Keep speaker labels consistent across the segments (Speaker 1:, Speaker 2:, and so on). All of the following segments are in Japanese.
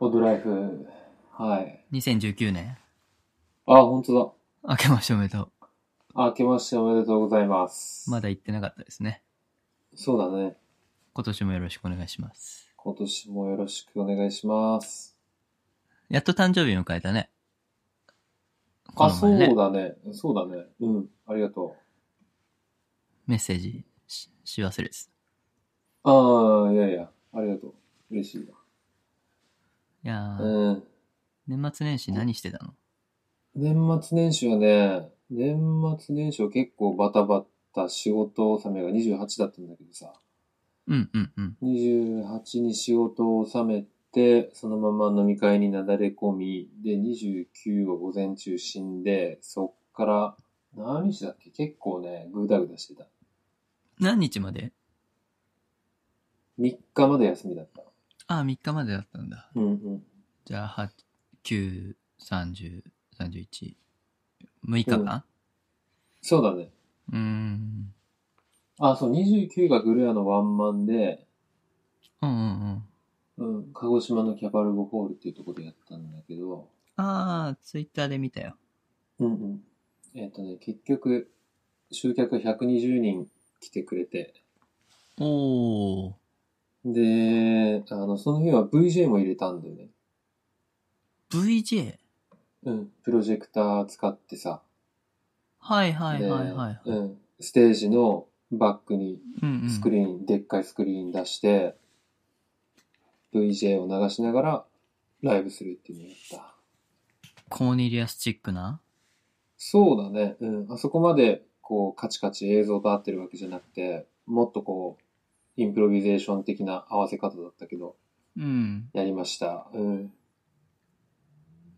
Speaker 1: オドライフ。はい。
Speaker 2: 2019年。
Speaker 1: あ、本当
Speaker 2: 明けましておめでと
Speaker 1: だ。明けましておめでとうございます。
Speaker 2: う。まだ行ってなかったですね。
Speaker 1: そうだね。
Speaker 2: 今年もよろしくお願いします。
Speaker 1: 今年もよろしくお願いします。
Speaker 2: やっと誕生日迎えたね。
Speaker 1: あ、
Speaker 2: こ
Speaker 1: そ
Speaker 2: の
Speaker 1: う
Speaker 2: 前ね
Speaker 1: だね。そうだね。うん。ありがと
Speaker 2: メッセージしし忘れです。
Speaker 1: う。ああ、いやいや。ありがとう。嬉しい
Speaker 2: いや
Speaker 1: わ。
Speaker 2: ー、
Speaker 1: うん。
Speaker 2: 年末年始何してたの
Speaker 1: 年末年始はね、年末年始は結構バタバタ仕事納めが28だったんだけどさ、
Speaker 2: うんうんうん。
Speaker 1: 28に仕事を納めて、そのまま飲み会になだれ込み、で、29を午前中死んで、そっから、何日だっけ結構ね、ぐだぐだしてた。
Speaker 2: 何日まで
Speaker 1: 3日まで休みだった。
Speaker 2: あ、3日までだったんだ。
Speaker 1: うんうん。
Speaker 2: じゃあ、8、9、30、31。6日間
Speaker 1: そうだね。
Speaker 2: うーん。
Speaker 1: あ、そう、29がグルヤのワンマンで、
Speaker 2: うんうんうん。
Speaker 1: うん、鹿児島のキャバルゴホールっていうところでやったんだけど、
Speaker 2: あー、ツイッターで見たよ。
Speaker 1: うんうん。えっ、とね、結局、集客120人来てくれて、
Speaker 2: おー。
Speaker 1: で、あの、その日は VJ も入れたんだよね。
Speaker 2: VJ?
Speaker 1: うん。プロジェクター使ってさ。
Speaker 2: はいはいはいはい。
Speaker 1: でうん。ステージのバックに
Speaker 2: うんうん
Speaker 1: スクリーン、でっかいスクリーン出して、VJ を流しながらライブするっていうのをやった。
Speaker 2: コーネリアスチックな
Speaker 1: そうだね。うん。あそこまで、こう、カチカチ映像と合ってるわけじゃなくて、もっとこう、インプロビゼーション的な合わせ方だったけど、
Speaker 2: うん。
Speaker 1: やりました。うん。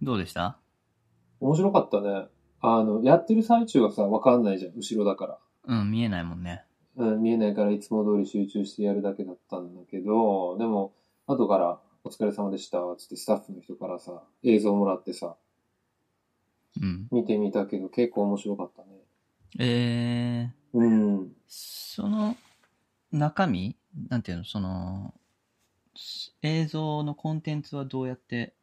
Speaker 2: どうでした
Speaker 1: 面白かったね。あの、やってる最中はさ、わかんないじゃん。後ろだから。
Speaker 2: うん、見えないもんね。
Speaker 1: うん、見えないからいつも通り集中してやるだけだったんだけど、でも、後から、お疲れ様でした、つってスタッフの人からさ、映像もらってさ、
Speaker 2: うん。
Speaker 1: 見てみたけど、結構面白かったね。
Speaker 2: えー、
Speaker 1: うん。
Speaker 2: その中身なんていうのその、s- 映像のコンテンツはどうやって、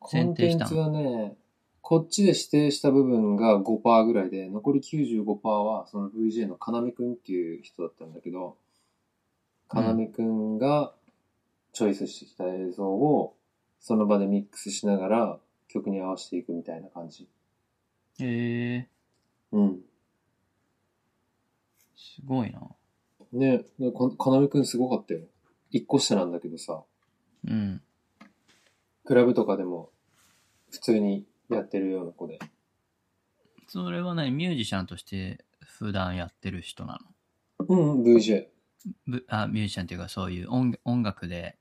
Speaker 1: コ
Speaker 2: 選
Speaker 1: ン
Speaker 2: 定
Speaker 1: テ
Speaker 2: し
Speaker 1: ン
Speaker 2: たの
Speaker 1: ツはね、こっちで指定した部分が5%ぐらいで、残り95%はその VJ の要くんっていう人だったんだけど、
Speaker 2: う
Speaker 1: 要
Speaker 2: ん
Speaker 1: くんがチョイスしてきた映像をその場でミックスしながら曲に合わせていくみたいな感じ。
Speaker 2: えー、
Speaker 1: うん。
Speaker 2: すごいな。
Speaker 1: ねえ、か要くんすごかったよ。一個下なんだけどさ、
Speaker 2: うん。
Speaker 1: クラブとかでも普通にやってるような子で。
Speaker 2: それは何ミュージシャンとして普段やってる人なの
Speaker 1: うん、うん、VJ。
Speaker 2: ぶあミュージシャンっていうかそういう音音楽で、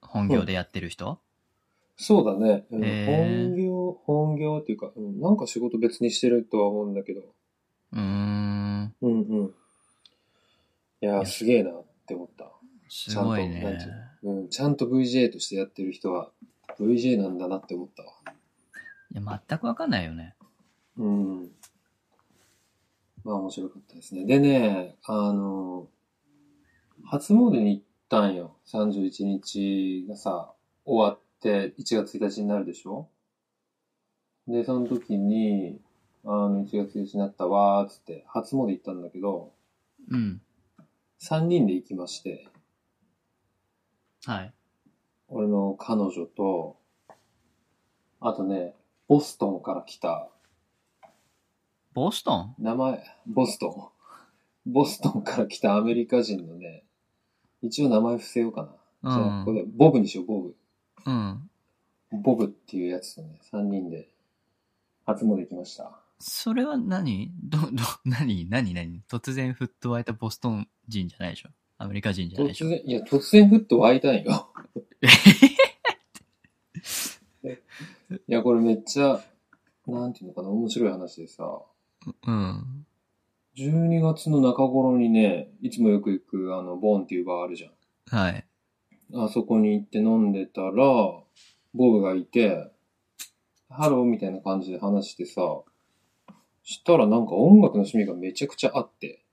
Speaker 2: 本業でやってる人、
Speaker 1: そうだね。うん
Speaker 2: へー
Speaker 1: 本業、本業っていうか、うん、なんか仕事別にしてるとは思うんだけど。
Speaker 2: うーん。
Speaker 1: うんうん。いや
Speaker 2: よ
Speaker 1: ー、
Speaker 2: し
Speaker 1: すげえなって思った。
Speaker 2: すご
Speaker 1: ち
Speaker 2: い
Speaker 1: ゃんとなんていう
Speaker 2: ね
Speaker 1: の。うん、ちゃんと VJ としてやってる人は、VJ なんだなって思ったわ。
Speaker 2: いや、全くわかんないよね。
Speaker 1: うん。まあ面白かったですね。でね、あの、初詣に行ったんよ。31日がさ、終わって1月1日になるでしょで、その時に、あの、1月1日になったわーっつって、初詣行ったんだけど、
Speaker 2: うん。
Speaker 1: 3人で行きまして、
Speaker 2: はい。
Speaker 1: 俺の彼女と、あとね、ボストンから来た、
Speaker 2: ボストン
Speaker 1: 名前、ボストン。ボストンから来たアメリカ人のね、一応名前伏せようかな。
Speaker 2: うん
Speaker 1: じゃあこれ、ボブにしよう、ボブ。
Speaker 2: うん。
Speaker 1: ボブっていうやつとね、三人で、初詣行きました。
Speaker 2: それは何ど、ど、 何何何突然沸騰湧いたボストン人じゃないでしょアメリカ人じゃないでし
Speaker 1: 突
Speaker 2: ょ
Speaker 1: 然、いや、突然ふっと湧いたん よ。いや、これめっちゃ、なんていうのかな、面白い話でさ、
Speaker 2: うん。
Speaker 1: 12月の中頃にね、いつもよく行く、あの、ボーンっていうバーあるじゃん。
Speaker 2: はい。
Speaker 1: あそこに行って飲んでたら、ボブがいて、ハローみたいな感じで話してさ、したらなんか音楽の趣味がめちゃくちゃあって、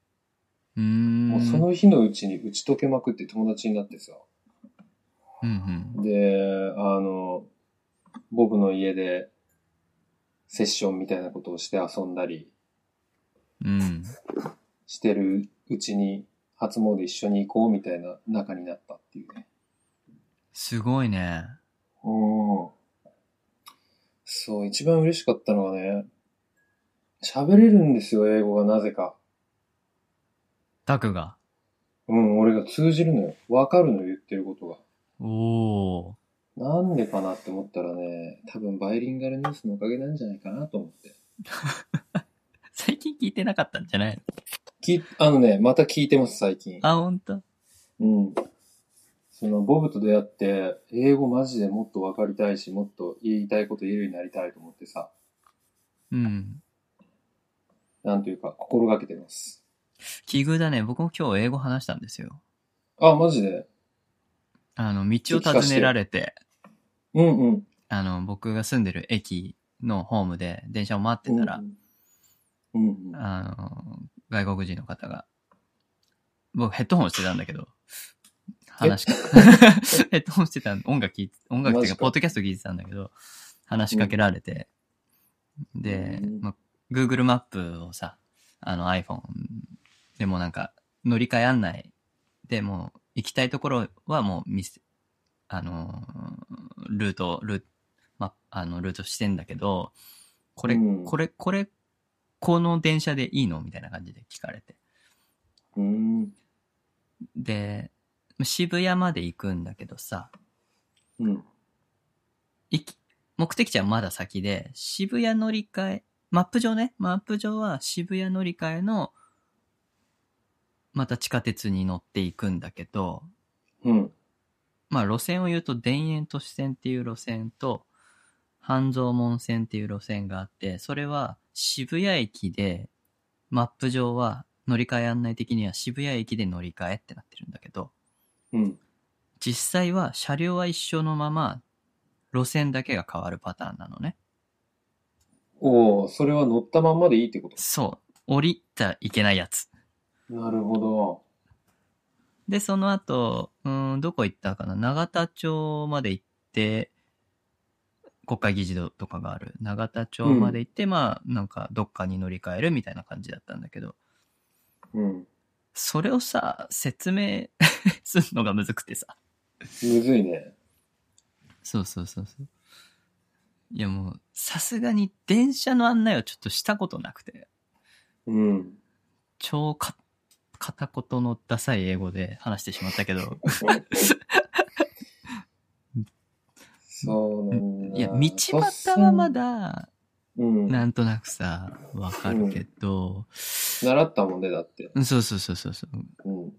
Speaker 2: うーん。
Speaker 1: もうその日のうちに打ち解けまくって友達になってさ、
Speaker 2: うんうん。
Speaker 1: で、あの、ボブの家でセッションみたいなことをして遊んだり
Speaker 2: うん。
Speaker 1: してるうちに、初詣一緒に行こうみたいな仲になったっていうね。
Speaker 2: すごいね。
Speaker 1: うん。そう、一番嬉しかったのはね、喋れるんですよ、英語がなぜか。
Speaker 2: タクが。
Speaker 1: うん、俺が通じるのよ。わかるのよ、言ってることが。
Speaker 2: おー。
Speaker 1: なんでかなって思ったらね、多分バイリンガルニュースのおかげなんじゃないかなと思って。
Speaker 2: 最近聞いてなかったんじゃないの
Speaker 1: き、あのね、また聞いてます、最近。
Speaker 2: あ、ほんと。
Speaker 1: うん。その、ボブと出会って、英語マジでもっとわかりたいし、もっと言いたいこと言えるようになりたいと思ってさ、
Speaker 2: うん。
Speaker 1: なんというか、心がけてます。
Speaker 2: 奇遇だね。僕も今日英語話したんですよ。
Speaker 1: あ、マジで
Speaker 2: あの、道を尋ねられて、
Speaker 1: うんうん。
Speaker 2: あの、僕が住んでる駅のホームで電車を待ってたら、
Speaker 1: うんうん。うん
Speaker 2: あの、外国人の方が、僕ヘッドホンしてたんだけど、話しか、 ヘッドホンしてた、音楽聞いて、音楽っていう
Speaker 1: マジ
Speaker 2: か、
Speaker 1: か
Speaker 2: ポッドキャスト聞いてたんだけど、話しかけられて、で
Speaker 1: うん、
Speaker 2: まあ、Google マップをさ、あの iPhone でもなんか、乗り換え案内でもう、行きたいところはもう見せ、あのー、ルート、ルート、ま、あの、ルートしてんだけど、これ、
Speaker 1: うん
Speaker 2: これ、これ、この電車でいいのみたいな感じで聞かれて。
Speaker 1: うん。
Speaker 2: で、渋谷まで行くんだけどさ、
Speaker 1: うん。
Speaker 2: 行き、目的地はまだ先で、渋谷乗り換え、マップ上ね、マップ上は渋谷乗り換えの、また地下鉄に乗っていくんだけど、
Speaker 1: うん。
Speaker 2: まあ路線を言うと田園都市線っていう路線と半蔵門線っていう路線があって、それは渋谷駅で、マップ上は乗り換え案内的には渋谷駅で乗り換えってなってるんだけど、
Speaker 1: うん。
Speaker 2: 実際は車両は一緒のまま路線だけが変わるパターンなのね。
Speaker 1: おおそれは乗ったまんまでいいってこと
Speaker 2: そう。降りたいけないやつ。
Speaker 1: なるほど。
Speaker 2: で、その後、うーん、どこ行ったかな長田町まで行って、国会議事堂とかがある。長田町まで行って、まあ、なんか、どっかに乗り換えるみたいな感じだったんだけど、
Speaker 1: うん。
Speaker 2: それをさ、説明 するのがむずくてさ。
Speaker 1: むずいね。
Speaker 2: そうそうそうそう。いやもう、さすがに電車の案内をちょっとしたことなくて、
Speaker 1: うん。
Speaker 2: 超か、片言のダサい英語で話してしまったけど、
Speaker 1: そうなんだ。
Speaker 2: いや、道端はま
Speaker 1: とっ
Speaker 2: だ、
Speaker 1: さに、うん、
Speaker 2: なんとなくさ、わかるけど、
Speaker 1: 習ったもんね、だって。
Speaker 2: うんそうそうそうそうそう。
Speaker 1: うん。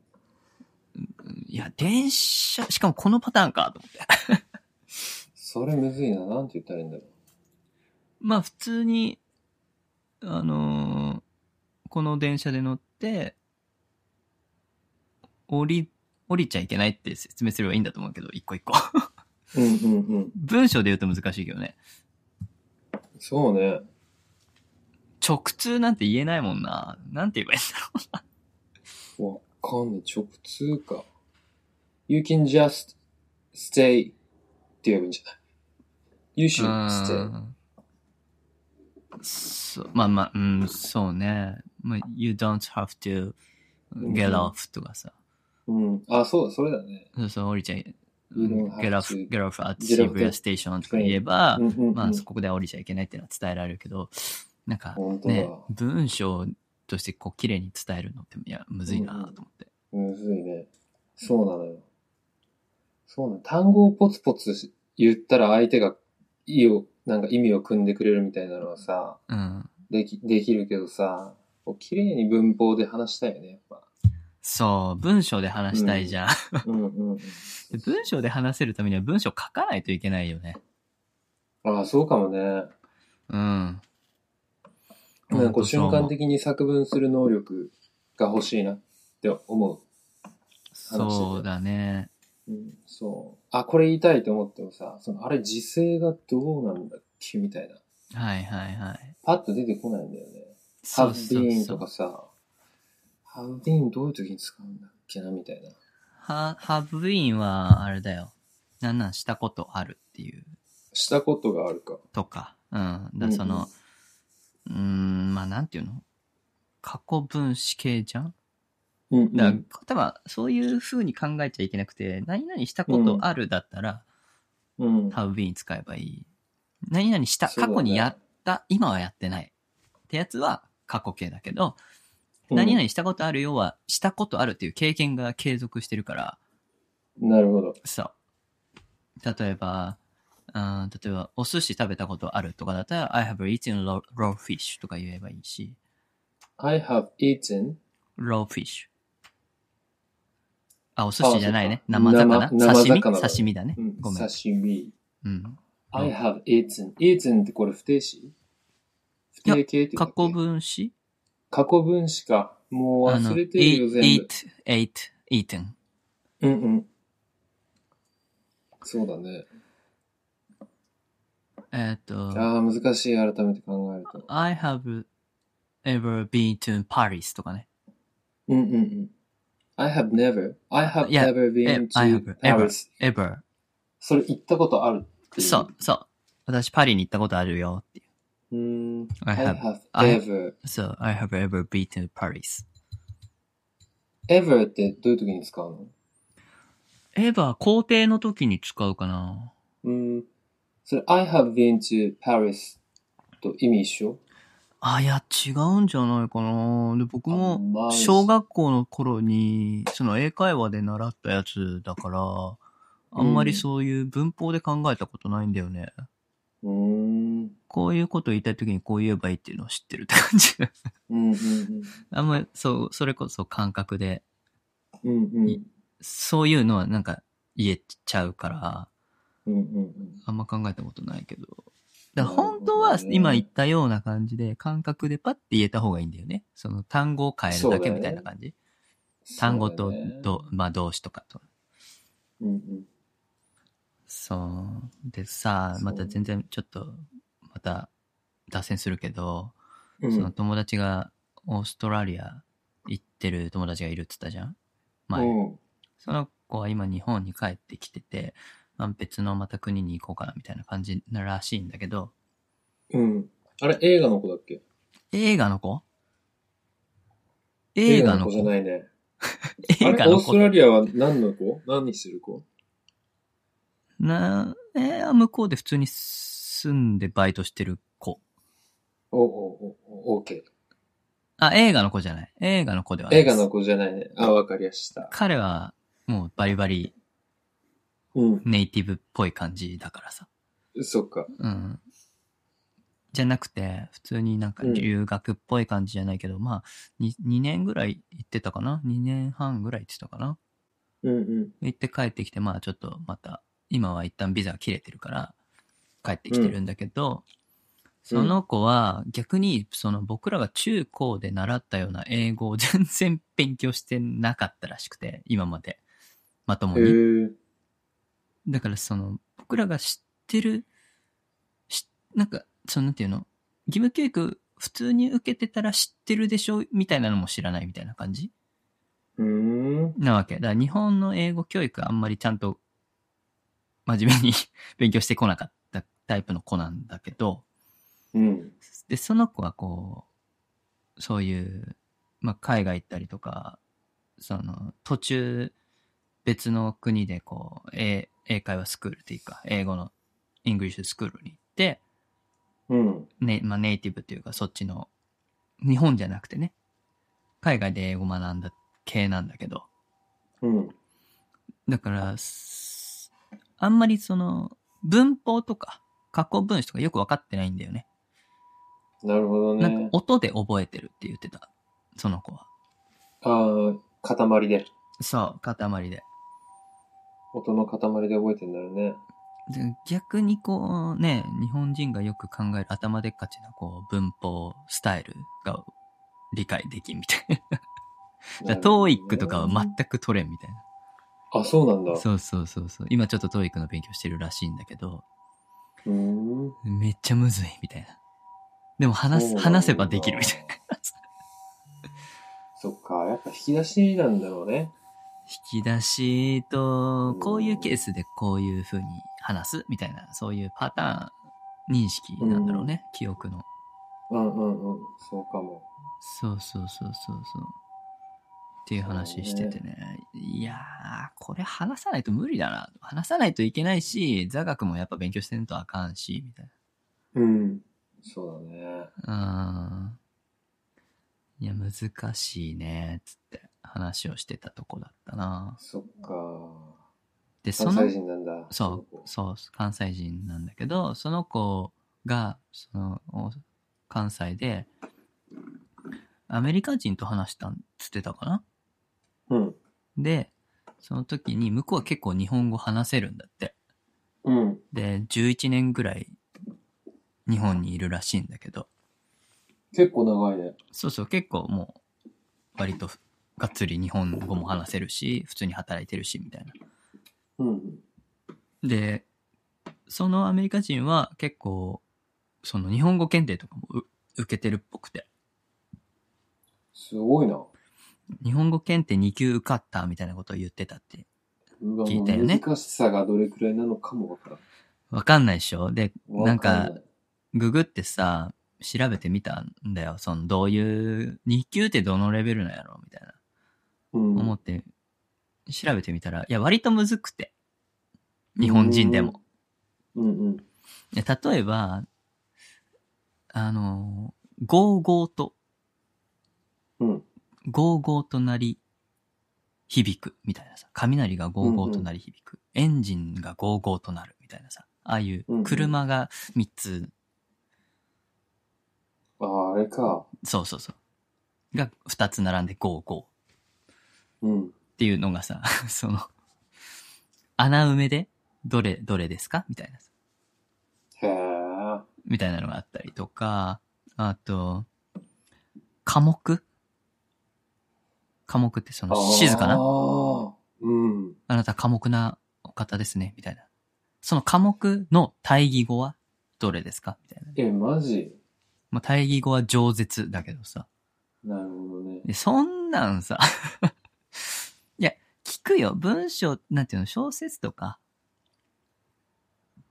Speaker 2: いや、電車、しかもこのパターンかと思って。
Speaker 1: それむずいな。なんて言ったらいいんだろ
Speaker 2: まあ普通に、あのーこの電車で乗って、降り、降りちゃいけないって説明すればいいんだと思うけど、一個一個。
Speaker 1: う。うんうんうん。
Speaker 2: 文章で言うと難しいけどね。
Speaker 1: そうね。
Speaker 2: 直通なんて言えないもんな。なんて言えばいいんだろう。
Speaker 1: わかんない。直通か。You can just stay って言えばいいんじゃない ?You should
Speaker 2: う
Speaker 1: stay.
Speaker 2: んそうまあまあ、うん、そうね。まあ、you don't have to
Speaker 1: ん
Speaker 2: get off とかさ。
Speaker 1: うん。あ、そうだ、それだね。
Speaker 2: そうそう、降りちゃい、
Speaker 1: You don't have
Speaker 2: get off,
Speaker 1: to-
Speaker 2: get off at
Speaker 1: get off
Speaker 2: Shibuya
Speaker 1: the
Speaker 2: station とか言えば
Speaker 1: うん、うん、うん。
Speaker 2: まあ、そこでは降りちゃいけないっていうのは伝えられるけど、なんか
Speaker 1: 本、当だ
Speaker 2: ね、文章としてこう、綺麗に伝えるのって、いや、むずいなと思って。
Speaker 1: むずいね。そうなのよ。そうなの。単語をポツポツし言ったら相手が意を、なんか意味を組んでくれるみたいなのはさ、
Speaker 2: うん。
Speaker 1: でき、できるけどさ、こう綺麗に文法で話したいよね、やっ ぱ。
Speaker 2: そう、文章で話したいじゃん。
Speaker 1: うんうんうん。
Speaker 2: で 文章で話せるためには文章書かないといけないよね。
Speaker 1: ああ、そうかもね。
Speaker 2: うん。
Speaker 1: なんかこう
Speaker 2: 本当そう
Speaker 1: 瞬
Speaker 2: 思う
Speaker 1: 間的に作文する能力が欲しいなって思話してて
Speaker 2: そうだね。
Speaker 1: う。うん、そう。あ、これ言いたいと思ってもさ、その、あれ時勢がどうなんだっけみたいな。
Speaker 2: はいはいはい。
Speaker 1: パッと出てこないんだよね。ハ
Speaker 2: そう
Speaker 1: ウ
Speaker 2: そ
Speaker 1: ビ
Speaker 2: う
Speaker 1: ーンと
Speaker 2: そう
Speaker 1: か。さ、ハウビーンどういう時に使うんだっけなみたいな。
Speaker 2: ハハブインは、あれだよ。なんなんしたことあるっていう
Speaker 1: したことがあるか。
Speaker 2: とか、うん。だその、うーん、まあなんていうの過去分子系じゃん
Speaker 1: うん、うん。
Speaker 2: だから、多分そういう風に考えちゃいけなくて、何々したことあるだったら、
Speaker 1: うん。
Speaker 2: ハウビーン使えばいい。何々した、
Speaker 1: そうだ
Speaker 2: 過
Speaker 1: ね
Speaker 2: 去にやった、今はやってない。ってやつは過去形だけど、
Speaker 1: うん
Speaker 2: 何々したことあるよは、したことあるっていう経験が継続してるから、
Speaker 1: なるほど。
Speaker 2: そう。例えば、うん、例えば、お寿司食べたことあるとかだったら、I have eaten raw raw fish とか言えばいいし、
Speaker 1: I have eaten
Speaker 2: raw fish。あ、お寿司じゃないね。
Speaker 1: あそう
Speaker 2: 生
Speaker 1: か
Speaker 2: 魚
Speaker 1: 生生
Speaker 2: 刺身
Speaker 1: 魚だ
Speaker 2: 刺身だね。
Speaker 1: うん
Speaker 2: ごめん。
Speaker 1: 刺身。
Speaker 2: うん。
Speaker 1: I have eaten. eaten ってこれ不定詞不定形ってこと
Speaker 2: 過去分詞
Speaker 1: 過去分詞か。もう
Speaker 2: あ
Speaker 1: 忘
Speaker 2: の、
Speaker 1: れてるよ、
Speaker 2: eat,
Speaker 1: 全
Speaker 2: eat,
Speaker 1: 部。
Speaker 2: eat, eaten。
Speaker 1: うんうん。そうだね。
Speaker 2: えっと、
Speaker 1: ああ、難しい、改めて考えると。
Speaker 2: I have ever been to Paris とかね。
Speaker 1: うんうんうん。I have never, I have
Speaker 2: Yeah,
Speaker 1: never been
Speaker 2: eh, I
Speaker 1: to
Speaker 2: have ever
Speaker 1: Paris.
Speaker 2: ever
Speaker 1: それ行ったことあるってい。
Speaker 2: そう、そう。私パリに行ったことあるよっていう
Speaker 1: うーん。
Speaker 2: I
Speaker 1: I
Speaker 2: have-
Speaker 1: have
Speaker 2: I-
Speaker 1: ever.
Speaker 2: う。そう、I have ever been to Paris。
Speaker 1: ever ってどういう時に使うの
Speaker 2: ever 皇帝の時に使うかな。
Speaker 1: うーん。それ I have been to Paris と意味一緒
Speaker 2: あ、いや、違うんじゃないかな。で、僕
Speaker 1: あ
Speaker 2: も、
Speaker 1: まあ
Speaker 2: 小学校の頃に、その英会話で習ったやつだから、あんまりそういう文法で考えたことないんだよね。
Speaker 1: うーん。
Speaker 2: こういうこと言いたい時にこう言えばいいっていうのを知ってるって感じ。
Speaker 1: うんうんうん。
Speaker 2: あんまり、そう、それこそ感覚で、
Speaker 1: うんうん。
Speaker 2: そういうのはなんか言えちゃうから、
Speaker 1: うんうんうん。
Speaker 2: あんま考えたことないけど。だか
Speaker 1: なるほ
Speaker 2: ら
Speaker 1: どね
Speaker 2: 本当は今言ったような感じで、感覚でパッて言えた方がいいんだよね。その単語を変えるだけみたいな感じ。単語と、
Speaker 1: そうだね
Speaker 2: と、まあ動詞とかと。
Speaker 1: うんうん。
Speaker 2: そう。でさ、
Speaker 1: そう
Speaker 2: また全然ちょっと、また脱線するけど、
Speaker 1: うん
Speaker 2: その友達がオーストラリア行ってる友達がいるって言ったじゃん前。
Speaker 1: うん
Speaker 2: その子は今日本に帰ってきてて、まあ、別のまた国に行こうかなみたいな感じならしいんだけど、
Speaker 1: うん。あれ、映画の子だっけ
Speaker 2: 映画の子映画の
Speaker 1: じゃ
Speaker 2: 子
Speaker 1: ないね。あ
Speaker 2: 映画
Speaker 1: れ、オー
Speaker 2: の
Speaker 1: スト
Speaker 2: 子
Speaker 1: ラリアは何の子何してる子
Speaker 2: な、えー向こうで普通に住んでバイトしてる子。
Speaker 1: おおおお、オーケ
Speaker 2: あ、映画の子じゃない。映画の子では
Speaker 1: ー。
Speaker 2: ない
Speaker 1: 映
Speaker 2: です。
Speaker 1: 画の子じゃないね。あ、わかりやした。
Speaker 2: 彼はもうバリバリ
Speaker 1: うん。
Speaker 2: ネイティブっぽい感じだからさ。
Speaker 1: そっか。
Speaker 2: うん。じゃなくて、普通になんか
Speaker 1: うん
Speaker 2: 留学っぽい感じじゃないけど、まあ2、2年ぐらい行ってたかな ?2 年半ぐらい行ってたかな
Speaker 1: うんうん。
Speaker 2: 行って帰ってきて、まあちょっとまた、今は一旦ビザが切れてるから、帰ってきてるんだけど、その子は逆に、その僕らが中高で習ったような英語を 全然勉強してなかったらしくて、今まで。まとも
Speaker 1: へ
Speaker 2: に。
Speaker 1: え。
Speaker 2: だからその、僕らが知ってる、し、なんか、そのなんていうの、義務教育普通に受けてたら知ってるでしょみたいなのも知らないみたいな感じ
Speaker 1: うーん。
Speaker 2: なわけ。だから日本の英語教育あんまりちゃんと真面目に 勉強してこなかったタイプの子なんだけど、
Speaker 1: うん。
Speaker 2: で、その子はこう、そういう、まあ、海外行ったりとか、その、途中、別の国でこう、英、英会話スクールっていうか、英語の、イングリッシュスクールに行って、
Speaker 1: うん。
Speaker 2: ね、まあ、ネイティブというか、そっちの、日本じゃなくてね、海外で英語学んだ系なんだけど、
Speaker 1: うん。
Speaker 2: だから、すあんまりその、文法とか、過去分詞とかよくわかってないんだよね。
Speaker 1: なるほど
Speaker 2: なんか
Speaker 1: ね。
Speaker 2: 音で覚えてるって言ってた、その子は。
Speaker 1: ああ、塊で。
Speaker 2: そう、塊で。
Speaker 1: 音の塊で覚えてんだろうね。
Speaker 2: で逆にこうね、日本人がよく考える頭でっかちなこう文法、スタイルが理解できんみたいな。だからトーイックとかは全く取れんみたい
Speaker 1: あ、そうなんだ。
Speaker 2: な。そうそうそうそう。今ちょっとトーイックの勉強してるらしいんだけど、
Speaker 1: うーん。
Speaker 2: めっちゃむずいみたいな。でも話
Speaker 1: そう
Speaker 2: す、
Speaker 1: なんだ
Speaker 2: 話せばできるみたいな。。
Speaker 1: そっか、やっぱ引き出しなんだろうね。
Speaker 2: 引き出しと、こういうケースでこういう風に話すみたいな、そういうパターン認識なんだろうね、記憶の。
Speaker 1: うんうんうん。そうかも。
Speaker 2: そうそうそうそうそう。っていう話しててね。いやー、これ話さないと無理だな。話さないといけないし、座学もやっぱ勉強してんとあかんし、みたい
Speaker 1: うん。そうだね。
Speaker 2: な。うん。いや、難しいね、つって話をしてたとこだったな。
Speaker 1: そっか。
Speaker 2: で、そ
Speaker 1: 関
Speaker 2: の
Speaker 1: 西、人なんだ。
Speaker 2: そう
Speaker 1: こ、
Speaker 2: そう、関西人なんだけど、その子が、その、お関西で、アメリカ人と話したん、つってたかな
Speaker 1: の子うん。
Speaker 2: で、その時に向こうは結構日本語話せるんだって。
Speaker 1: うん。
Speaker 2: で、11年ぐらい日本にいるらしいんだけど、
Speaker 1: 結構長いね。
Speaker 2: そうそう、結構もう、割とふがっつり日本語も話せるし、普通に働いてるし、みたいな。
Speaker 1: うん。
Speaker 2: で、そのアメリカ人は結構、その日本語検定とかもう受けてるっぽくて、
Speaker 1: すごいな。
Speaker 2: 日本語検定2級受かったみたいなことを言ってたって
Speaker 1: うわ
Speaker 2: 聞いたよね
Speaker 1: もう難しさがどれくらいなのかもわからん。
Speaker 2: わかんないでしょで、なん
Speaker 1: わ
Speaker 2: か
Speaker 1: い、
Speaker 2: ググってさ、調べてみたんだよ。その、どういう、2級ってどのレベルなんやろみたいな。
Speaker 1: うん、
Speaker 2: 思って、調べてみたら、いや、割とむずくて。日本人でも。
Speaker 1: うんうん。
Speaker 2: いや例えば、あの、55と、
Speaker 1: うん。
Speaker 2: 55となり、響く、みたいなさ。雷が55となり響く。エンジンが55となる、みたいなさ。ああいう
Speaker 1: うんうん、
Speaker 2: 車が3つ
Speaker 1: ああ、あれか。
Speaker 2: そうそうそう。が2つ並んで55っ
Speaker 1: うん。
Speaker 2: ていうのがさ、 その、穴埋めで、どれ、どれですかみたいなさ。
Speaker 1: へえ。
Speaker 2: みたいなのがあったりとか、あと、科目科目ってその、静か
Speaker 1: あ
Speaker 2: な
Speaker 1: あ。うん。
Speaker 2: あなた科目なお方ですね、みたいな。その科目の対義語はどれですかみたいな。
Speaker 1: え、マジ
Speaker 2: まあ、対義語は饒舌だけどさ。
Speaker 1: なるほどね。
Speaker 2: で、そんなんさ、 いや、聞くよ。文章、なんていうの、小説とか、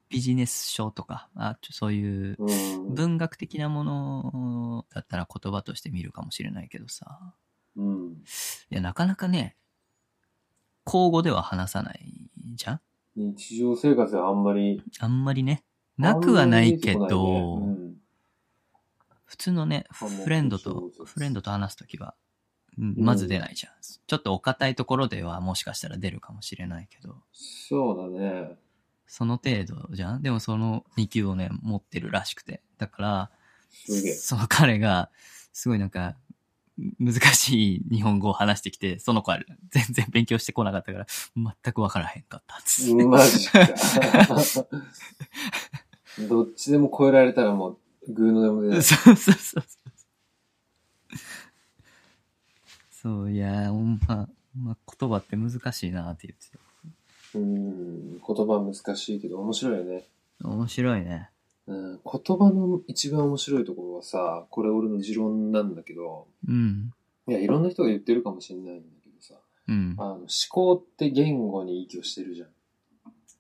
Speaker 2: ビジネス書とか、あちょそういう
Speaker 1: うん。
Speaker 2: 文学的なものだったら言葉として見るかもしれないけどさ。
Speaker 1: うん。
Speaker 2: いや、なかなかね、口語では話さないじゃん
Speaker 1: 日常生活はあんまり。
Speaker 2: あんまりね。なくはないけ
Speaker 1: あんまり出て
Speaker 2: ど、
Speaker 1: こないね
Speaker 2: 普通のね、
Speaker 1: あの
Speaker 2: フレンドと
Speaker 1: そうそう、
Speaker 2: フレンドと話すときは、うんまず出ないじゃん。ちょっとお堅いところではもしかしたら出るかもしれないけど、
Speaker 1: そうだね。
Speaker 2: その程度じゃんでもその2級をね、持ってるらしくて。だから、
Speaker 1: すげえ。
Speaker 2: その彼が、すごいなんか、難しい日本語を話してきて、その子は全然勉強してこなかったから、全くわからへんかったっつって
Speaker 1: マジ か。どっちでも超えられたらもう、グーのでも出ない。
Speaker 2: そうそうそうそう。そう、いやー、ほんま、ほんま言葉って難しいなって言ってた
Speaker 1: うん。言葉難しいけど面白いよね。
Speaker 2: 面白いね。
Speaker 1: うん言葉の一番面白いところはさ、これ俺の持論なんだけど、
Speaker 2: うん。
Speaker 1: いや、いろんな人が言ってるかもしれないんだけどさ、
Speaker 2: うん
Speaker 1: あ。の思考って言語に依拠してるじゃん。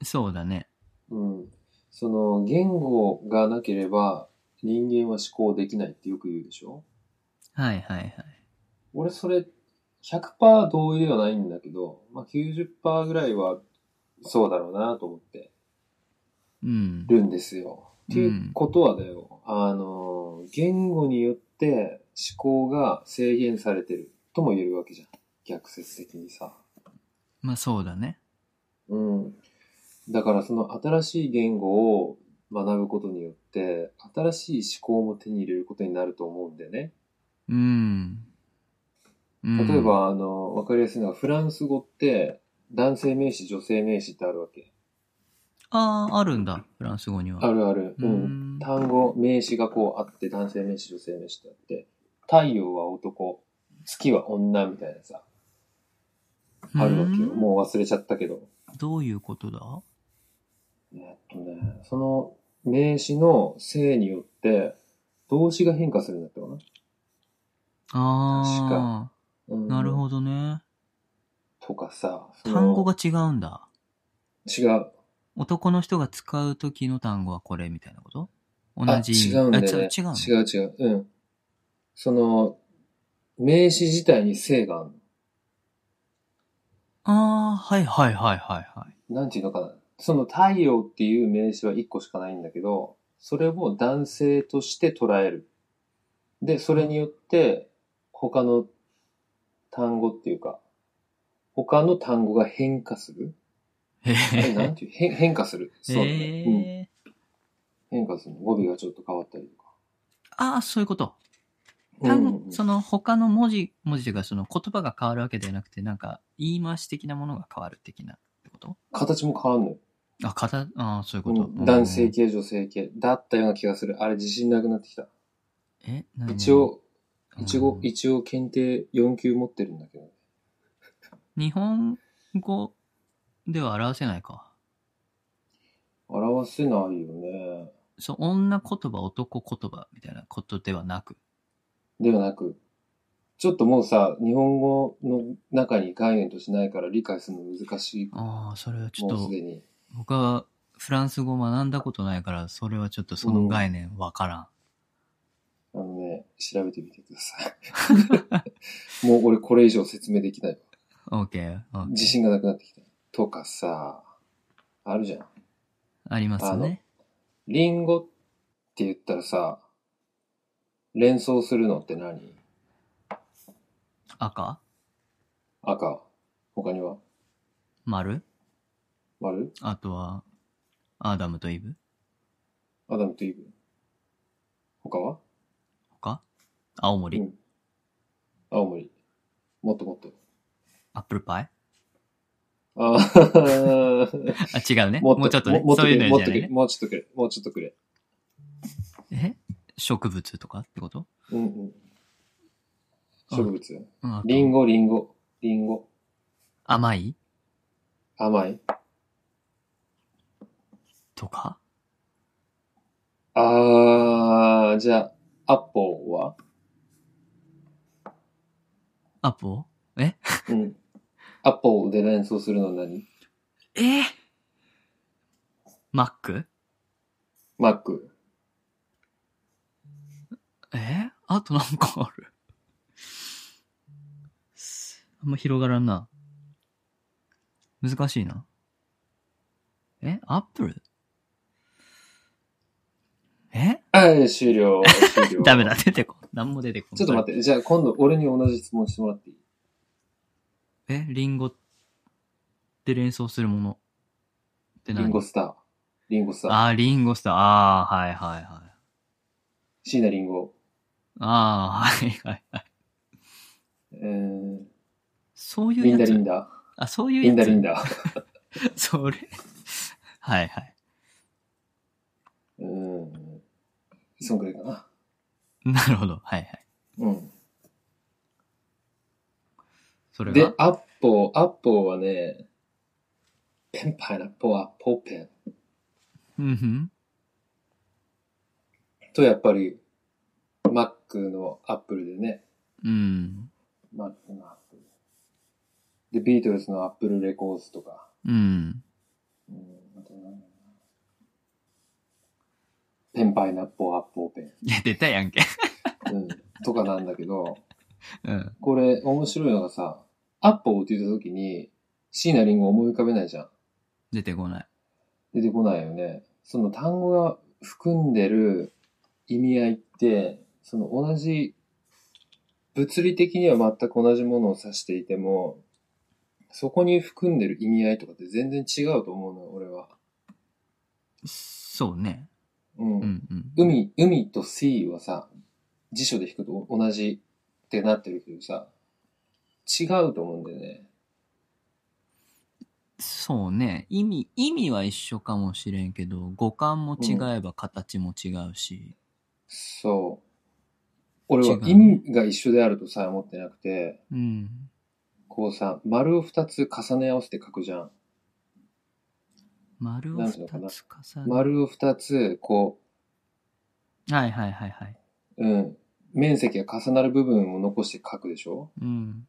Speaker 2: そうだね。
Speaker 1: うん。その、言語がなければ人間は思考できないってよく言うでしょ
Speaker 2: はいはいはい。
Speaker 1: 俺それ100%同意ではないんだけど、まあ、90%ぐらいはそうだろうなと思って
Speaker 2: うん。
Speaker 1: るんですよ。
Speaker 2: うん
Speaker 1: っていうことはだよ、あの、言語によって思考が制限されてるとも言えるわけじゃん。逆説的にさ。
Speaker 2: まあそうだね。
Speaker 1: うん。だからその新しい言語を学ぶことによって、新しい思考も手に入れることになると思うんだよね。
Speaker 2: うん。うん
Speaker 1: 例え、ば、あの、わかりやすいのはフランス語って男性名詞、女性名詞ってあるわけ。
Speaker 2: ああ、あるんだ。フランス語には。
Speaker 1: あるある。う。
Speaker 2: うんん。
Speaker 1: 単語、名詞がこうあって、男性名詞、女性名詞ってあって、太陽は男、月は女みたいなさ、あるわけよ。
Speaker 2: うん
Speaker 1: もう忘れちゃったけど。
Speaker 2: どういうことだ
Speaker 1: えっとね、その名詞の性によって動詞が変化するんだったかな。
Speaker 2: ああ。
Speaker 1: うん
Speaker 2: なるほどね。
Speaker 1: 太とかさ、その
Speaker 2: 単語が違うんだ。
Speaker 1: 違う。
Speaker 2: 男の人が使う時の単語はこれみたいなこと同
Speaker 1: あ
Speaker 2: じ。
Speaker 1: 違うんだよ、
Speaker 2: あ
Speaker 1: ね。
Speaker 2: ちょ違う
Speaker 1: 違
Speaker 2: の
Speaker 1: う違う。うん。その、名詞自体に性がある
Speaker 2: ああ、はいはいはいはいはい。
Speaker 1: の。なんていうのかな。その太陽っていう名詞は1個しかないんだけど、それを男性として捉える。で、それによって、他の単語っていうか、他の単語が変化する。
Speaker 2: へ
Speaker 1: えなん
Speaker 2: え。
Speaker 1: ていう変変化する。そうだね、うん。
Speaker 2: え
Speaker 1: 変化するの。語尾がちょっと変わったりとか。
Speaker 2: ああ、そういうこと。
Speaker 1: う
Speaker 2: 単
Speaker 1: ん
Speaker 2: 語
Speaker 1: うんうん
Speaker 2: その他の文字、文字というかその言葉が変わるわけではなくて、なんか言い回し的なものが変わる的なってこと
Speaker 1: 形も変わんのよ。
Speaker 2: あ、かた、ああ、そういう
Speaker 1: う
Speaker 2: こと。
Speaker 1: ん男性
Speaker 2: うん
Speaker 1: 系、女性系。だったような気がする。あれ、自信なくなってきた。
Speaker 2: え、何
Speaker 1: 一、応、
Speaker 2: 何
Speaker 1: 一応
Speaker 2: う、ん
Speaker 1: 一応、検定4級持ってるんだけど。
Speaker 2: 日本語では表せないか。
Speaker 1: 表せないよね。
Speaker 2: そう、女言葉、男言葉みたいなことではなく。
Speaker 1: ではなく、ちょっともうさ、日本語の中に概念としないから理解するの難しい。
Speaker 2: ああ、それはちょっ
Speaker 1: もう
Speaker 2: と
Speaker 1: す、でに。
Speaker 2: 僕はフランス語学んだことないから、それはちょっとその概念わからん。
Speaker 1: あのね、調べてみてください。 もう俺これ以上説明できない。
Speaker 2: オーケー。オーケー
Speaker 1: 自信がなくなってきた。とかさ、あるじゃん。
Speaker 2: ありますね。
Speaker 1: リンゴって言ったらさ、連想するのって何
Speaker 2: 赤
Speaker 1: 赤。他には
Speaker 2: 丸
Speaker 1: 丸
Speaker 2: あとは、アダムとイブ
Speaker 1: アダムとイブ。他は
Speaker 2: 他青森、
Speaker 1: うん。青森。もっともっと。
Speaker 2: アップルパイ
Speaker 1: あ ー
Speaker 2: あ、違うね。
Speaker 1: も
Speaker 2: も
Speaker 1: っと
Speaker 2: うちょっとね。
Speaker 1: もっと
Speaker 2: そう
Speaker 1: く
Speaker 2: い
Speaker 1: れ
Speaker 2: う
Speaker 1: も
Speaker 2: の
Speaker 1: っと
Speaker 2: じゃな
Speaker 1: く
Speaker 2: い
Speaker 1: れ
Speaker 2: ね。
Speaker 1: もうちょっとくれ。もうちょっとくれ。
Speaker 2: え植物とかってこと
Speaker 1: うんうん。植物。
Speaker 2: うんあと
Speaker 1: リンゴ、リンゴ。リンゴ。
Speaker 2: 甘い
Speaker 1: 甘い。
Speaker 2: とか
Speaker 1: あー、じゃあ、アポは
Speaker 2: アポ
Speaker 1: うん。アポで連想するのは何
Speaker 2: えーマック
Speaker 1: マック。
Speaker 2: えーあとなんかある。あんま広がらんな。難しいな。えアップルえ
Speaker 1: はい、終了。終了
Speaker 2: ダメだ、。出てこ。なんも出てこん。
Speaker 1: ちょっと待って、じゃあ今度俺に同じ質問してもらっていい
Speaker 2: え、リンゴって連想するものって
Speaker 1: リ
Speaker 2: 何
Speaker 1: ンゴスター。リンゴスター。
Speaker 2: あー、リンゴスター。あー、はいはいはい。
Speaker 1: 椎名リンゴ。
Speaker 2: あー、はいはいはい。
Speaker 1: えー、
Speaker 2: そういう
Speaker 1: リン
Speaker 2: や
Speaker 1: ダ
Speaker 2: つ。
Speaker 1: リンダ。
Speaker 2: あ、そういうやつ。
Speaker 1: リンダリンダ。
Speaker 2: それ。 はいはい。
Speaker 1: うん。そんくらいかな。
Speaker 2: なるほど。はいはい。
Speaker 1: うん。
Speaker 2: それ
Speaker 1: で
Speaker 2: が、、
Speaker 1: アッポー、アッポーはね、ペンパイナッポーアッポーペン。
Speaker 2: うんふん。
Speaker 1: と、やっぱり、マックのアップルでね。
Speaker 2: うん。
Speaker 1: マックのアップル。で、ビートルズのアップルレコーズとか。
Speaker 2: うん。
Speaker 1: うん、あとなんだろうなペンパイナッポーアッポーペン。
Speaker 2: いや、出たやんけ。
Speaker 1: うんとかなんだけど、
Speaker 2: うん。
Speaker 1: これ面白いのがさ、アッポーって言った時に、椎名林檎思い浮かべないじゃん。
Speaker 2: 出てこない。
Speaker 1: 出てこないよね。その単語が含んでる意味合いって、その同じ、物理的には全く同じものを指していても、そこに含んでる意味合いとかって全然違うと思うのよ、俺は。
Speaker 2: そうね。
Speaker 1: うん。
Speaker 2: うんうん。
Speaker 1: 海、海と sea はさ、辞書で引くと同じってなってるけどさ、違うと思うんだよね。
Speaker 2: そうね。意味、意味は一緒かもしれんけど、語感も違えば形も違うし。
Speaker 1: そう。俺は
Speaker 2: 違う
Speaker 1: 意味が一緒であるとさえ思ってなくて、
Speaker 2: うん。
Speaker 1: こうさ、丸を二つ重ね合わせて書くじゃん。
Speaker 2: 丸を
Speaker 1: なん
Speaker 2: 二
Speaker 1: ていうのかな
Speaker 2: つ重ね。
Speaker 1: 丸を二つ、こ
Speaker 2: はいはいはいはい。
Speaker 1: う、うん、面積が重なる部分を残して書くでしょ
Speaker 2: うん。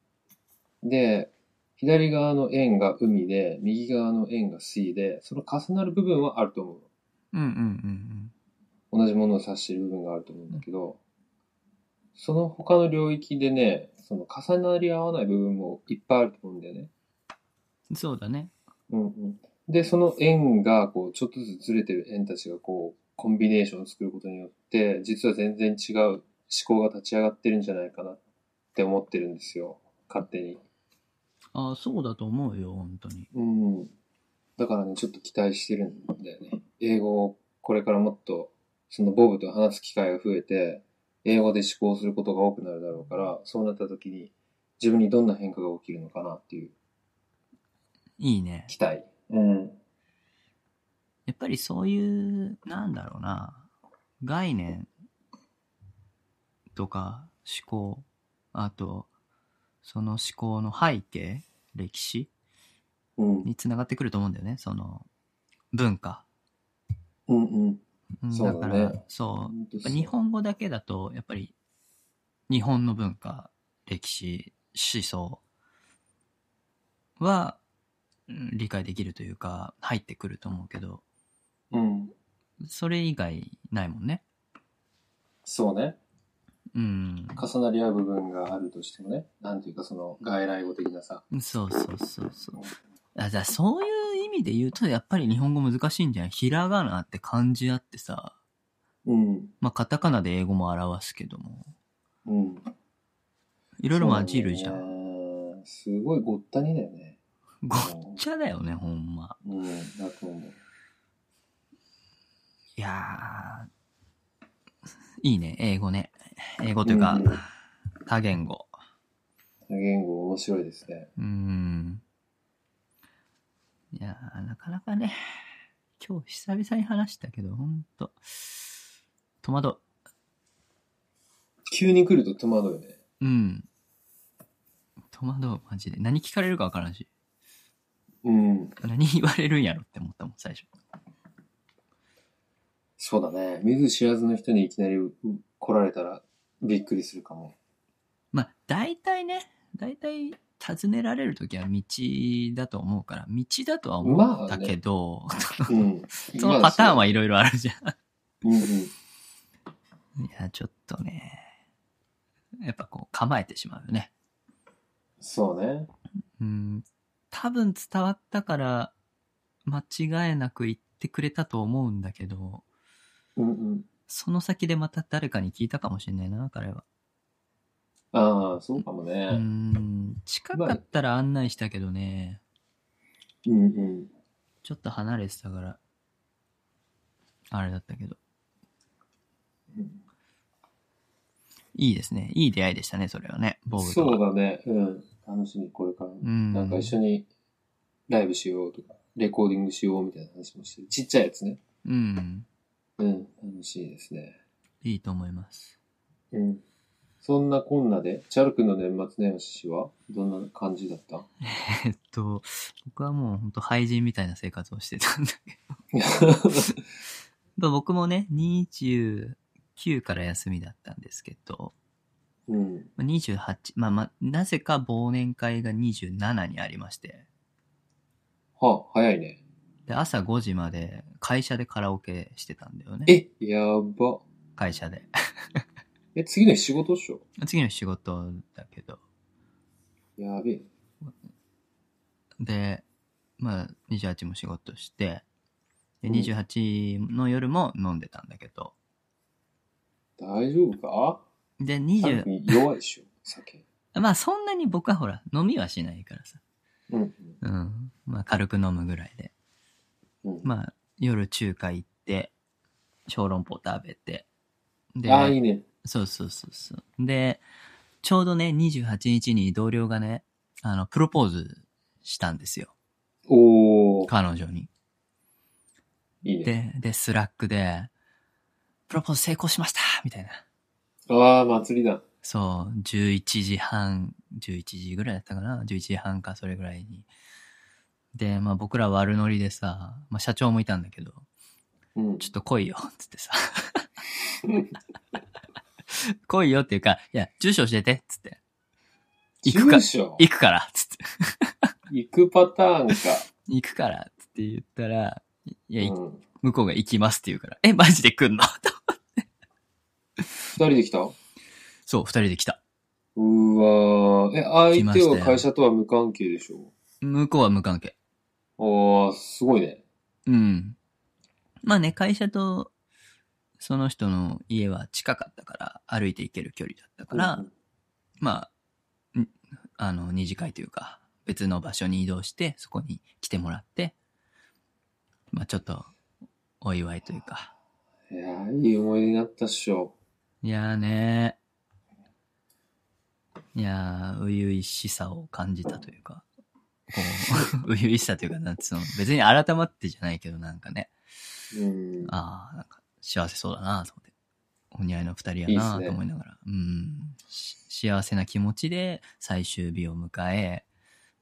Speaker 1: で、左側の円が海で、右側の円が水で、その重なる部分はあると思う。
Speaker 2: うんうんうん
Speaker 1: 同じものを指している部分があると思うんだけど、その他の領域でね、その重なり合わない部分もいっぱいあると思うんだよね。
Speaker 2: うん。そうだね。
Speaker 1: うんうん、で、その円が、こう、ちょっとずつずれてる円たちが、こう、コンビネーションを作ることによって、実は全然違う思考が立ち上がってるんじゃないかなって思ってるんですよ。勝手に。
Speaker 2: ああ、そうだと思うよ、本当に。
Speaker 1: うん。だからね、ちょっと期待してるんだよね。英語をこれからもっと、そのボブと話す機会が増えて、英語で思考することが多くなるだろうから、そうなった時に自分にどんな変化が起きるのかなっていう
Speaker 2: いいね。
Speaker 1: 期待。うん。
Speaker 2: やっぱりそういう、なんだろうな、概念とか思考、あと、その思考の背景、歴史
Speaker 1: うん。
Speaker 2: につながってくると思うんだよね、その文化。
Speaker 1: うんうん。
Speaker 2: うん
Speaker 1: そうだ
Speaker 2: だから、
Speaker 1: ね
Speaker 2: そう、
Speaker 1: 本当
Speaker 2: やっぱ
Speaker 1: そう
Speaker 2: 日本語だけだと、やっぱり、日本の文化、歴史、思想は、うん理解できるというか、入ってくると思うけど、
Speaker 1: うん。
Speaker 2: それ以外ないもんね。
Speaker 1: そうね。
Speaker 2: うん。
Speaker 1: 重なり合う部分があるとしてもね。なんていうかその外来語的なさ。
Speaker 2: そうそうそうそう。あじゃあそういう意味で言うと、やっぱり日本語難しいんじゃないひらがなって漢字あってさ、
Speaker 1: うん。
Speaker 2: まあカタカナで英語も表すけども、
Speaker 1: うん。
Speaker 2: いろいろ混じるじゃん。
Speaker 1: んね。すごいごったにだよね。
Speaker 2: ごっちゃだよね、ほんま。
Speaker 1: うん。だと思う。
Speaker 2: いやー、いいね、英語ね。英語というか、
Speaker 1: うん
Speaker 2: 多言語。
Speaker 1: 多言語面白いですね。
Speaker 2: うーん。いやー、なかなかね、今日久々に話したけど、ほんと、戸惑う。
Speaker 1: 急に来ると戸惑うよね。
Speaker 2: うん。戸惑う、マジで。何聞かれるかわからんし。
Speaker 1: うん。
Speaker 2: 何言われるんやろって思ったもん、最初。
Speaker 1: そうだね。見ず知らずの人にいきなりう来られたらびっくりするか も。
Speaker 2: まあ、大体ね、大体、尋ねられるときは道だと思うから、道だとは思ったけど、
Speaker 1: うん。
Speaker 2: そのパターン
Speaker 1: は。
Speaker 2: はいろいろあるじゃ
Speaker 1: うんうん。
Speaker 2: ん。いや、ちょっとね、やっぱこう構えてしまうよね。
Speaker 1: そうね。
Speaker 2: うん、多分伝わったから、間違えなく言ってくれたと思うんだけど、
Speaker 1: うんうん。
Speaker 2: その先でまた誰かに聞いたかもしれないな、彼は。
Speaker 1: ああ、そうかも
Speaker 2: う
Speaker 1: ね。
Speaker 2: ーん近かったら案内したけどね、
Speaker 1: うんうん。
Speaker 2: ちょっと離れてたから、あれだったけど。
Speaker 1: うん
Speaker 2: いいですね。いい出会いでしたね、それはね。ボブとは
Speaker 1: そうだね。うん。楽しみ、これから。
Speaker 2: うん。
Speaker 1: なんか一緒にライブしようとか、レコーディングしようみたいな話もしてる。ちっちゃいやつね。
Speaker 2: うん。
Speaker 1: うん。楽しいですね。
Speaker 2: いいと思います。
Speaker 1: うん。そんなこんなで、チャル君の年末年始はどんな感じだった
Speaker 2: えっと、僕はもう本当廃人みたいな生活をしてたんだけ ど、僕もね、29から休みだったんですけど、
Speaker 1: うん。
Speaker 2: 28、まあまあ、なぜか忘年会が27にありまして、
Speaker 1: はあ、早いね。
Speaker 2: で、朝5時まで会社でカラオケしてたんだよね。
Speaker 1: え、やば。
Speaker 2: 会社で。
Speaker 1: え、次の日仕事っしょ
Speaker 2: 次の仕事だけど。
Speaker 1: やべえ。
Speaker 2: で、まあ、28も仕事して、で、
Speaker 1: うん
Speaker 2: 28の夜も飲んでたんだけど、
Speaker 1: 大丈夫か
Speaker 2: で、
Speaker 1: チャル
Speaker 2: 20、
Speaker 1: 君弱いっしょ酒。
Speaker 2: まあそんなに僕はほら、飲みはしないからさ。
Speaker 1: うんうん。
Speaker 2: うん。まあ軽く飲むぐらいで。
Speaker 1: うん。
Speaker 2: まあ、夜中華行って、小籠包食べて。で、
Speaker 1: ああ、いいね。
Speaker 2: そうそうそうそう。で、ちょうどね、28日に同僚がね、あの、プロポーズしたんですよ。
Speaker 1: おー。
Speaker 2: 彼女に。
Speaker 1: いいね。
Speaker 2: で、で、スラックで、プロポーズ成功しましたみたいな。
Speaker 1: ああ、祭りだ。
Speaker 2: そう、11時半、11時ぐらいだったかな ?11 時半か、それぐらいに。で、まあ僕ら悪ノリでさ、まあ社長もいたんだけど、
Speaker 1: うん。
Speaker 2: ちょっと来いよ、つって さ。来いよっていうか、いや、住所教えて、つって。行くか
Speaker 1: で、しょ
Speaker 2: 行くから、つって。
Speaker 1: 行くパターンか。
Speaker 2: 行くから、つって言ったら、いや、い
Speaker 1: うん
Speaker 2: 向こうが行きますって言うから、え、マジで来んの
Speaker 1: 二人で来たう
Speaker 2: そう、二人で来た。
Speaker 1: ーわー。え、
Speaker 2: 来
Speaker 1: 相
Speaker 2: ま
Speaker 1: 手
Speaker 2: した
Speaker 1: は
Speaker 2: よ
Speaker 1: 会社とは無関係でしょ
Speaker 2: 向こうは無関係。
Speaker 1: おー、すごいね。
Speaker 2: うん。まあね、会社と、その人の家は近かったから、歩いて行ける距離だったから、
Speaker 1: うん
Speaker 2: まあ、んあの、二次会というか、別の場所に移動して、そこに来てもらって、まあちょっと、お祝いというか。
Speaker 1: いやー、いい思い出になったっしょ。
Speaker 2: いやーねいやー、初々しさを感じたというか、こう、 初々しさというか、なんつうの、別に改まってじゃないけど、なんかね、
Speaker 1: うん。
Speaker 2: ああ、なんか幸せそうだなと思って。お似合いの二人
Speaker 1: いい
Speaker 2: や
Speaker 1: っす
Speaker 2: な
Speaker 1: ね
Speaker 2: と思いながら。うんし幸せな気持ちで最終日を迎え、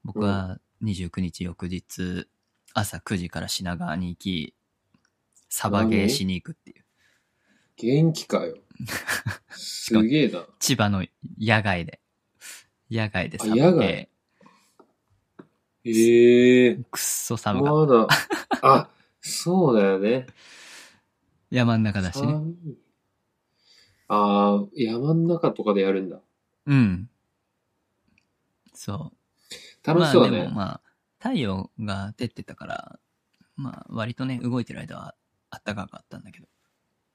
Speaker 2: 僕は29日翌日、朝9時から品川に行き、サバゲーしに行くっていう。
Speaker 1: 元気かよ。 すげえな。
Speaker 2: 千葉の野外で。野外でサバ
Speaker 1: あ野
Speaker 2: ゲ
Speaker 1: 外ええ
Speaker 2: ー。くっそ寒かっ
Speaker 1: まだ。あ、そうだよね。
Speaker 2: た。山の中だしね。
Speaker 1: 寒いああ、山の中とかでやるんだ。
Speaker 2: うん。そう。
Speaker 1: 楽しそうだ
Speaker 2: まあで
Speaker 1: ね
Speaker 2: も。まあ、太陽が出てたから、まあ割とね、動いてる間はあったかかったんだけど、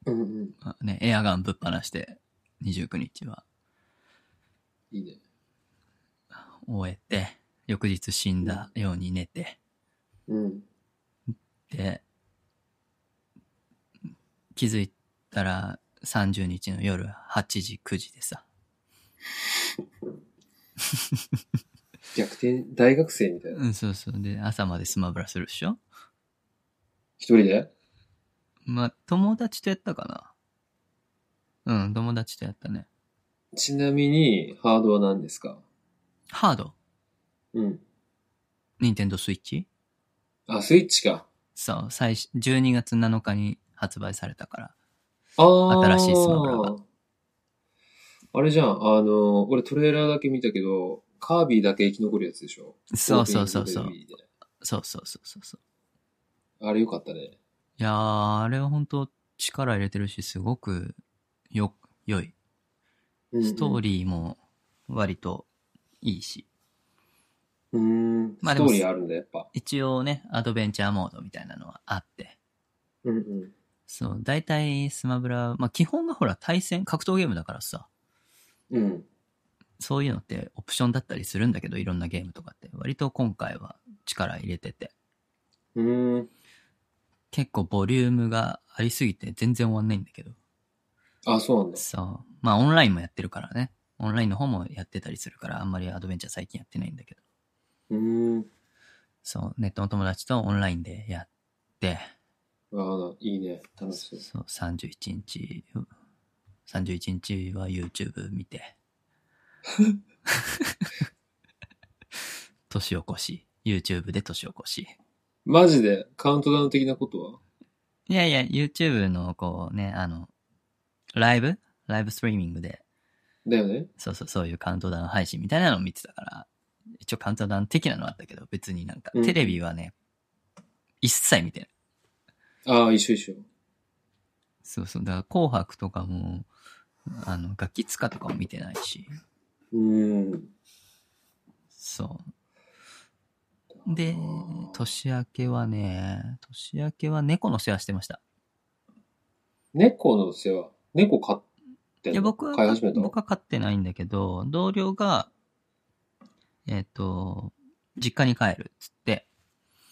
Speaker 1: うんうん。
Speaker 2: まあね、エアガンぶっ放して、29日はい
Speaker 1: いね。
Speaker 2: 終えて、翌日死んだように寝て、
Speaker 1: うん。
Speaker 2: で、気づいたら30日の夜8時、9時でさ、
Speaker 1: 逆転、大学生みたいな。
Speaker 2: うん、そうそう、で、朝までスマブラするでしょ
Speaker 1: 一人で
Speaker 2: まあ、友達とやったかなうん、友達とやったね。
Speaker 1: ちなみに、ハードは何ですか
Speaker 2: ハード
Speaker 1: うん。
Speaker 2: ニンテンドースイッチ
Speaker 1: あ、スイッチか。
Speaker 2: そう、最初、12月7日に発売されたから。
Speaker 1: あー
Speaker 2: 新しいスマブラが。
Speaker 1: あれじゃん、あの、俺トレーラーだけ見たけど、カービィだけ生き残るやつでしょ
Speaker 2: そうそうそうそう
Speaker 1: オープニングで
Speaker 2: そうそうそうそうそう。
Speaker 1: あれよかったね。
Speaker 2: いやー、あれは本当力入れてるし、すごくよ、良い。ストー
Speaker 1: リー。
Speaker 2: リーも割といいし。
Speaker 1: うーん。
Speaker 2: まあ
Speaker 1: ス
Speaker 2: で
Speaker 1: ト
Speaker 2: も
Speaker 1: ーリーあるんだ、やっぱ。
Speaker 2: 一応ね、アドベンチャーモードみたいなのはあって。
Speaker 1: うんうん。
Speaker 2: そう、大体スマブラ、まあ基本がほら対戦、格闘ゲームだからさ、
Speaker 1: うん。
Speaker 2: そういうのってオプションだったりするんだけど、いろんなゲームとかって。割と今回は力入れてて。
Speaker 1: うーん。
Speaker 2: 結構ボリュームがありすぎて全然終わんないんだけど。
Speaker 1: あ、そうなんだ。
Speaker 2: そう。まあオンラインもやってるからね。オンラインの方もやってたりするから、あんまりアドベンチャー最近やってないんだけど。
Speaker 1: うーん。
Speaker 2: そう、ネットの友達とオンラインでやって、
Speaker 1: ああ、いいね。楽しそう。
Speaker 2: そう、31日、31日は YouTube 見て。年を越し。YouTube で年を越し。
Speaker 1: マジで、カウントダウン的なことはい
Speaker 2: やいや、YouTube のこうね、あの、ライブライブストリーミングで
Speaker 1: だよね。
Speaker 2: そうそう、そういうカウントダウン配信みたいなのを見てたから、一応カウントダウン的なのはあったけど、別になんか
Speaker 1: う、ん
Speaker 2: テレビはね、一切見てない。
Speaker 1: ああ、一緒一緒。
Speaker 2: そうそう、だから紅白とかも、あの、楽器塚とかも見てないし、
Speaker 1: うーん。
Speaker 2: そう。で、年明けはね、年明けは猫の世話してました。
Speaker 1: 猫の世話。猫飼ってんの
Speaker 2: いや、僕は
Speaker 1: 飼い始め、たの
Speaker 2: 僕は飼ってないんだけど、同僚が、えっ、と、実家に帰るっつって、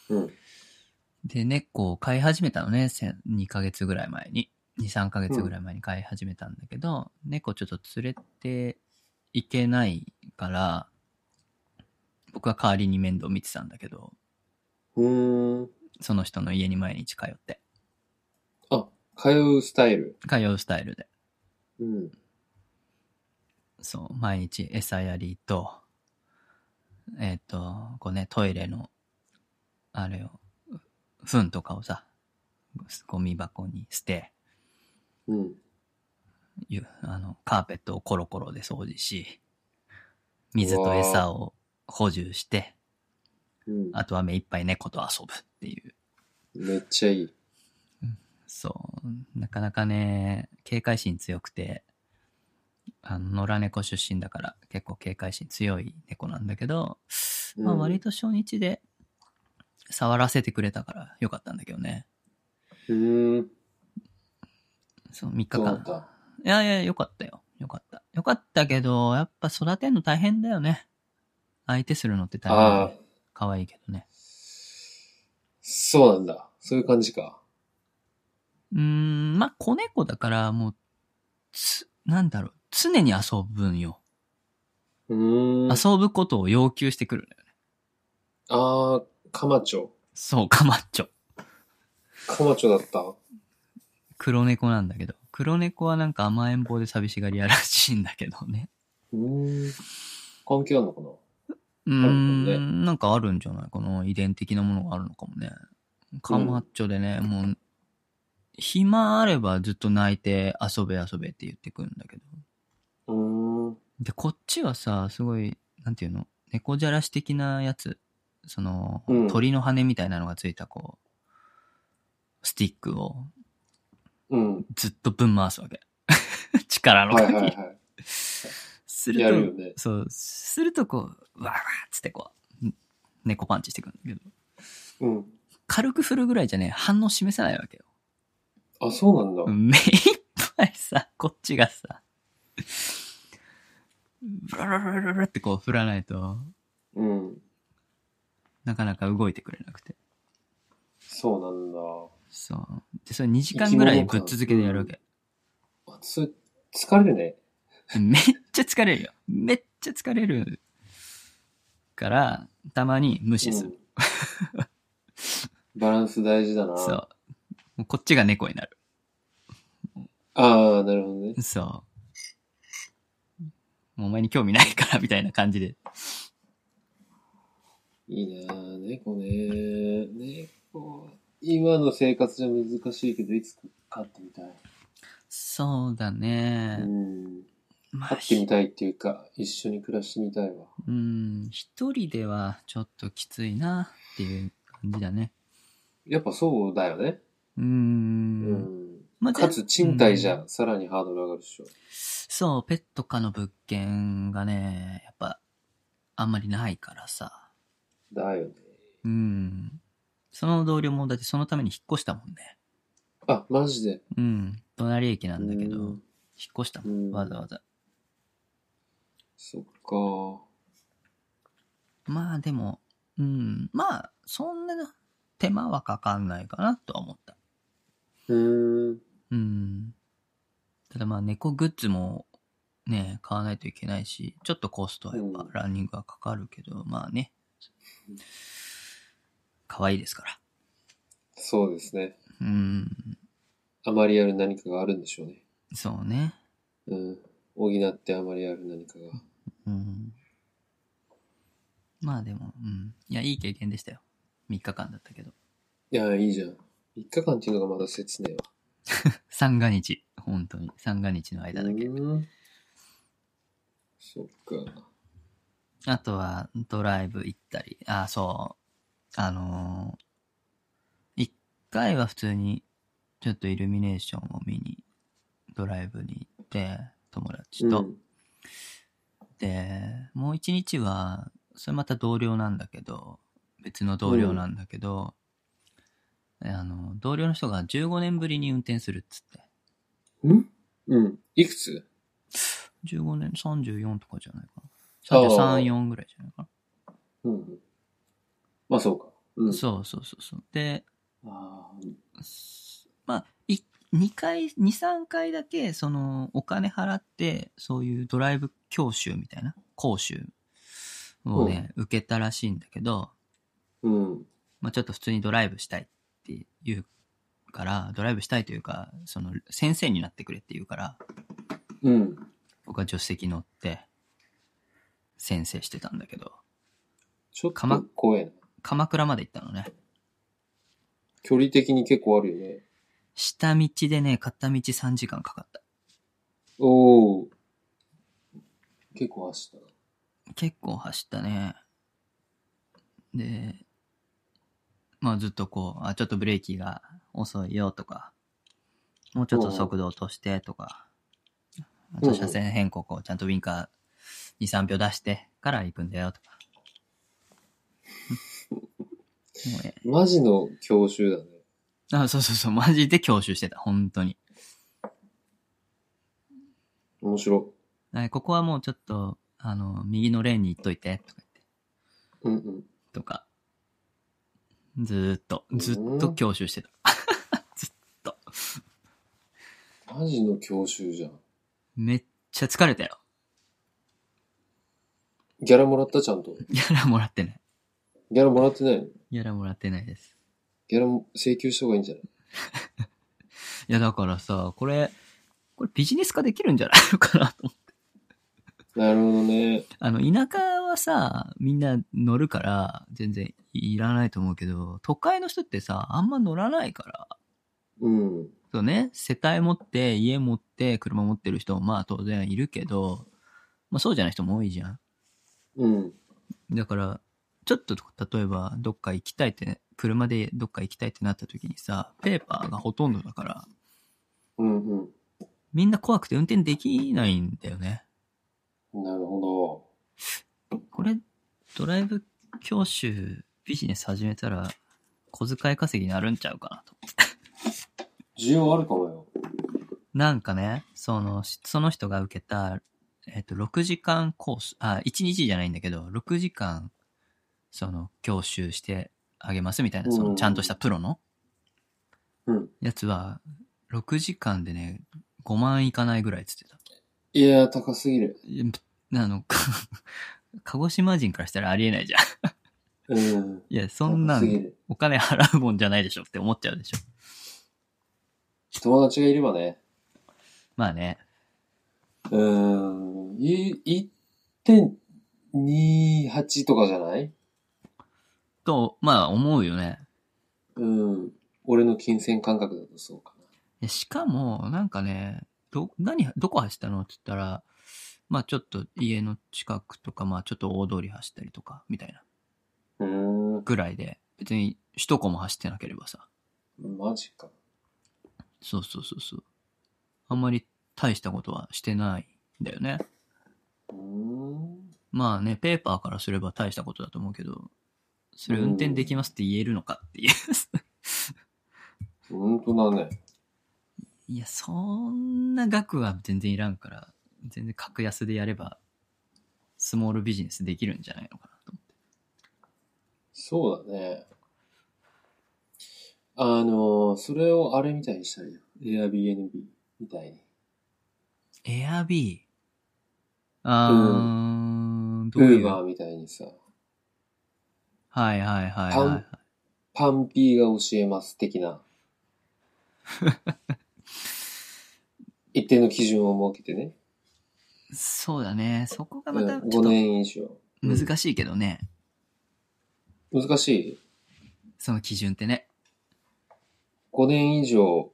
Speaker 1: うん。
Speaker 2: で、猫を飼い始めたのね、せん2ヶ月ぐらい前に。2、3ヶ月ぐらい前に飼い始めたんだけど、猫ちょっと連れていけないから、僕は代わりに面倒見てたんだけど、
Speaker 1: うーん。
Speaker 2: その人の家に毎日通って、
Speaker 1: あ、通うスタイル。
Speaker 2: 通うスタイルで、
Speaker 1: うん。
Speaker 2: そう、毎日餌やりと、えっ、と、こうね、トイレの、あれを、糞とかをさ、ゴミ箱に捨て、
Speaker 1: うん。
Speaker 2: ゆあの、カーペットをコロコロで掃除し、水と餌を補充して、
Speaker 1: うん。
Speaker 2: あとは目いっぱい猫と遊ぶっていう。
Speaker 1: めっちゃいい。
Speaker 2: そう。なかなかね、警戒心強くて、あの、野良猫出身だから結構警戒心強い猫なんだけど、まあ
Speaker 1: うん
Speaker 2: 割と初日で触らせてくれたからよかったんだけどね。
Speaker 1: うーん。
Speaker 2: そう、3日
Speaker 1: どうだ
Speaker 2: 間
Speaker 1: っ。た
Speaker 2: いやいや、よかったよ。よかった。よかったけど、やっぱ育てんの大変だよね。相手するのって大変
Speaker 1: あ
Speaker 2: で
Speaker 1: あ。、
Speaker 2: 可愛いけどね。
Speaker 1: そうなんだ。そういう感じか。
Speaker 2: うーん、まあ、子猫だから、もう、つ、なんだろう、常に遊ぶんよ。
Speaker 1: うーん。
Speaker 2: 遊ぶことを要求してくるの
Speaker 1: あ
Speaker 2: よね。
Speaker 1: ー、カマチョ。
Speaker 2: そう、カマッチョ。
Speaker 1: カマチョだった。
Speaker 2: 黒猫なんだけど。黒猫はなんか甘えん坊で寂しがり屋らしいんだけどね。
Speaker 1: うーん。関係あるのかな
Speaker 2: うーん、なんかあるんじゃないこの遺伝的なものがあるのかもね。カマッチョでね、もう、暇あればずっと泣いて遊べ遊べって言ってくるんだけど。
Speaker 1: うーん。
Speaker 2: で、こっちはさ、すごい、なんていうの猫じゃらし的なやつ。その、
Speaker 1: うん
Speaker 2: 鳥の羽みたいなのがついたこう、スティックを
Speaker 1: うん。
Speaker 2: ずっとぶん回すわけ。 力の
Speaker 1: はいはい
Speaker 2: 限り。
Speaker 1: は
Speaker 2: す
Speaker 1: い。
Speaker 2: ると、
Speaker 1: やるよね。
Speaker 2: そう、するとこう、わーわーっつってこう、ん猫パンチしてくるんだけど。
Speaker 1: うん。
Speaker 2: 軽く振るぐらいじゃね、反応示せないわけよ。
Speaker 1: あ、そうなんだ。
Speaker 2: 目いっぱいさ、こっちがさ、ブラブラブラブラってこう振らないと、
Speaker 1: うん。
Speaker 2: なかなか動いてくれなくて。
Speaker 1: そ
Speaker 2: そう。で、それ2時間ぐらいぶっ続けてやるわけ。
Speaker 1: うなんだ。あつ、疲れるね。
Speaker 2: めっちゃ疲れるよ。めっちゃ疲れる。から、たまに無視する。
Speaker 1: うんバランス大事だな。
Speaker 2: そう。もうこっちが猫になる。
Speaker 1: ああ、なるほどね。
Speaker 2: そう。もうお前に興味ないから、みたいな感じで。
Speaker 1: いいなぁ、猫ね。猫。今の生活じゃ難しいけど、いつか飼ってみたい。
Speaker 2: そうだ
Speaker 1: う
Speaker 2: ね。
Speaker 1: ん。
Speaker 2: ま
Speaker 1: 飼ってみたいっていうか、一緒に暮らしてみたいわ。
Speaker 2: うん、一人ではちょっときついなっていう感じだね。
Speaker 1: やっぱそうだよね。
Speaker 2: うーん。
Speaker 1: うん。
Speaker 2: まあ
Speaker 1: かつ、賃貸じ
Speaker 2: う
Speaker 1: ゃ
Speaker 2: ん、
Speaker 1: さらにハードル上がるでしょ。
Speaker 2: そう、ペット可の物件がね、やっぱ、あんまりないからさ。
Speaker 1: だよね。
Speaker 2: うん。その同僚もだってそのために引っ越したもんね。
Speaker 1: あ、マジで。
Speaker 2: うん。隣駅なんだけど、
Speaker 1: う
Speaker 2: 引っ
Speaker 1: ん
Speaker 2: 越したも。
Speaker 1: うんん
Speaker 2: わざわざ。
Speaker 1: そっか。
Speaker 2: まあでも、うん。まあ、そんな手間はかかんないかなとは思った。
Speaker 1: うん。
Speaker 2: うん。ただまあ猫グッズもね、買わないといけないし、ちょっとコストはやっぱ
Speaker 1: うん
Speaker 2: ランニングはかかるけど、まあね。可愛いですから。
Speaker 1: そうですね。
Speaker 2: うん。
Speaker 1: あまりある何かがあるんでしょうね。
Speaker 2: そうね。
Speaker 1: うん。補ってあまりある何かが。
Speaker 2: うん。まあでも、うん。いや、いい経験でしたよ。3日間だったけど。
Speaker 1: いや、いいじゃん。3日間っていうのがまだ切ねえわ。
Speaker 2: 三が日。本当に。三が日の間だけ。
Speaker 1: うんそっか。
Speaker 2: あとは、ドライブ行ったり。あ、そう。あのー、一回は普通に、ちょっとイルミネーションを見に、ドライブに行って、友達
Speaker 1: う
Speaker 2: と。
Speaker 1: ん
Speaker 2: で、もう一日は、それまた同僚なんだけど、別の同僚なんだけど、あの、同僚の人が15年ぶりに運転するっつって。
Speaker 1: うんうん。いくつ
Speaker 2: 15年、34とかじゃないか
Speaker 1: あ
Speaker 2: な。
Speaker 1: あ
Speaker 2: 33、4ぐらいじゃないかな。
Speaker 1: うんうん。まあそうか。うん。
Speaker 2: そうそうそうそう。で、
Speaker 1: あ
Speaker 2: すまあ、い2回、2、3回だけ、その、お金払って、そういうドライブ教習みたいな、講習をね、受けたらしいんだけど、
Speaker 1: ーうん。
Speaker 2: まあ、ちょっと普通にドライブしたいって言うから、ドライブしたいというか、その、先生になってくれって言うから、
Speaker 1: うん。
Speaker 2: 僕は助手席乗って、先生してたんだけど、
Speaker 1: ちょっ
Speaker 2: かま
Speaker 1: と怖いな。
Speaker 2: 鎌倉まで行ったのね。
Speaker 1: 距離的に結構あるよね。
Speaker 2: 下道でね、片道3時間かかった。
Speaker 1: おお。結構走ったな。
Speaker 2: 結構走ったね。で、まあずっとこう、あ、ちょっとブレーキが遅いよとか、もうちょっと速度落としてとか、あ
Speaker 1: うんう
Speaker 2: と
Speaker 1: ん
Speaker 2: 車線変更こう、ちゃんとウィンカー2、3秒出してから行くん だよとか。もうえ
Speaker 1: マジの教習だね。
Speaker 2: あ、そうそうそう、マジで教習してた、本当に。
Speaker 1: 面白。
Speaker 2: はいここはもうちょっと、あの、右のレーンに行っといて、とか言って、
Speaker 1: うんうん。
Speaker 2: とか。ずーっと、ずっと教習してた。
Speaker 1: マジの教習じゃん。
Speaker 2: めっちゃ疲れたよ。
Speaker 1: ギャラもらったちゃんと。
Speaker 2: ギャラもらってない。
Speaker 1: ギャラもらってないの
Speaker 2: ギャラもらってないです。
Speaker 1: ギャラも請求した方がいいんじゃない
Speaker 2: いや、だからさ、これ、これビジネス化できるんじゃないのかなと思 って。
Speaker 1: なるほどね。
Speaker 2: あの、田舎はさ、みんな乗るから、全然いらないと思うけど、都会の人ってさ、あんま乗らないから、
Speaker 1: うん。
Speaker 2: そうね、世帯持って、家持って、車持ってる人もまあ当然いるけど、まあそうじゃない人も多いじゃん。
Speaker 1: うん。
Speaker 2: だから、ちょっと例えばどっか行きたいって、車でどっか行きたいってなった時にさ、ペーパーがほとんどだから、
Speaker 1: うん
Speaker 2: みんな怖くて運転できないんだよね。
Speaker 1: うん。なるほ
Speaker 2: これ、ドライブ教習ビジネス始めたら、小遣い稼ぎになるんちゃうかなと。
Speaker 1: ど。需要あるかもよ。
Speaker 2: なんかね、その、しその人が受けた、えっと、6時間コース、あ、1日じゃないんだけど、6時間、その、教習してあげますみたいな、そ
Speaker 1: うん
Speaker 2: の、ちゃんとしたプロの
Speaker 1: うん。
Speaker 2: やつは、6時間でね、5万いかないぐらいっつってた。
Speaker 1: いやー、高すぎる。
Speaker 2: いやあの、か 鹿児島人からしたらありえないじゃん。
Speaker 1: うん。
Speaker 2: いや、そんな
Speaker 1: 高すぎ
Speaker 2: ん、
Speaker 1: る。
Speaker 2: お金払うもんじゃないでしょって思っちゃうでしょ。
Speaker 1: 友達がいればね。
Speaker 2: まあね。
Speaker 1: うーん。い1.28とかじゃない
Speaker 2: と、まあ思うよね。
Speaker 1: うん。俺の金銭感覚だとそうか
Speaker 2: いやしかも、なんかね、ど、何、どこ走ったのって言ったら、まあちょっと家の近くとか、まあちょっと大通り走ったりとか、みたいな
Speaker 1: な。うーん。
Speaker 2: ぐらいで、別に首都高も走ってなければさ。
Speaker 1: マジか。
Speaker 2: そうそうそうそう。あんまり大したことはしてないんだよね。
Speaker 1: うーん。
Speaker 2: まあね、ペーパーからすれば大したことだと思うけど、それ運転できますって言えるのかっていう。
Speaker 1: ほんとだね。
Speaker 2: いや、そんな額は全然いらんから、全然格安でやれば、スモールビジネスできるんじゃないのかなと思って。
Speaker 1: そうだね。あのー、それをあれみたいにしたらいいよ。Airbnb みたいに。
Speaker 2: エアビーあー、どう
Speaker 1: ウ
Speaker 2: い
Speaker 1: ー
Speaker 2: う。
Speaker 1: バ
Speaker 2: は
Speaker 1: ーみたいにさ、
Speaker 2: いはいはい
Speaker 1: パ
Speaker 2: はい、は
Speaker 1: ン
Speaker 2: い。
Speaker 1: パンピーが教えます的 な。一定の基準を設けてね。
Speaker 2: そうだね。そこが
Speaker 1: う
Speaker 2: ま
Speaker 1: ん
Speaker 2: たち
Speaker 1: 5
Speaker 2: ょっと
Speaker 1: 年以上。
Speaker 2: 難しいけどね。
Speaker 1: うん難しい
Speaker 2: その基準ってね。
Speaker 1: ?5 年以上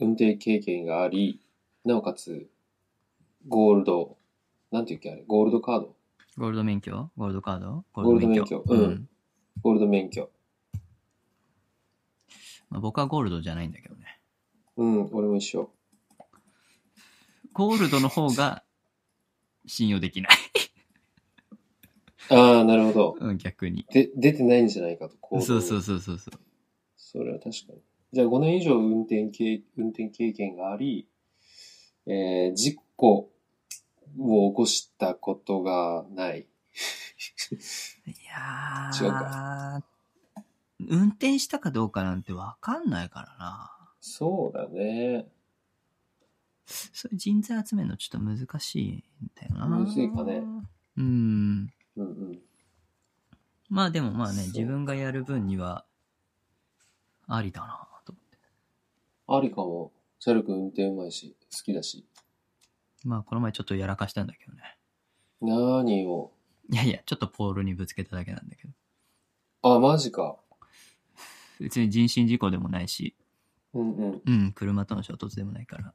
Speaker 1: 運転経験があり、なおかつ、ゴールド、なんていうっけあれ、ゴールドカード
Speaker 2: ゴールド免許ゴールドカードゴ
Speaker 1: ールド免許うん
Speaker 2: うん
Speaker 1: ゴールド免許。
Speaker 2: まあ、僕はゴールドじゃないんだけどね。
Speaker 1: うん、俺も一緒。
Speaker 2: ゴールドの方が信用できない。
Speaker 1: ああ、なるほど。
Speaker 2: うん、逆に。
Speaker 1: で、出てないんじゃないかと、こ
Speaker 2: そうそう
Speaker 1: そ
Speaker 2: そうそうそう。
Speaker 1: それは確かに。じゃあ5年以上運転経運転経験があり、えー、事故を起こしたことがない。
Speaker 2: いや
Speaker 1: 違う
Speaker 2: ー、運転したかどうかなんてわかんないからな。
Speaker 1: そうだね。
Speaker 2: それ人材集めるのちょっと難しいんだよな。
Speaker 1: むずいかね。
Speaker 2: うん。
Speaker 1: うんうん。
Speaker 2: まあでもまあね、
Speaker 1: そう
Speaker 2: 自分がやる分には、ありだなと思って。
Speaker 1: ありかも。シャル君運転うまいし、好きだし。
Speaker 2: まあこの前ちょっとやらかしたんだけどね。
Speaker 1: 何を。
Speaker 2: いやいや、ちょっとポールにぶつけただけなんだけど。
Speaker 1: あ、マジか。
Speaker 2: 別に人身事故でもないし、
Speaker 1: うんうん。
Speaker 2: うん、車との衝突でもないから、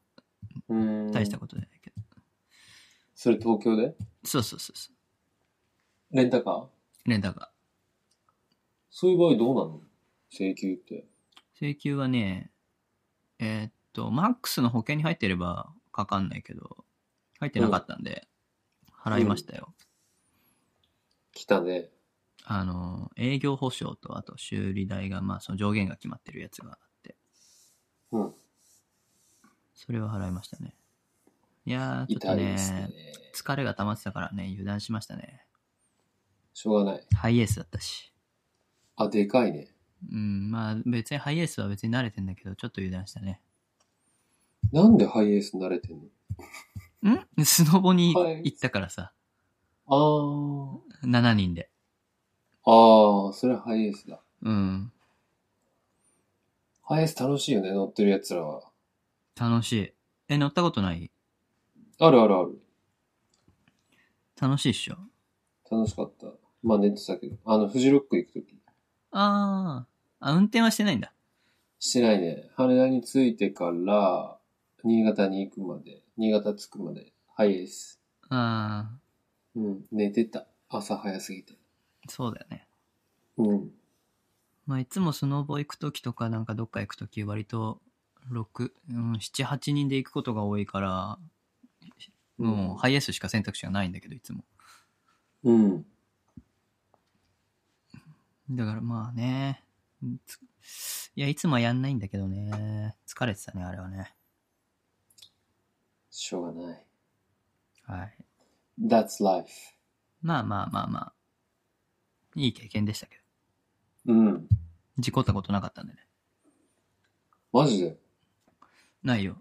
Speaker 1: うーん
Speaker 2: 大したことじゃないけど。
Speaker 1: それ東京で
Speaker 2: そうそうそうそう。
Speaker 1: レンタカー
Speaker 2: レンタカ
Speaker 1: そういう場合どうなの請求って。
Speaker 2: ー。請求はね、えーっと、マックスの保険に入ってればかかんないけど、入ってなかったんで、払いましたよ。
Speaker 1: 来たね。
Speaker 2: あの、営業保証と、あと修理代が、まあ、その上限が決まってるやつがあって、
Speaker 1: うん。
Speaker 2: それは払いましたね。いやー、ちょっと
Speaker 1: 痛い
Speaker 2: ね
Speaker 1: ですね。
Speaker 2: 疲れが溜まってたからね、油断しましたね。
Speaker 1: しょうがない。
Speaker 2: ハイエースだったし。
Speaker 1: あ、でかいね。
Speaker 2: うん、まあ、別にハイエースは別に慣れてんだけど、ちょっと油断したね。
Speaker 1: なんでハイエース慣れてん
Speaker 2: ん スノボに
Speaker 1: はい
Speaker 2: 行ったからさ、
Speaker 1: の
Speaker 2: 7人で。
Speaker 1: あー。あー、それはハイエースだ。
Speaker 2: うん、
Speaker 1: ハイエース楽しいよね、乗ってる奴らは。
Speaker 2: 楽しい。え、乗ったことない
Speaker 1: あるあるある。
Speaker 2: 楽しいっしょ。
Speaker 1: 楽しかった。まあ寝てたけど。あの、フジロック行くとき。
Speaker 2: あー、あ、運転はしてないんだ。
Speaker 1: してないね。羽田に着いてから、新潟に行くまで、新潟着くまで、ハイエース。
Speaker 2: あ
Speaker 1: うん、寝てた。朝早すぎて。
Speaker 2: ー、そうだよね。
Speaker 1: うん。
Speaker 2: まあ、いつもスノボ行くときとか、なんかどっか行くとき、割と、6、うん、7、8人で行くことが多いから、もうハイエースしか選択肢がないんだけど、いつも。
Speaker 1: うん。
Speaker 2: だからまあね。ついや、いつもはやんないんだけどね。疲れてたね、あれはね。
Speaker 1: しょうがない。
Speaker 2: はい。
Speaker 1: That's life.
Speaker 2: まあまあまあまあ。いい経験でしたけど。
Speaker 1: うん。
Speaker 2: 事故ったことなかったんでね。
Speaker 1: マジで
Speaker 2: ないよ。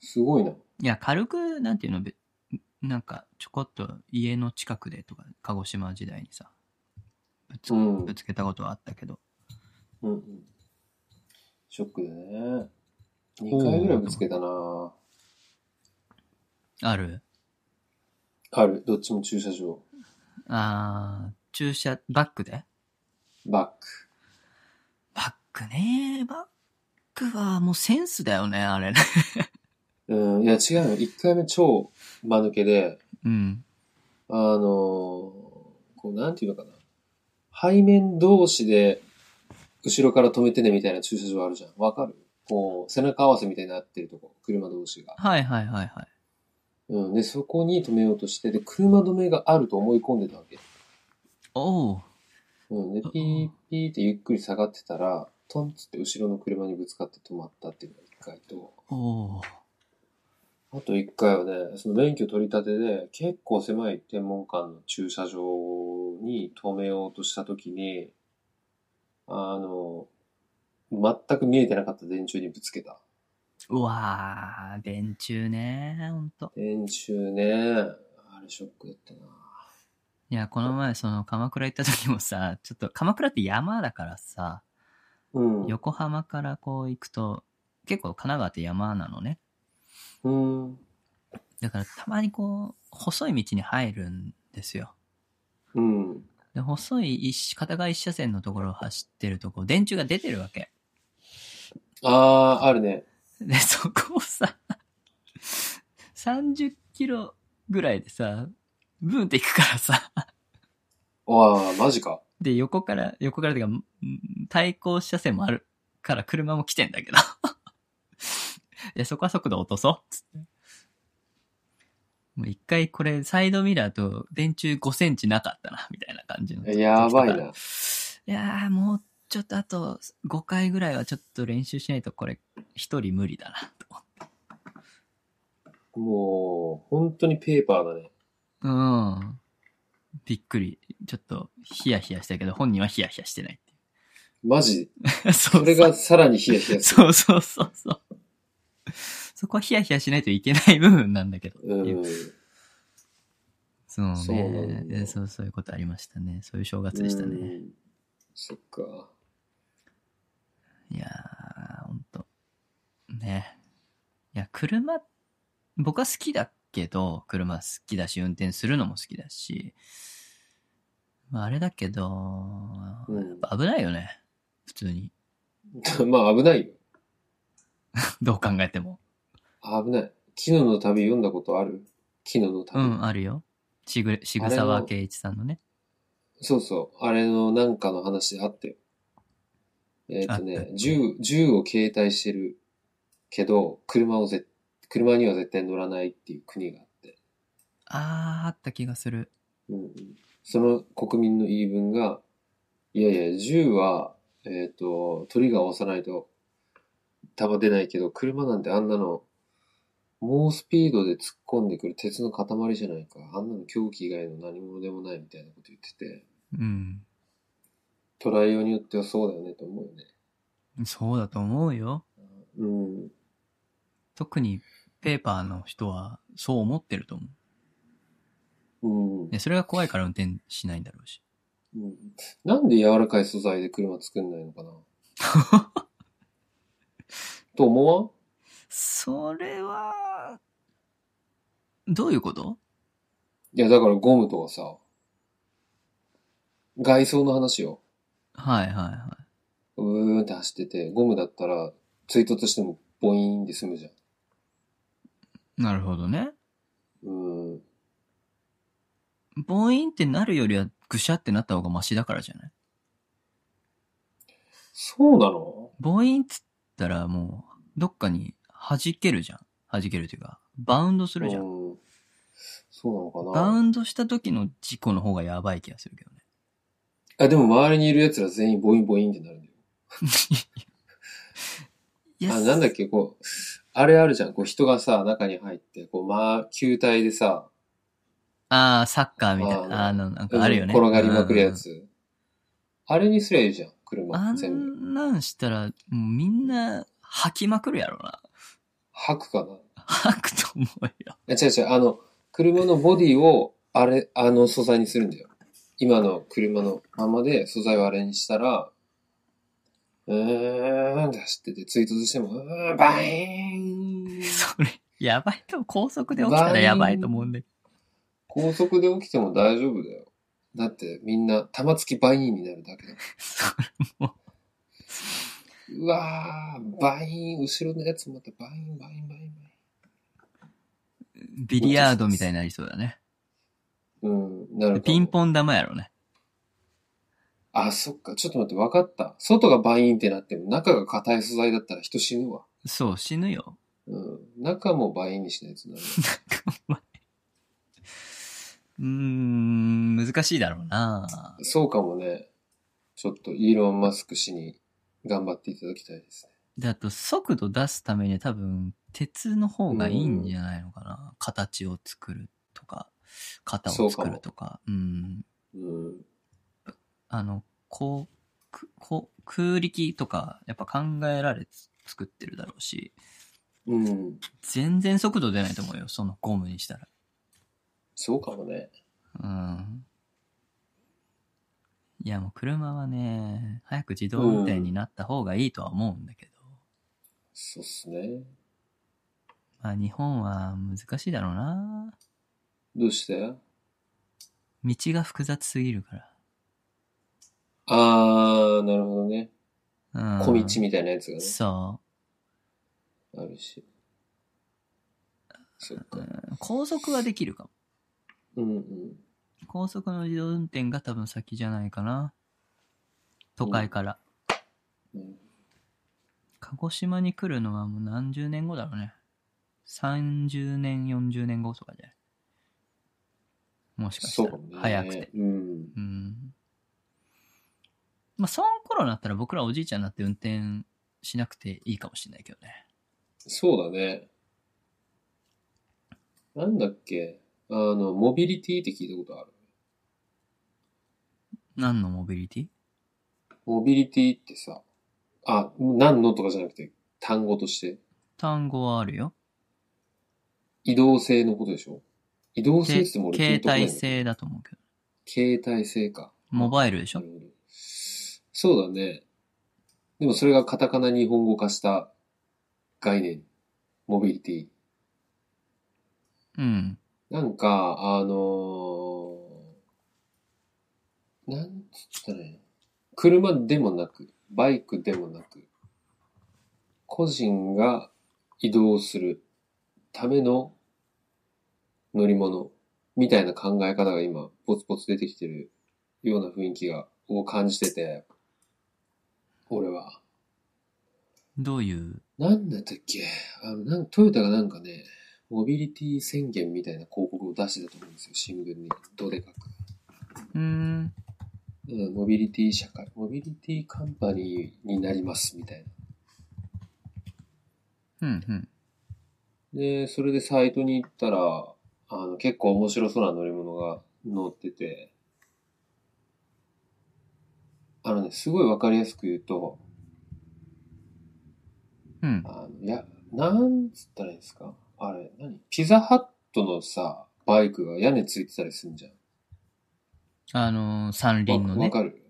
Speaker 1: すごいな。
Speaker 2: いや、軽く、なんていうの、べなんか、ちょこっと家の近くでとか、鹿児島時代にさ、ぶつ,、
Speaker 1: うん
Speaker 2: ぶつけたことはあったけど。
Speaker 1: うんうん。ショックだね。2回ぐらいぶつけたな
Speaker 2: ある
Speaker 1: ある。どっちも駐車場。
Speaker 2: あー、駐車、バックで
Speaker 1: バック。
Speaker 2: バックねバックはもうセンスだよね、あれね。
Speaker 1: うん。いや、違うの。1回目超間抜けで、
Speaker 2: うん。
Speaker 1: あのーこう、なんていうのかな。背面同士で、後ろから止めてねみたいな駐車場あるじゃん。わかるこう、背中合わせみたいになってるとこ。車同士が。
Speaker 2: はいはいはいはい。
Speaker 1: うん。で、そこに止めようとして、で、車止めがあると思い込んでたわけ。
Speaker 2: おう。
Speaker 1: うん。で、ピーピーってゆっくり下がってたら、トンっつって後ろの車にぶつかって止まったっていうのが一回と、
Speaker 2: おう。
Speaker 1: あと一回はね、その免許取り立てで、結構狭い天文館の駐車場に止めようとしたときに、あの、全く見えてなかった電柱にぶつけた。
Speaker 2: うわー、電柱ね、ほんと。
Speaker 1: 電柱ね、あれショックだったな。
Speaker 2: いや、この前、その、鎌倉行った時もさ、ちょっと、鎌倉って山だからさ、
Speaker 1: うん。
Speaker 2: 横浜からこう行くと、結構神奈川って山なのね。
Speaker 1: うん。
Speaker 2: だから、たまにこう、細い道に入るんですよ。
Speaker 1: うん。
Speaker 2: で、細い一、片側一車線のところを走ってると、こう、電柱が出てるわけ。
Speaker 1: あー、あるね。
Speaker 2: で、 そこをさ、30キロぐらいでさ、ブーンって行くからさ、
Speaker 1: わあ、マジか。
Speaker 2: で、横から、横からてか、ん対向車線もあるから車も来てんだけど。 いや、そこは速度落とそう。つって。もう一回これ、サイドミラーと電柱5センチなかったな、みたいな感じの。
Speaker 1: やばい
Speaker 2: い
Speaker 1: な。
Speaker 2: やー、もうちょっとあと5回ぐらいはちょっと練習しないとこれ、一人無理だな、と思って。
Speaker 1: もう、本当にペーパーだね。
Speaker 2: うん。びっくり。ちょっと、ヒヤヒヤしたけど、本人はヒヤヒヤしてないって
Speaker 1: マジ。
Speaker 2: いう。 そ
Speaker 1: それがさらにヒヤヒヤする。
Speaker 2: そうそうそうそう。そこはヒヤヒヤしないといけ ない部分なんだけど。
Speaker 1: うん。
Speaker 2: そうね
Speaker 1: そうなんだ
Speaker 2: えそう。そういうことありましたね。そういう正月でした
Speaker 1: う
Speaker 2: ね。
Speaker 1: ん。そっか。
Speaker 2: いやー、ほんと。ねいや、車、僕は好きだけど、車好きだし、運転するのも好きだし。まあ、あれだけど、
Speaker 1: うん
Speaker 2: やっぱ危ないよね。普通に。
Speaker 1: まあ危ないよ。
Speaker 2: どう考えても。
Speaker 1: 危ない。絹の旅読んだことある絹の
Speaker 2: う
Speaker 1: 旅。
Speaker 2: ん、あるよ。しぐ、しぐさわけいちさんのね。
Speaker 1: そうそう。あれのなんかの話あって。えっ、と
Speaker 2: あっ
Speaker 1: ね
Speaker 2: た、
Speaker 1: 銃、銃を携帯してるけど、車をぜ、車には絶対乗らないっていう国があって。
Speaker 2: あー、あった気がする。
Speaker 1: うんうん、その国民の言い分が、いやいや、銃は、えっ、と、トリガーを押さないと弾出ないけど、車なんてあんなの、猛スピードで突っ込んでくる鉄の塊じゃないか。あんなの凶器以外の何物でもないみたいなこと言ってて、
Speaker 2: うん。
Speaker 1: トライ用によってはそうだよねと思うよね。
Speaker 2: そうだと思うよ。
Speaker 1: うん。
Speaker 2: 特にペーパーの人はそう思ってると思
Speaker 1: うん
Speaker 2: う。で、それが怖いから運転しないんだろうし。
Speaker 1: うん。なんで柔らかい素材で車作んないのかなと思わん
Speaker 2: それは、どういうこと
Speaker 1: いや、だからゴムとかさ、外装の話を、
Speaker 2: はいはいは
Speaker 1: うーんって走ってて、ゴムだったら追突してもボイーンで済むじゃん。
Speaker 2: い。なるほどね。
Speaker 1: うーん。
Speaker 2: ボインってなるよりはぐしゃってなった方がマシだからじゃない
Speaker 1: そうなの
Speaker 2: ボインっつったらもう、どっかに弾けるじゃん。弾けるというか、バウンドするじゃん。
Speaker 1: うん。そうなのか
Speaker 2: バ
Speaker 1: な
Speaker 2: ウンドした時の事故の方がやばい気がするけどね。
Speaker 1: あ、でも周りにいる奴ら全員ボインボインってなるんだよ。
Speaker 2: い
Speaker 1: あ、なんだっけ、こう、あれあるじゃん。こう人がさ、中に入って、こう、まあ、球体でさ、
Speaker 2: ああ、サッカーみたいな。
Speaker 1: あ
Speaker 2: あ
Speaker 1: ー
Speaker 2: あの、なんかあるよね。
Speaker 1: 転がりまくるやつ。あれにすりゃいいじゃん、
Speaker 2: うん。あ
Speaker 1: 車。全部。
Speaker 2: んなんしたら、もうみんな吐きまくるやろな。
Speaker 1: 吐くかな
Speaker 2: 吐くと思うよ。
Speaker 1: え違う違う、あの、車のボディを、あれ、あの素材にするんだよ。今の車のままで素材をあれにしたら、うーんって走ってて、追突しても、うーん、バイーン
Speaker 2: それ、やばいと思う、高速で起きたらやばいと思うんだけ
Speaker 1: 高速で起きても大丈夫だよ。だってみんな玉突きバイーンになるだけだもん。
Speaker 2: ど。それ
Speaker 1: うわー、バイーン、後ろのやつまたバイーン、バイーン、バイーン、バイ
Speaker 2: ビリヤードみたいになりそうだね。
Speaker 1: ーン。うん、なるかも
Speaker 2: ピンポン玉やろね。
Speaker 1: あ、そっか、ちょっと待って、分かった。外がバイーンってなっても、中が硬い素材だったら人死ぬわ。
Speaker 2: そう、死ぬよ。
Speaker 1: うん。中も倍にしないとダメだ。
Speaker 2: うーん、難しいだろうな。
Speaker 1: そうかもね。ちょっとイーロン・マスク氏に頑張っていただきたいですね。
Speaker 2: で、あと、速度出すためには多分、鉄の方がいいんじゃないのかな。形を作るとか、型を作るとか。うん。
Speaker 1: うん。
Speaker 2: あの、こう、くこう空力とか、やっぱ考えられて作ってるだろうし、
Speaker 1: うん。
Speaker 2: 全然速度出ないと思うよ。そのゴムにしたら。
Speaker 1: そうかもね。
Speaker 2: うん。いや、もう車はね、早く自動運転になった方がいいとは思うんだけど。
Speaker 1: そうっすね。
Speaker 2: まあ、日本は難しいだろうな。
Speaker 1: どうして
Speaker 2: 道が複雑すぎるか
Speaker 1: あー、なるほどね。
Speaker 2: ら。うん。
Speaker 1: 小道みたいなやつがね、
Speaker 2: そ
Speaker 1: あるし。そっ
Speaker 2: う、う
Speaker 1: か。
Speaker 2: ん高速はできるかも。
Speaker 1: うんうん。
Speaker 2: 高速の自動運転が多分先じゃないかな。都会から。
Speaker 1: うん
Speaker 2: 鹿児島に来るのはもう何十年後だろうね。30年、40年後とかじゃないもしかし
Speaker 1: そう
Speaker 2: た
Speaker 1: か
Speaker 2: ら
Speaker 1: もね。。
Speaker 2: 早くて。。
Speaker 1: うん。
Speaker 2: うん。まあ、その頃になったら僕らおじいちゃんになって運転しなくていいかもしれないけどね。
Speaker 1: そうだね。なんだっけあの、モビリティって聞いたことある
Speaker 2: 何のモビリティ
Speaker 1: モビリティってさ、あ、何のとかじゃなくて、単語として、
Speaker 2: 単語はあるよ。
Speaker 1: 移動性のことでしょ移動性って言
Speaker 2: で
Speaker 1: っても俺聞
Speaker 2: 携
Speaker 1: いたことない
Speaker 2: 帯
Speaker 1: んだけど。
Speaker 2: 性だと思うけど。
Speaker 1: 携帯性か。
Speaker 2: モバイルでし
Speaker 1: な
Speaker 2: ょ
Speaker 1: るほど。そうだね。でもそれがカタカナ日本語化した概念。モビリティ。
Speaker 2: うん。
Speaker 1: なんか、あのーなんつったらいいの車でもなく、バイクでもなく、個人が移動するための乗り物みたいな考え方が今、ポツポツ出てきてるような雰囲気が、を感じてて、俺は。
Speaker 2: どういう、
Speaker 1: なんだったっけあの、なんトヨタがなんかね、モビリティ宣言みたいな広告を出してたと思うんですよ、新聞に。どでかく。
Speaker 2: うーん、
Speaker 1: うん、モビリティ社会、モビリティカンパニーになります、みたいな。
Speaker 2: うん、うん。
Speaker 1: で、それでサイトに行ったら、あの、結構面白そうな乗り物が乗ってて、あのね、すごいわかりやすく言うと、
Speaker 2: うん。
Speaker 1: あの、いや、なんつったらいいんですかあれ、何ピザハットのさ、バイクが屋根ついてたりするんじゃん。
Speaker 2: あのー三輪の
Speaker 1: わ
Speaker 2: ね。
Speaker 1: かる。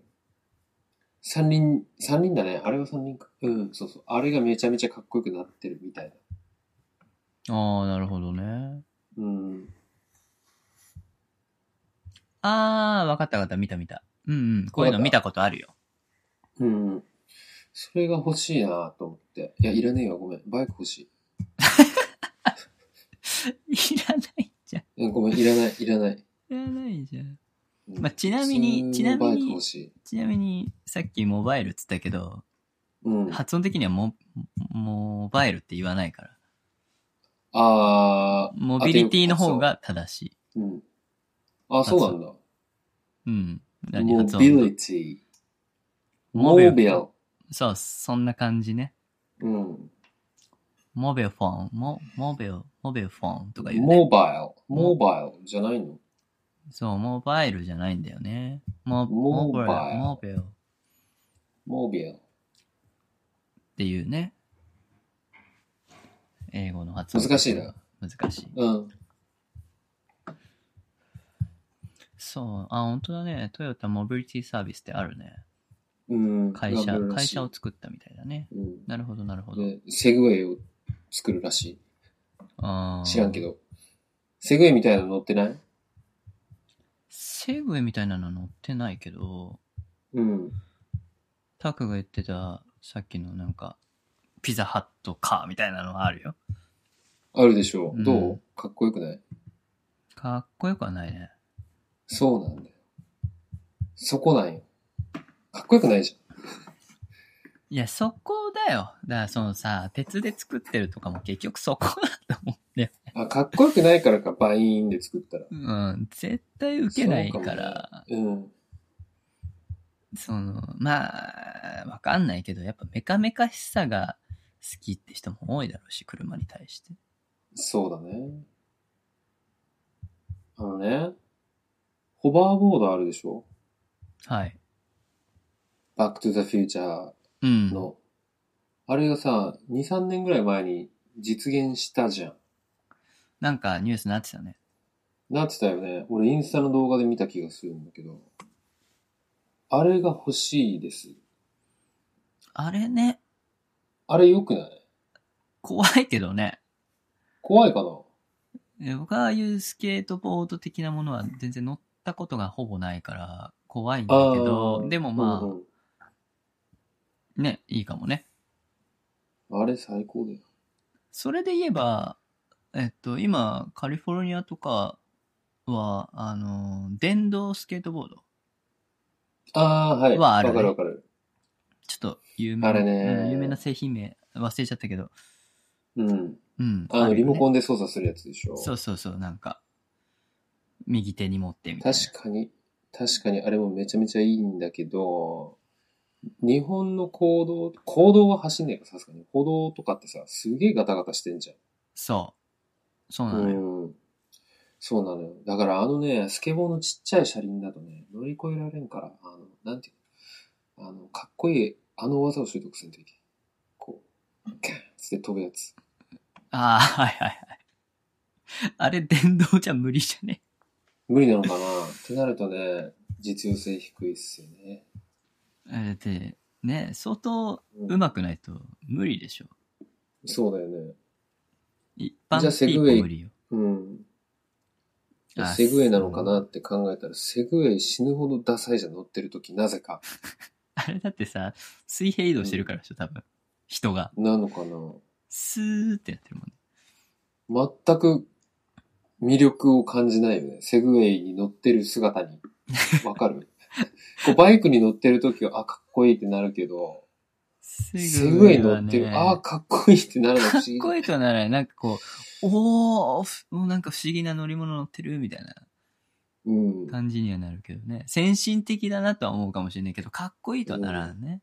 Speaker 1: 三輪、三輪だね。あれは三輪か。うん、そうそう。あれがめちゃめちゃかっこよくなってるみたいな。
Speaker 2: ああ、なるほどね。
Speaker 1: うん。
Speaker 2: ああ、わかったわかった、見た見た。うんうん、こういうの見たことあるよ。
Speaker 1: うん。それが欲しいなと思って。いや、いらねえよ。ごめん。バイク欲しい。
Speaker 2: いらないじゃん。
Speaker 1: うん、ごめん。いらない。いらない。
Speaker 2: いらないじゃん。
Speaker 1: うん
Speaker 2: まあちなみに
Speaker 1: 普
Speaker 2: ち
Speaker 1: 通
Speaker 2: な
Speaker 1: の
Speaker 2: みに
Speaker 1: バイク欲しい。
Speaker 2: ちなみに、さっきモバイルっつったけど、
Speaker 1: うん。あ
Speaker 2: 発音的にはモ、モバイルって言わないから。
Speaker 1: あ
Speaker 2: モビリティの方が正しい。
Speaker 1: ー、うん。あー、そうなんだ。
Speaker 2: うん。何
Speaker 1: モ
Speaker 2: 発
Speaker 1: ビ
Speaker 2: 音
Speaker 1: リティ。
Speaker 2: モ
Speaker 1: モ
Speaker 2: ビ
Speaker 1: ビ
Speaker 2: ル
Speaker 1: ル。
Speaker 2: そう、そんな感じね。
Speaker 1: うん。
Speaker 2: モビルフォン、モ、モビル、モビルフォンとか言うね。
Speaker 1: モバイル。モバイルじゃないの
Speaker 2: そう、モバイルじゃないんだよね。モ、モ
Speaker 1: モ
Speaker 2: ビル、
Speaker 1: バイル
Speaker 2: モビルっ
Speaker 1: モビル。
Speaker 2: ていうね。英語の発音。
Speaker 1: 難しいな。
Speaker 2: 難しい。
Speaker 1: うん。
Speaker 2: そう、あ、本当だね。トヨタモビリティサービスってあるね。
Speaker 1: うん。
Speaker 2: 会社
Speaker 1: 頑張、るらし
Speaker 2: 会
Speaker 1: い
Speaker 2: 社を。作ったみたいだね。
Speaker 1: うん。
Speaker 2: なるほど、なるほど。
Speaker 1: で、セグウェイを作るらし
Speaker 2: あ
Speaker 1: い。
Speaker 2: ー
Speaker 1: 知らんけ。ど。セグウェイみたいなの乗ってない
Speaker 2: セグウェイみたいなの乗ってないけど、
Speaker 1: うん。
Speaker 2: タクが言ってた、さっきのなんか、ピザハットカーみたいなのはあるよ。
Speaker 1: あるでしょ
Speaker 2: うん
Speaker 1: う。どうかっこよくない
Speaker 2: かっこよくはないね。
Speaker 1: そうなんだよ。そこなんよ。かっこよくないじ
Speaker 2: いや、そこだよ。だからそのさ、鉄で作ってるとかも結局そこ だと思うんだよ。
Speaker 1: ゃん。あ、かっこよくないからか、バインで作ったら。
Speaker 2: うん、絶対受けないから、
Speaker 1: うん。
Speaker 2: その、まあ、わかんないけど、やっぱメカメカしさが好きって人も多いだろうし、車に対して。
Speaker 1: そうだね。あのね、ホバーボードあるでしょ
Speaker 2: はい。
Speaker 1: バックトゥザフューチャ
Speaker 2: うん。
Speaker 1: ーの。あれがさ、2、3年ぐらい前に実現したじゃん。
Speaker 2: なんかニュースになってたね。
Speaker 1: なってたよね。俺インスタの動画で見た気がするんだけど。あれが欲しいです。
Speaker 2: あれね、
Speaker 1: あれ良くない
Speaker 2: 怖いけどね。
Speaker 1: 怖いかな
Speaker 2: え僕はああいうスケートボード的なものは全然乗ったことがほぼないから怖いんだけど、
Speaker 1: ー
Speaker 2: でもまあ、
Speaker 1: うん
Speaker 2: ね、いいかもね。
Speaker 1: うんあれ最高だよ。
Speaker 2: それで言えば、えっと、今、カリフォルニアとかは、あの、電動スケートボード。
Speaker 1: ああ、はい。
Speaker 2: はある
Speaker 1: わ
Speaker 2: ね
Speaker 1: かるわかる。
Speaker 2: ちょっと有名
Speaker 1: あれね
Speaker 2: うん有名な製品名忘れちゃったけど、
Speaker 1: うん。
Speaker 2: うん。
Speaker 1: あの、リモコ
Speaker 2: ン。
Speaker 1: ンで操作するやつでしょ。
Speaker 2: そうそうそう、なんか、右手に持ってみたいな。
Speaker 1: 確かに、確かにあれもめちゃめちゃいいんだけど、日本の行動、行動は走んねえか、さすがに。歩道とかってさ、すげえガタガタしてんじゃん。
Speaker 2: そう。そうなのよ。
Speaker 1: うん。そうなのよ。だからあのね、スケボーのちっちゃい車輪だとね、乗り越えられんから、あの、なんていうの、あの、かっこいい、あの技を習得せんといけん。こう、ガンつって飛ぶやつ。
Speaker 2: ああ、はいはいはい。あれ、電動じゃ無理じゃね。
Speaker 1: 無理なのかなってなるとね、実用性低いっすよね。
Speaker 2: えーで、ね、相当
Speaker 1: うん
Speaker 2: 上手くないと無理でしょ。
Speaker 1: そうだよね。
Speaker 2: 一般
Speaker 1: じゃあ
Speaker 2: ピ
Speaker 1: セグ
Speaker 2: ーポ
Speaker 1: ウェイ
Speaker 2: 無理よ。
Speaker 1: うん。
Speaker 2: あ
Speaker 1: セグウェイなのかなって考えたら、セグウェイ死ぬほどダサいじゃん、乗ってるとき、なぜか。
Speaker 2: あれだってさ、水平移動してるからでしょ、多分。人が。
Speaker 1: なのかな
Speaker 2: スーってやってるもんね。
Speaker 1: 全く魅力を感じないよね。セグウェイに乗ってる姿に。わかるこうバイクに乗ってる時は、あ、かっこいいってなるけど、セグウェイに乗ってる、あ、
Speaker 2: か
Speaker 1: かっこいいってなるの不
Speaker 2: っ
Speaker 1: 思議。
Speaker 2: こいいとならない。なんかこう、おーふ、もうなんか不思議な乗り物乗ってるみたいな
Speaker 1: うん。
Speaker 2: 感じにはなるけどね。先進的だなとは思うかもしれないけど、かっこいいとはならないね。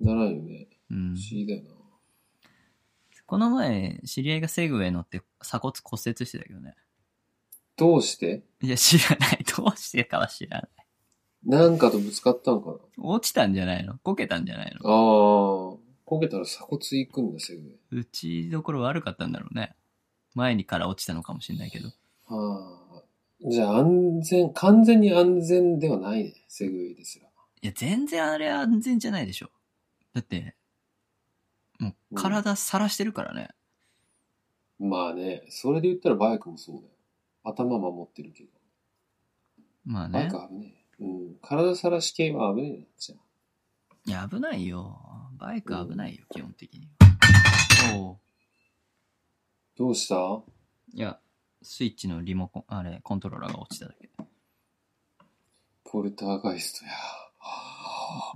Speaker 1: ならんよね。
Speaker 2: うん
Speaker 1: 不思。議だよな。
Speaker 2: この前、知り合いがセグウェイ乗って鎖骨骨折してたけどね。
Speaker 1: どうして
Speaker 2: いや、知らない。どうしてかは知らない。
Speaker 1: なんかとぶつかったのかな
Speaker 2: 落ちたんじゃないのこけたんじゃない
Speaker 1: あ
Speaker 2: の
Speaker 1: あ、こけたら鎖骨行くんだ、セグウェイ。
Speaker 2: 打ちどころ悪かったんだろうね。前にから落ちたのかもしれないけど。
Speaker 1: はあ。じゃあ安全、完全に安全ではないね、セグウェイですら。
Speaker 2: いや、全然あれ安全じゃないでしょ。だって、もう体さらしてるからね。
Speaker 1: まあね、それで言ったらバイクもそうだよ。頭守ってるけど。
Speaker 2: まあ
Speaker 1: バイ
Speaker 2: ね
Speaker 1: ク。危ねえ。うん。体さらし系は危ねえな、じゃあ
Speaker 2: いや、危ないよ。バイク危ないよ、基本的に。おう
Speaker 1: どうしたあ
Speaker 2: いや、スイッチのリモコン、あれ、コントローラーが落ちただけ。
Speaker 1: ポルターガイストや。は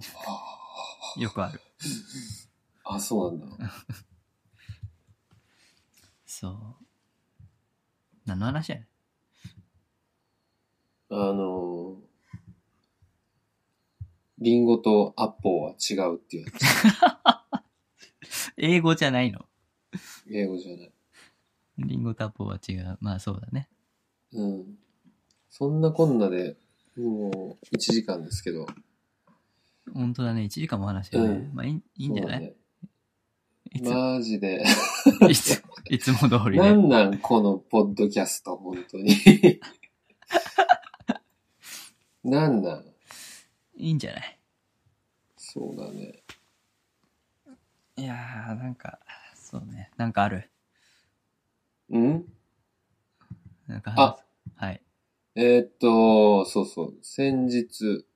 Speaker 1: あ
Speaker 2: よくある。
Speaker 1: あ、そうなん だ。
Speaker 2: そう。何の話やねん。
Speaker 1: あのリンゴとアッポーは違うっていうやつ。
Speaker 2: 英語じゃないの。
Speaker 1: 英語じゃない。
Speaker 2: リンゴタッポーは違う。まあそうだね。
Speaker 1: うん。そんなこんなで、もう1時間ですけど。
Speaker 2: 本当だね。1時間も話してるね。
Speaker 1: うん
Speaker 2: まあいいいいんじゃない、い
Speaker 1: そう
Speaker 2: つ、
Speaker 1: だねマジで。
Speaker 2: いつ、いつも通り
Speaker 1: な
Speaker 2: ね。
Speaker 1: んなん、このポッドキャスト、本当 に。なんなん。
Speaker 2: いいんじゃない
Speaker 1: そうだね。
Speaker 2: いやー、なんか、そうね。なんかある。
Speaker 1: うん
Speaker 2: なんか
Speaker 1: あ
Speaker 2: はい。
Speaker 1: えーっと、そうそう。先日、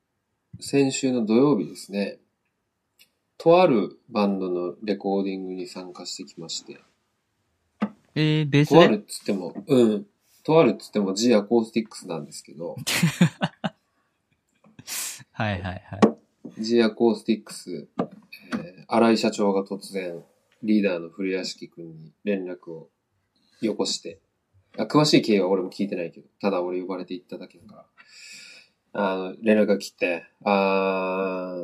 Speaker 1: 先週の土曜日ですね。とあるバンドのレコーディングに参加してきまして。
Speaker 2: えー、ベース
Speaker 1: とあ
Speaker 2: で
Speaker 1: るっつっても、うん。とあるっつっても G アコースティックスなんですけど、
Speaker 2: はいはいはい。
Speaker 1: G アコースティックス、えー、荒井社長が突然、リーダーの古屋敷くんに連絡をよこして、あ詳しい経緯は俺も聞いてないけど、ただ俺呼ばれて行っただけだから、あの、連絡が来て、あ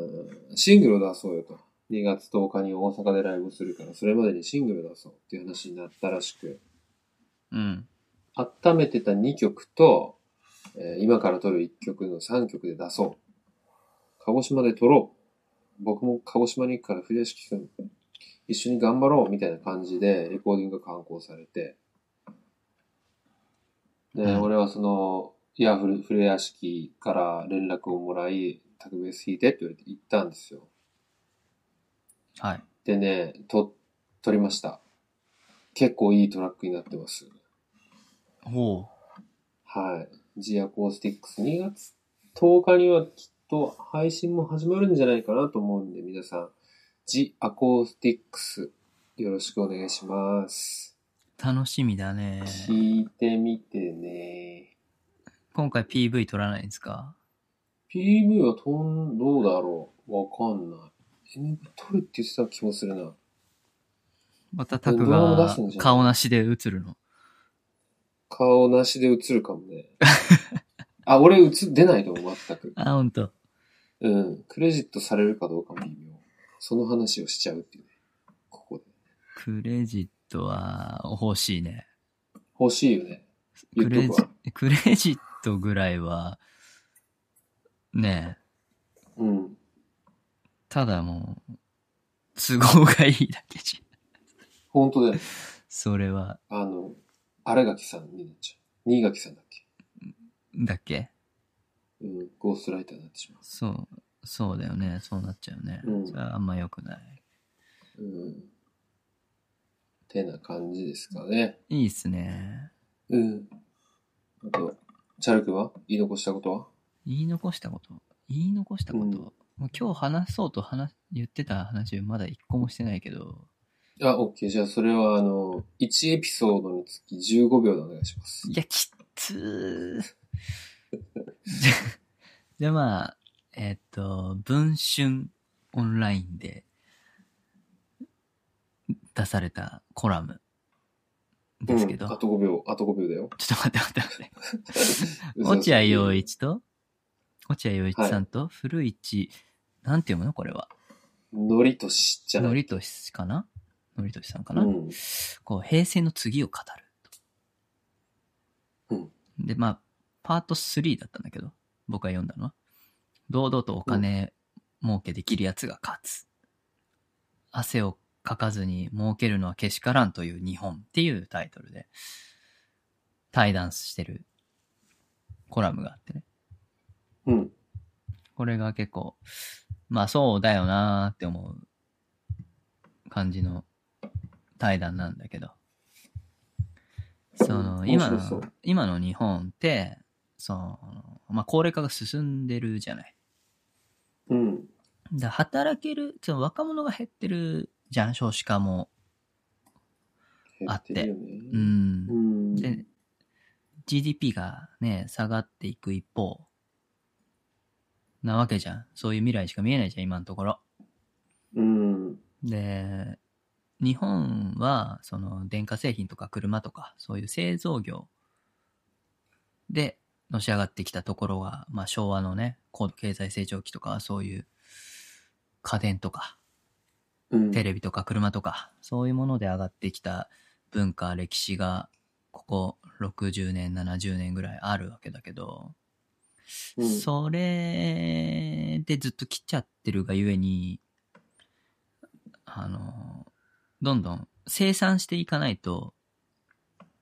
Speaker 1: ーシングルを出そうよと。2月10日に大阪でライブをするから、それまでにシングルを出そうっていう話になったらしく、
Speaker 2: うん。
Speaker 1: 温めてた2曲と、えー今から撮る1曲の3曲で出そう。鹿児島で撮ろう。僕も鹿児島に行くから、古屋敷くん、一緒に頑張ろうみたいな感じで、レコーディングが刊行されて。で、
Speaker 2: うん
Speaker 1: 俺はその、いや、古古屋敷から連絡をもらい、特別弾いてって言われて行ったんですよ。
Speaker 2: はい。
Speaker 1: でね、と、撮りました。結構いいトラックになってます。
Speaker 2: ほ
Speaker 1: はい。ジアコースティックス2月10日にはきっと配信も始まるんじゃないかなと思うんで、皆さん、ジアコースティックスよろしくお願いします。
Speaker 2: う。楽しみだね。
Speaker 1: 聞いてみてね。
Speaker 2: 今回 PV 撮らないんですか
Speaker 1: PV はとん、どうだろうわかんない。MV 撮るって言ってた気もするな。
Speaker 2: またタク
Speaker 1: 動画も出
Speaker 2: が
Speaker 1: すんじゃない
Speaker 2: 顔なしで映るの。
Speaker 1: 顔なしで映るかもね。あ、俺映、出ないと思う、全く。
Speaker 2: あ、ほんと。
Speaker 1: うん。クレジットされるかどうかも微妙。その話をしちゃうっていうね。ここで。
Speaker 2: クレジットは欲しいね。
Speaker 1: 欲しいよね。言
Speaker 2: ク
Speaker 1: っ
Speaker 2: レ
Speaker 1: とく
Speaker 2: ジ
Speaker 1: わ。、
Speaker 2: クレジットぐらいは、ねえ、
Speaker 1: うん。
Speaker 2: ただもう、都合がいいだけじ
Speaker 1: 本当だよね。
Speaker 2: ゃん。 それは、
Speaker 1: あの、荒垣さんになっちゃう。新垣さんだっけ
Speaker 2: だっけ
Speaker 1: うん。ゴーストライターになってしま
Speaker 2: そう、そうだよね。そうなっちゃうね。
Speaker 1: うん
Speaker 2: それはあんま良くない。
Speaker 1: う。うん。てな感じですかね。
Speaker 2: いいっすね。
Speaker 1: うん。あと、チャルクは言い残したことは
Speaker 2: 言い残したこと、言い残したこと、
Speaker 1: うん
Speaker 2: もう今日話そうと話、言ってた話まだ一個もしてないけど、
Speaker 1: あ、OK。じゃあ、それは、あの、1エピソードにつき15秒でお願いします。
Speaker 2: いや、きっつー じゃ、じゃあまあ、えっと、文春オンラインで出されたコラムですけど、
Speaker 1: うん、あ
Speaker 2: ちょ
Speaker 1: と5秒、あと5秒だよ。
Speaker 2: っと待って待って待って。落合陽一と、落合陽一さんと、古市、なんて読むのこれは。
Speaker 1: のりとしじゃない。
Speaker 2: のりとしかなのりとしさんか
Speaker 1: う
Speaker 2: な、
Speaker 1: ん。
Speaker 2: こう、平成の次を語ると。
Speaker 1: うん
Speaker 2: で、まあ、パート3だったんだけど、僕が読んだのは。堂々とお金儲けできるやつが勝つ。汗をかかずに儲けるのはけしからんという日本っていうタイトルで、対談してるコラムがあってね。
Speaker 1: うん。
Speaker 2: これが結構、まあそうだよなーって思う感じの対談なんだけど。その、
Speaker 1: うん
Speaker 2: 今
Speaker 1: 面白そ
Speaker 2: の
Speaker 1: う、
Speaker 2: 今の日本って、その、まあ高齢化が進んでるじゃない。
Speaker 1: うん。
Speaker 2: だ働ける、その若者が減ってるじゃん、少子化も。
Speaker 1: 減
Speaker 2: あって
Speaker 1: るよ
Speaker 2: う
Speaker 1: ね。
Speaker 2: ん
Speaker 1: う。ん。
Speaker 2: で、GDP がね、下がっていく一方、なわけじゃん。そういう未来しか見えないじゃん、今のところ。
Speaker 1: うん。
Speaker 2: で、日本は、その、電化製品とか車とか、そういう製造業で、のし上がってきたところは、まあ、昭和のね、高度経済成長期とか、そういう、家電とか、
Speaker 1: うん。
Speaker 2: テレビとか車とか、そういうもので上がってきた文化、歴史が、ここ60年、70年ぐらいあるわけだけど、
Speaker 1: うん。
Speaker 2: それでずっと来ちゃってるがゆえに、あの、どんどん生産していかないと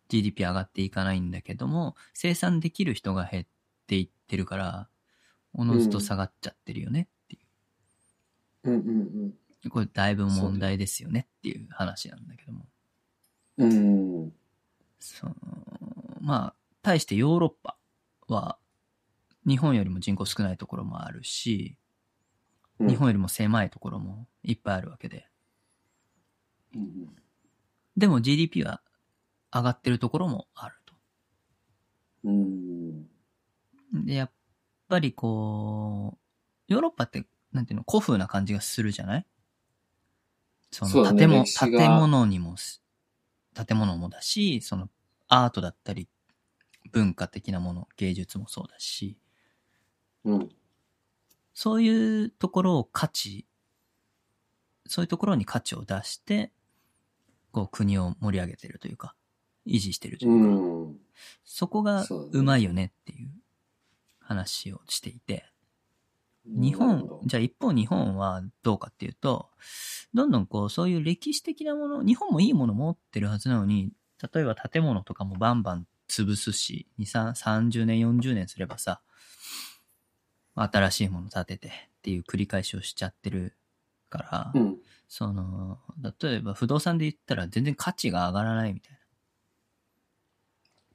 Speaker 2: GDP 上がっていかないんだけども、生産できる人が減っていってるから、おのずと下がっちゃってるよねってい
Speaker 1: うんうん
Speaker 2: う。これだいぶ問題ですよねっていう話なんだけども。
Speaker 1: うん。うん。
Speaker 2: その、まあ、対してヨーロッパは、日本よりも人口少ないところもあるし、
Speaker 1: うん
Speaker 2: 日本よりも狭いところもいっぱいあるわけで。
Speaker 1: うん
Speaker 2: でも GDP は上がってるところもあると。
Speaker 1: うん。
Speaker 2: で、やっぱりこう、ヨーロッパって、なんていうの、古風な感じがするじゃないそ
Speaker 1: そう
Speaker 2: の
Speaker 1: だね
Speaker 2: 建物、
Speaker 1: 歴史が
Speaker 2: 建物にもす、建物もだし、そのアートだったり、文化的なもの、芸術もそうだし、
Speaker 1: うん。
Speaker 2: そういうところを価値、そういうところに価値を出して、こう国を盛り上げてるというか、維持してるといううか、
Speaker 1: ん。
Speaker 2: そこが
Speaker 1: そうだね
Speaker 2: うまいよねっていう話をしていて、
Speaker 1: な
Speaker 2: 日
Speaker 1: るほ
Speaker 2: 本
Speaker 1: ど、
Speaker 2: じゃあ一方日本はどうかっていうと、どんどんこうそういう歴史的なもの、日本もいいもの持ってるはずなのに、例えば建物とかもバンバン潰すし、2、3 30年、40年すればさ、新しいもの建ててっていう繰り返しをしちゃってるから、
Speaker 1: うん。
Speaker 2: その、例えば不動産で言ったら全然価値が上がらないみたいな。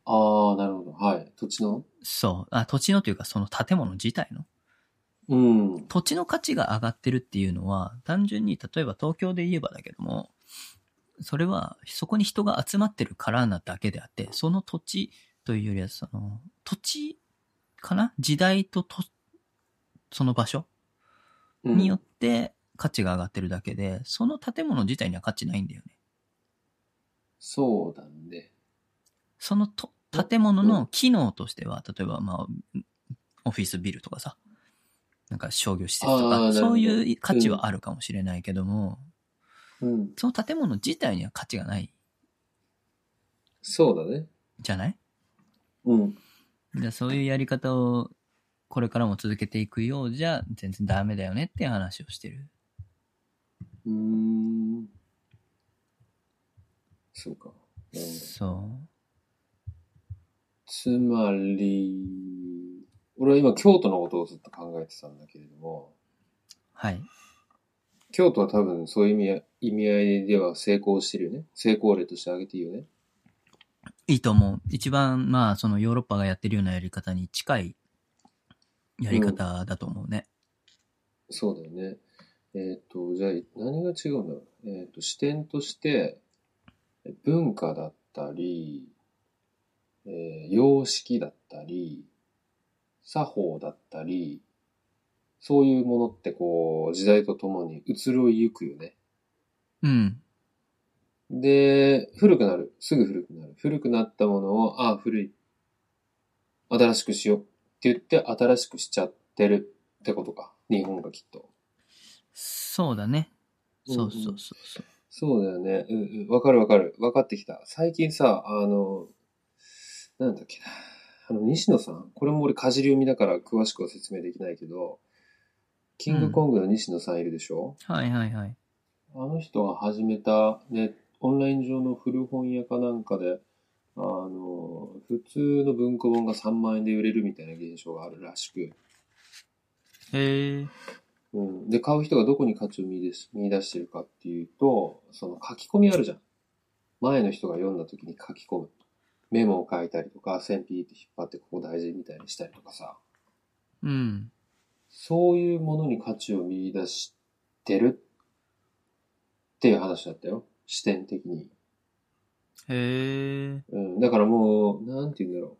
Speaker 1: ああ、なるほど。はい。土地の
Speaker 2: そう。あ、土地のというかその建物自体の
Speaker 1: うん。
Speaker 2: 土地の価値が上がってるっていうのは、単純に例えば東京で言えばだけども、それはそこに人が集まってるからなだけであって、その土地というよりはその、土地かな時代とと、その場所
Speaker 1: うん
Speaker 2: によって価値が上がってるだけで、その建物自体には価値ないんだよね。
Speaker 1: そうだね。
Speaker 2: そのと建物の機能としては、例えばまあ、オフィスビルとかさ、なんか商業施設と
Speaker 1: あーなる
Speaker 2: か、
Speaker 1: ほど
Speaker 2: そういう価値はあるかもしれないけども、
Speaker 1: うん。
Speaker 2: その建物自体には価値がない
Speaker 1: そうだね。
Speaker 2: じゃない
Speaker 1: うん。
Speaker 2: じゃあそういうやり方をこれからも続けていくようじゃ全然ダメだよねっていう話をしてる。
Speaker 1: うーん。そうか。なるほど
Speaker 2: そ
Speaker 1: つまり、俺は今京都のことをずっと考えてたんだけれども、
Speaker 2: う。はい。
Speaker 1: 京都は多分そういう意味合い意味合いでは成功してるよね。成功例として挙げていいよね。
Speaker 2: いいと思う。一番、まあ、そのヨーロッパがやってるようなやり方に近いやり方だと思うね。
Speaker 1: そうだよね。えっ、と、じゃあ何が違うんだろう。えっ、と、視点として、文化だったり、えー様式だったり、作法だったり、そういうものってこう、時代とともに移ろいゆくよね。
Speaker 2: うん。
Speaker 1: で、古くなる。すぐ古くなる。古くなったものを、ああ、古い。新しくしよう。って言って、新しくしちゃってるってことか。日本がきっと。
Speaker 2: そうだね。そうそうそうそう。
Speaker 1: そうだよね。うんうん。わかるわかる。わかってきた。最近さ、あの、なんだっけな。あの、西野さん。これも俺、かじり読みだから詳しくは説明できないけど、キングコングの西野さんいるでしょ、
Speaker 2: はいはいはい。
Speaker 1: あの人が始めた、ね、オンライン上の古本屋かなんかで、あの、普通の文庫本が3万円で売れるみたいな現象があるらしく、
Speaker 2: へえ。
Speaker 1: うん。で、買う人がどこに価値を見出し見出してるかっていうと、その書き込みあるじゃん。前の人が読んだ時に書き込む。メモを書いたりとか、線ピーって引っ張ってここ大事みたいにしたりとかさ、
Speaker 2: うん。
Speaker 1: そういうものに価値を見出してるっていう話だったよ。視点的に。
Speaker 2: へえ。
Speaker 1: うん、だからもう、なんて言うんだろう。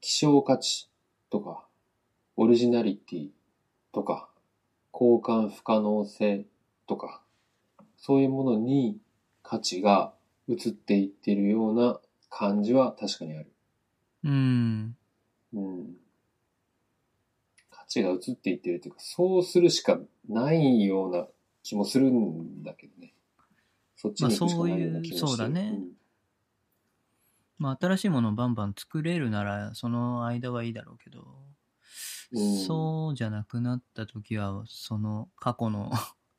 Speaker 1: 希少価値とか、オリジナリティとか、交換不可能性とか、そういうものに価値が移っていってるような感じは確かにある。
Speaker 2: うん。
Speaker 1: うん。価値が移っていってるというか、そうするしかないような気もするんだけどね。そっちに行くしかないような気もしてる。
Speaker 2: まあそういうそうだね
Speaker 1: ん
Speaker 2: まあ新しいものをバンバン作れるならその間はいいだろうけど、
Speaker 1: うん
Speaker 2: そうじゃなくなった時はその過去の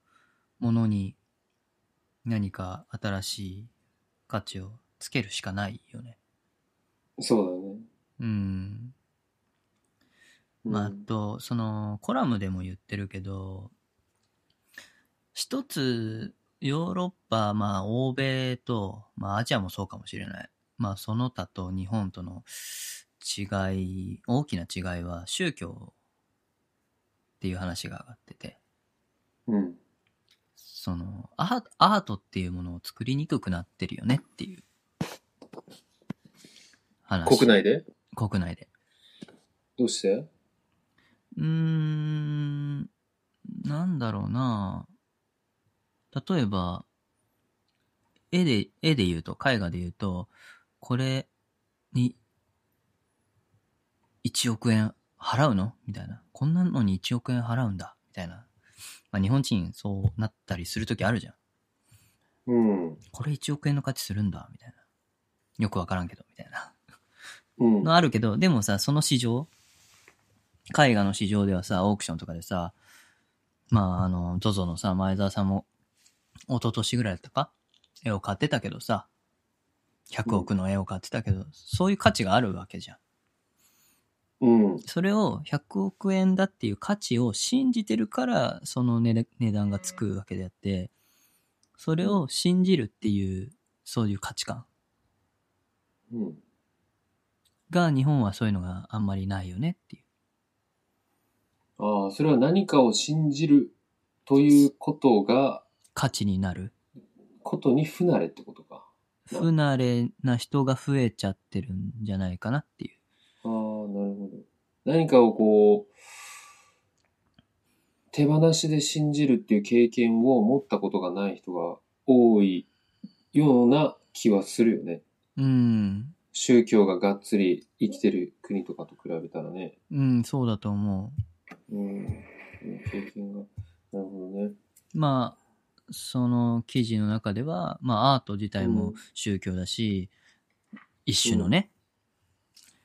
Speaker 2: ものに何か新しい価値をつけるしかないよね。
Speaker 1: そうだね。
Speaker 2: うん。
Speaker 1: うん
Speaker 2: まあ、あと、その、コラムでも言ってるけど、一つ、ヨーロッパ、まあ、欧米と、まあ、アジアもそうかもしれない。まあ、その他と日本との違い、大きな違いは宗教っていう話が上がってて、
Speaker 1: うん。
Speaker 2: その、アーアートっていうものを作りにくくなってるよねっていう話。
Speaker 1: 国内で
Speaker 2: 国内で。
Speaker 1: どうして
Speaker 2: うーん、なんだろうな例えば、絵で、絵で言うと、絵画で言うと、これに、1億円払うのみたいな。こんなのに1億円払うんだみたいな。まあ、日本人そうなったりするときあるじゃん。
Speaker 1: うん。
Speaker 2: これ1億円の価値するんだみたいな。よくわからんけど、みたいな。
Speaker 1: うん。
Speaker 2: のあるけど、でもさ、その市場、絵画の市場ではさ、オークションとかでさ、まあ、あの、ZOZO のさ、前澤さんも、一昨年ぐらいだったか絵を買ってたけどさ、100億の絵を買ってたけど、そういう価値があるわけじゃん。
Speaker 1: うん。
Speaker 2: それを100億円だっていう価値を信じてるから、その値値段がつくわけであって、それを信じるっていう、そういう価値観
Speaker 1: うん。
Speaker 2: が、日本はそういうのがあんまりないよねっていう。
Speaker 1: ああ、それは何かを信じるということが、
Speaker 2: 価値になる。
Speaker 1: ことに不慣れってことか。
Speaker 2: 不慣れな人が増えちゃってるんじゃないかなっていう。
Speaker 1: ああ、なるほど。何かをこう、手放しで信じるっていう経験を持ったことがない人が多いような気はするよね。
Speaker 2: うん。
Speaker 1: 宗教ががっつり生きてる国とかと比べたらね。
Speaker 2: うん、そうだと思
Speaker 1: うん。経験が。なるほどね。
Speaker 2: う。まあ、その記事の中では、まあ、アート自体
Speaker 1: う
Speaker 2: も
Speaker 1: ん
Speaker 2: 宗教だし、一種のね、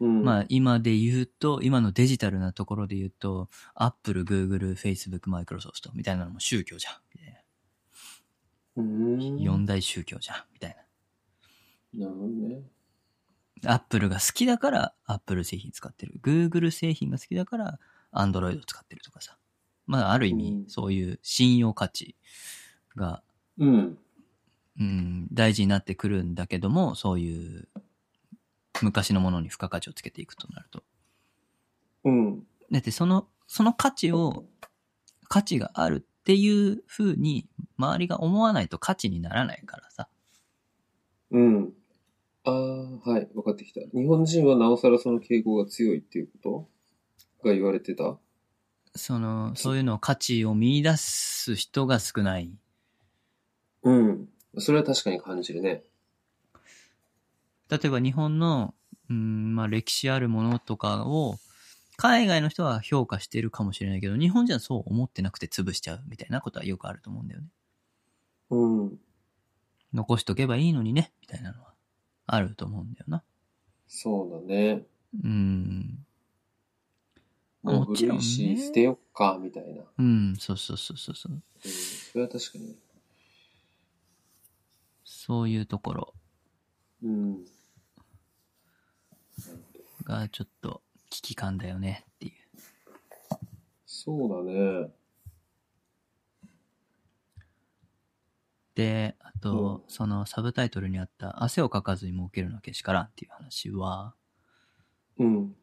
Speaker 1: うん。
Speaker 2: ま
Speaker 1: あ、
Speaker 2: あ、今で言うと、今のデジタルなところで言うと、アップル、グーグル、フェイスブック、マイクロソフトみたいなのも宗教じゃん。みたいな
Speaker 1: うん。
Speaker 2: 四大宗教じゃん。みたい
Speaker 1: なるほどね。
Speaker 2: な。アップルが好きだから、アップル製品使ってる。グーグル製品が好きだから、アンドロイド使ってるとかさ。まあ、ある意
Speaker 1: う
Speaker 2: 味
Speaker 1: ん、
Speaker 2: そういう信用価値が、
Speaker 1: うん。
Speaker 2: うん、大事になってくるんだけども、そういう、昔のものに付加価値をつけていくとなると。
Speaker 1: うん。
Speaker 2: だって、その、その価値を、価値があるっていう風に、周りが思わないと価値にならないからさ。
Speaker 1: うん。ああ、はい、分かってきた。日本人はなおさらその傾向が強いっていうことが言われてた
Speaker 2: その、そういうのを価値を見出す人が少ない。
Speaker 1: うん。それは確かに感じるね。
Speaker 2: 例えば日本の、うん、まあ歴史あるものとかを、海外の人は評価してるかもしれないけど、日本人はそう思ってなくて潰しちゃうみたいなことはよくあると思うんだよね。
Speaker 1: うん。
Speaker 2: 残しとけばいいのにね、みたいなのはあると思うんだよな。
Speaker 1: そうだね。
Speaker 2: うん。
Speaker 1: もう
Speaker 2: もちろ
Speaker 1: 古
Speaker 2: ん
Speaker 1: い
Speaker 2: ね
Speaker 1: し、捨てよっか、みたいな。うん。
Speaker 2: うん、そうそうそうそうそう。
Speaker 1: それは確かに。
Speaker 2: そういうところ
Speaker 1: うん。
Speaker 2: がちょっと危機感だよねっていう。
Speaker 1: そうだね。
Speaker 2: で、あと、
Speaker 1: う
Speaker 2: そのサブタイトルにあった汗をかかずに儲けるのはけしからんっていう話は、
Speaker 1: うん。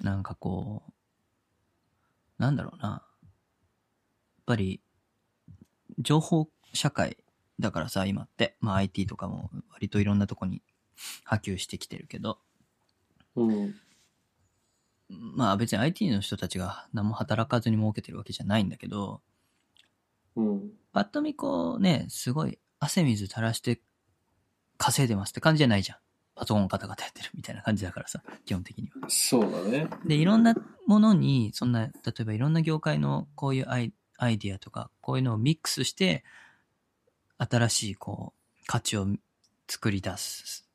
Speaker 2: なんかこう、なんだろうな。やっぱり、情報社会だからさ、今って。まあ IT とかも割といろんなとこに波及してきてるけど、
Speaker 1: うん。
Speaker 2: まあ別に IT の人たちが何も働かずに儲けてるわけじゃないんだけど、
Speaker 1: うん。
Speaker 2: パッと見こうね、すごい汗水垂らして稼いでますって感じじゃないじゃん。パソコンカタカタやってるみたいな感じだからさ、基本的には。
Speaker 1: そうだね。
Speaker 2: で、いろんなものに、そんな、例えばいろんな業界のこういうアイアイディアとか、こういうのをミックスして、新しいこう、価値を作り出す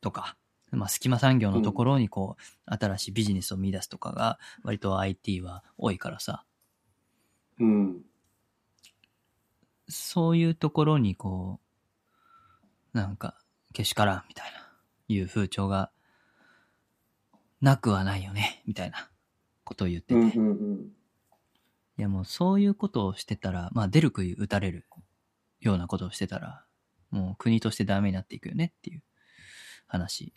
Speaker 2: とか、まあ、隙間産業のところにこう、新しいビジネスを見出すとかが、割と IT は多いからさ、
Speaker 1: うん。
Speaker 2: そういうところにこう、なんか、けしからんみたいな、いう風潮が、なくはないよね、みたいなことを言ってて。
Speaker 1: うんうんうん。
Speaker 2: いやもうそういうことをしてたら、まあ出る杭打たれるようなことをしてたら、もう国としてダメになっていくよねっていう話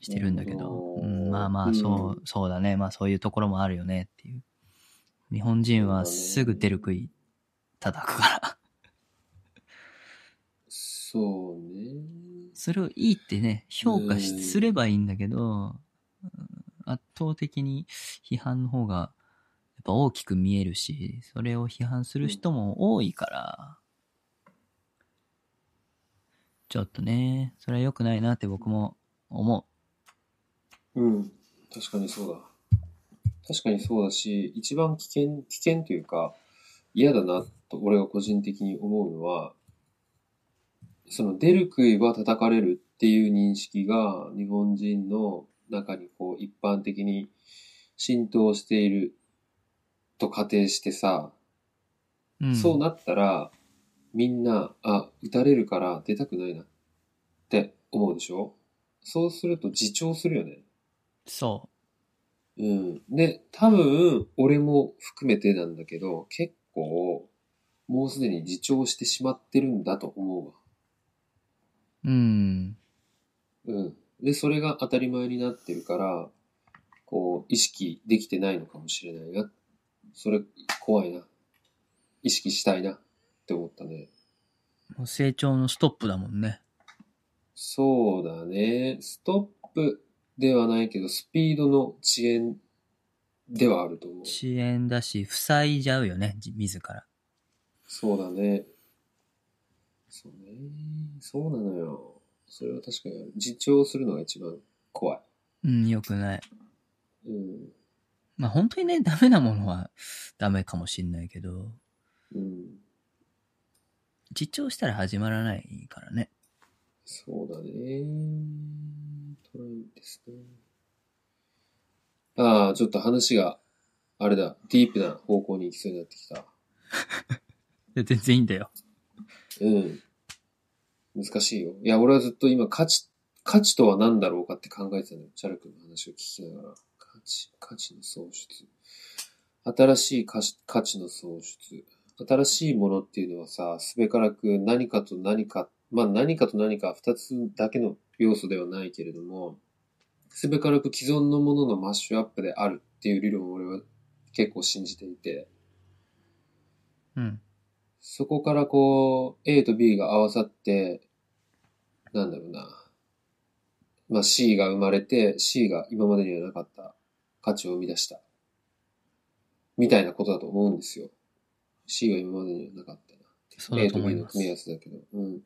Speaker 2: してるんだけ
Speaker 1: なる
Speaker 2: ど
Speaker 1: ほ、
Speaker 2: う
Speaker 1: ど
Speaker 2: ん、まあまあそう、
Speaker 1: う
Speaker 2: そうだね。まあそういうところもあるよねっていう。日本人はすぐ出る杭叩くから。
Speaker 1: そうね。
Speaker 2: それをいいってね、評価
Speaker 1: うん
Speaker 2: しすればいいんだけど、うん圧倒的に批判の方がやっぱ大きく見えるし、それを批判する人も多いから、ちょっとね、それは良くないなって僕も思
Speaker 1: うん。確かにそうだ。確かにそうだし、一番危険、危険というか、嫌だなと俺が個人的に思うのは、その出る杭は叩かれるっていう認識が日本人の中にこう一般的に浸透していると仮定してさ、
Speaker 2: う。うん、
Speaker 1: そうなったら、みんな、あ、打たれるから出たくないなって思うでしょそうすると自重するよね。
Speaker 2: そ
Speaker 1: うん。で、多分、俺も含めてなんだけど、結構、もうすでに自重してしまってるんだと思
Speaker 2: う。うん。
Speaker 1: うわ。うん。で、それが当たり前になってるから、こう、意識できてないのかもしれないな。それ、怖いな。意識したいなって思ったね。
Speaker 2: もう成長のストップだもんね。
Speaker 1: そうだね。ストップではないけど、スピードの遅延ではあると思う。
Speaker 2: 遅延だし、塞いじゃうよね、じ自ら。
Speaker 1: そうだね。そうね。そうなのよ。それは確かにある、自重するのが一番怖い。
Speaker 2: うん、良くない。
Speaker 1: うん。
Speaker 2: まあ本当にね、ダメなものはダメかもしんないけど、
Speaker 1: うん。
Speaker 2: 実調したら始まらないからね。
Speaker 1: そうだね。トライですね。ああ、ちょっと話が、あれだ、ディープな方向に行きそうになってきた。
Speaker 2: いや全然いいんだよ。
Speaker 1: うん。難しいよ。いや、俺はずっと今、価値、価値とは何だろうかって考えてたのよ。チャル君の話を聞きながら。価値、価値の創出。新しい価値価値の創出。新しいものっていうのはさ、すべからく何かと何か、まあ何かと何か二つだけの要素ではないけれども、すべからく既存のもののマッシュアップであるっていう理論を俺は結構信じていて、
Speaker 2: うん。
Speaker 1: そこからこう、A と B が合わさって、なんだろうな。まあ C が生まれて、C が今までにはなかった価値を生み出した。みたいなことだと思うんですよ。C は今までにはなかったな。
Speaker 2: そう
Speaker 1: A
Speaker 2: だと
Speaker 1: と
Speaker 2: 思
Speaker 1: B
Speaker 2: い
Speaker 1: の
Speaker 2: ます
Speaker 1: 組み合。わせだけど。うん。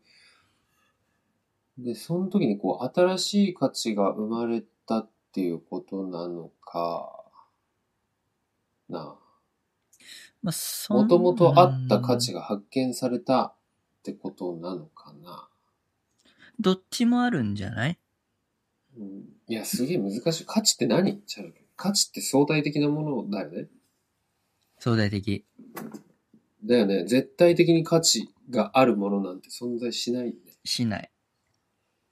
Speaker 1: で、その時にこう、新しい価値が生まれたっていうことなのか、なあ。
Speaker 2: まあ、そん
Speaker 1: もともとあった価値が発見されたってことなのかな。
Speaker 2: どっちもあるんじゃない
Speaker 1: うん、いや、すげえ難しい。価値って何チャル価値って相対的なものだよね。
Speaker 2: 相対的。
Speaker 1: だよね。絶対的に価値があるものなんて存在しないよね。
Speaker 2: しない。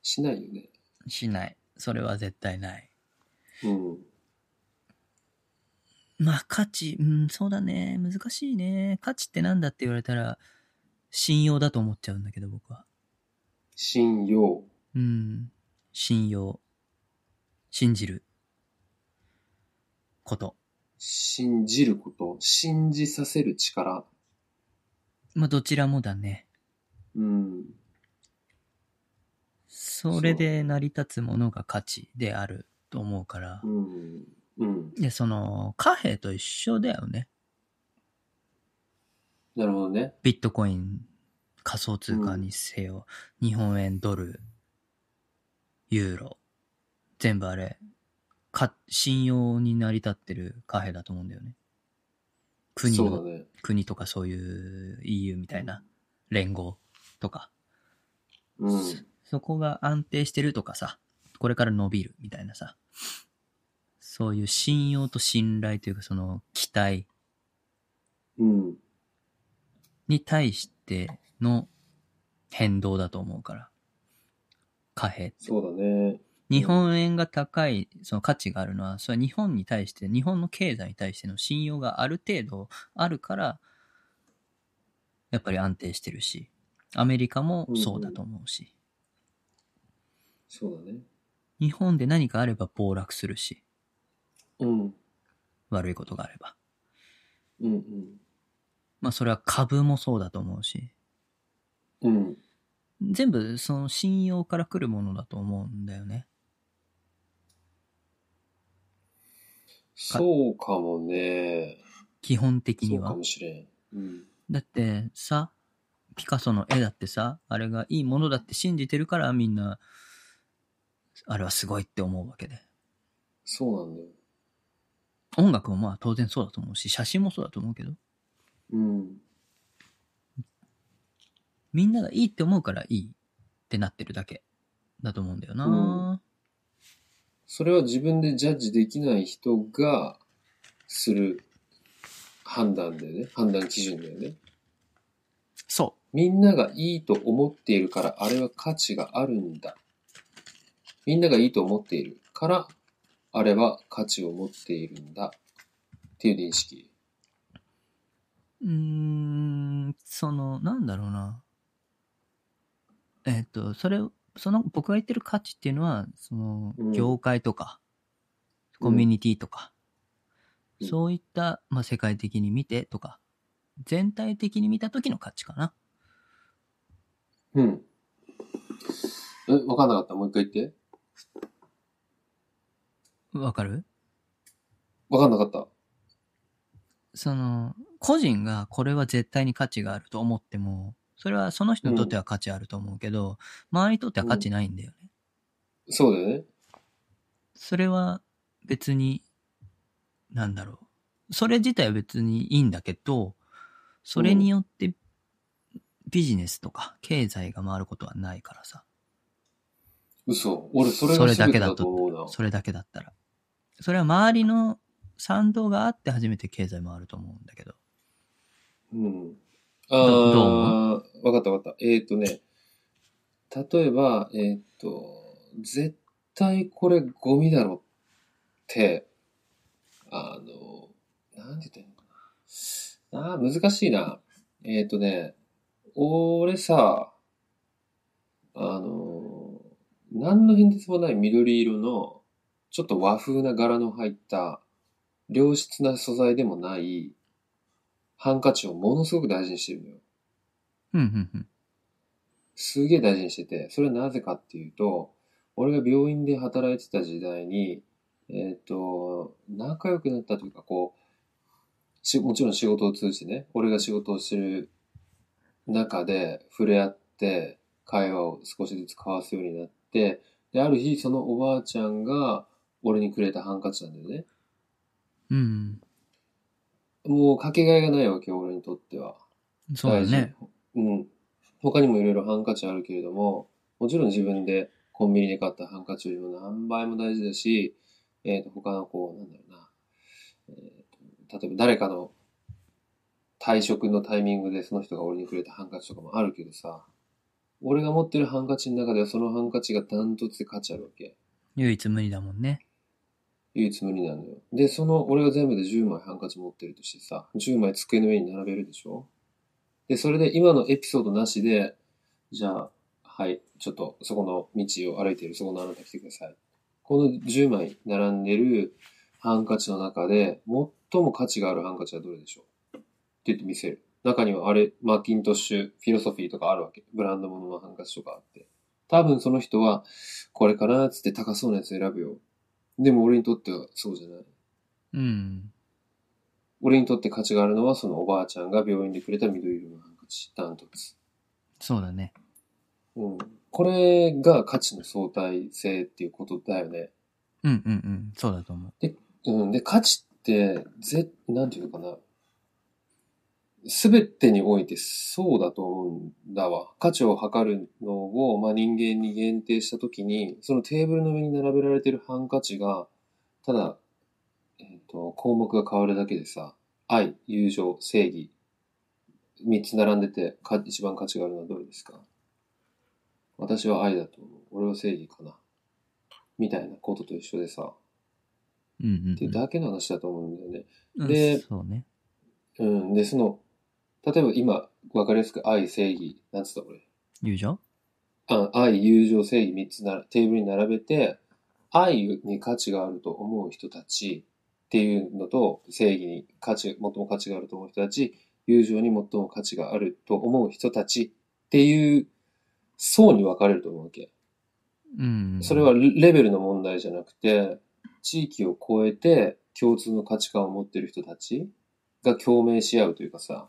Speaker 1: しないよね。
Speaker 2: しない。それは絶対ない。
Speaker 1: うん。
Speaker 2: まあ、価値、うん、そうだね。難しいね。価値ってなんだって言われたら、信用だと思っちゃうんだけど、僕は。
Speaker 1: 信用。
Speaker 2: うん。信用。信じる。こと。
Speaker 1: 信じること。信じさせる力。
Speaker 2: まあ、どちらもだね。
Speaker 1: うん。
Speaker 2: それで成り立つものが価値であると思うから
Speaker 1: う。ん。うん。
Speaker 2: で、その、貨幣と一緒だよね。
Speaker 1: なるほどね。
Speaker 2: ビットコイン、仮想通貨にせよ、日本円、ドル、ユーロ。全部あれ、か、信用に成り立ってる貨幣だと思うんだよね。国
Speaker 1: そうだ
Speaker 2: の、
Speaker 1: ね。
Speaker 2: 国とかそういう EU みたいな連合とか、
Speaker 1: うん。
Speaker 2: そこが安定してるとかさ、これから伸びるみたいなさ、そういう信用と信頼というかその期待
Speaker 1: うん。
Speaker 2: に対しての変動だと思うから。貨幣。
Speaker 1: そうだね。
Speaker 2: 日本円が高い、その価値があるのは、それは日本に対して、日本の経済に対しての信用がある程度あるから、やっぱり安定してるし、アメリカもそうだと思うし、
Speaker 1: そうだね。
Speaker 2: 日本で何かあれば暴落するし、
Speaker 1: うん。
Speaker 2: 悪いことがあれば。
Speaker 1: うんうん。
Speaker 2: まあそれは株もそうだと思うし、
Speaker 1: うん。
Speaker 2: 全部その信用から来るものだと思うんだよね。
Speaker 1: そうかもね。
Speaker 2: 基本的
Speaker 1: そ
Speaker 2: に
Speaker 1: う
Speaker 2: は
Speaker 1: かも。しれん。うん。
Speaker 2: だってさ、ピカソの絵だってさ、あれがいいものだって信じてるからみんな、あれはすごいって思うわけで。
Speaker 1: そうなんだよ。
Speaker 2: 音楽もまあ当然そうだと思うし、写真もそうだと思うけど、
Speaker 1: うん。
Speaker 2: みんながいいって思うからいいってなってるだけだと思うんだよな、
Speaker 1: それは自分でジャッジできない人がする判断だよね。判断基準だよね。
Speaker 2: そ
Speaker 1: みんながいいと思っているから、あれは価値があるんだ。みんながいいと思っているから、あれは価値を持っているんだ。っていう認識。
Speaker 2: う。うーん、その、なんだろうな。えっ、と、それ、その僕が言ってる価値っていうのは、その
Speaker 1: う、ん
Speaker 2: 業界とか、
Speaker 1: うん
Speaker 2: コミュニティとか、
Speaker 1: うん
Speaker 2: そういった、まあ、世界的に見てとか、全体的に見た時の価値かな。
Speaker 1: うん。え、わかんなかった。もう一回言って。
Speaker 2: わかる
Speaker 1: わかんなかった。
Speaker 2: その、個人がこれは絶対に価値があると思っても、それはその人にとっては価値あると思うけど、周りにとっては価値ないんだよね。
Speaker 1: そうだよね。
Speaker 2: それは別に、なんだろう。それ自体は別にいいんだけど、それによってビジネスとか経済が回ることはないからさ。
Speaker 1: 嘘。俺、それが全てだと思うな。
Speaker 2: それだけだったら。それは周りの賛同があって初めて経済回ると思うんだけど。
Speaker 1: うん。
Speaker 2: どどう
Speaker 1: ああ、わかったわかった。えっ、とね、例えば、えっ、と、絶対これゴミだろって、あの、なんて言ったらいいのかな。ああー、難しいな。えっ、とね、俺さ、あの、何の変哲もない緑色の、ちょっと和風な柄の入った、良質な素材でもない、ハンカチをものすごく大事にしてるのよ。
Speaker 2: うん、うん、うん。
Speaker 1: すげえ大事にしてて、それはなぜかっていうと、俺が病院で働いてた時代に、えっ、と、仲良くなったというか、こう、しもちろん仕事を通じてね、俺が仕事をしてる中で触れ合って、会話を少しずつ交わすようになって、で、ある日、そのおばあちゃんが俺にくれたハンカチなんだよね。
Speaker 2: うん。
Speaker 1: もうかけがえがないわけよ、俺にとっては。
Speaker 2: そうだね。
Speaker 1: 大事。うん。他にもいろいろハンカチあるけれども、もちろん自分でコンビニで買ったハンカチよりも何倍も大事だし、えっ、と、他のこう、なんだろうな、えーと例えば誰かの退職のタイミングでその人が俺にくれたハンカチとかもあるけどさ、俺が持ってるハンカチの中ではそのハンカチがダントツで価値あるわけ。
Speaker 2: 唯一無二だもんね。
Speaker 1: 唯一無二なのよ。で、その、俺が全部で10枚ハンカチ持ってるとしてさ、10枚机の上に並べるでしょで、それで今のエピソードなしで、じゃあ、はい、ちょっとそこの道を歩いているそこのあなた来てください。この10枚並んでるハンカチの中で、最も価値があるハンカチはどれでしょうって言って見せる。中にはあれ、マッキントッシュ、フィロソフィーとかあるわけ。ブランド物のハンカチとかあって。多分その人は、これかなーっつって高そうなやつ選ぶよ。でも俺にとってはそうじゃない。
Speaker 2: うん。
Speaker 1: 俺にとって価値があるのはそのおばあちゃんが病院でくれた緑色のハンカチ、ダントツ。
Speaker 2: そうだね。
Speaker 1: うん。これが価値の相対性っていうことだよね。
Speaker 2: うんうんうん。そうだと思う。
Speaker 1: うん。で、価値って、ぜ、なんていうのかな。すべてにおいてそうだと思うんだわ。価値を測るのを、まあ、人間に限定したときに、そのテーブルの上に並べられてるハンカチが、ただ、えっ、と、項目が変わるだけでさ、愛、友情、正義、三つ並んでて、か一番価値があるのはどれですか私は愛だと思う。俺は正義かな。みたいなことと一緒でさ、
Speaker 2: うんうん、うん。
Speaker 1: っていうだけの話だと思うんだよね。
Speaker 2: うん
Speaker 1: で
Speaker 2: そうね。
Speaker 1: うん。で、その、例えば今、わかりやすく愛、正義、なんつった俺。
Speaker 2: 友情
Speaker 1: あ愛、友情、正義3つならテーブルに並べて、愛に価値があると思う人たちっていうのと、正義に価値、最も価値があると思う人たち、友情に最も価値があると思う人たちっていう層に分かれると思うわけ。
Speaker 2: うん。
Speaker 1: それはレレベルの問題じゃなくて、地域を超えて共通の価値観を持ってる人たちが共鳴し合うというかさ、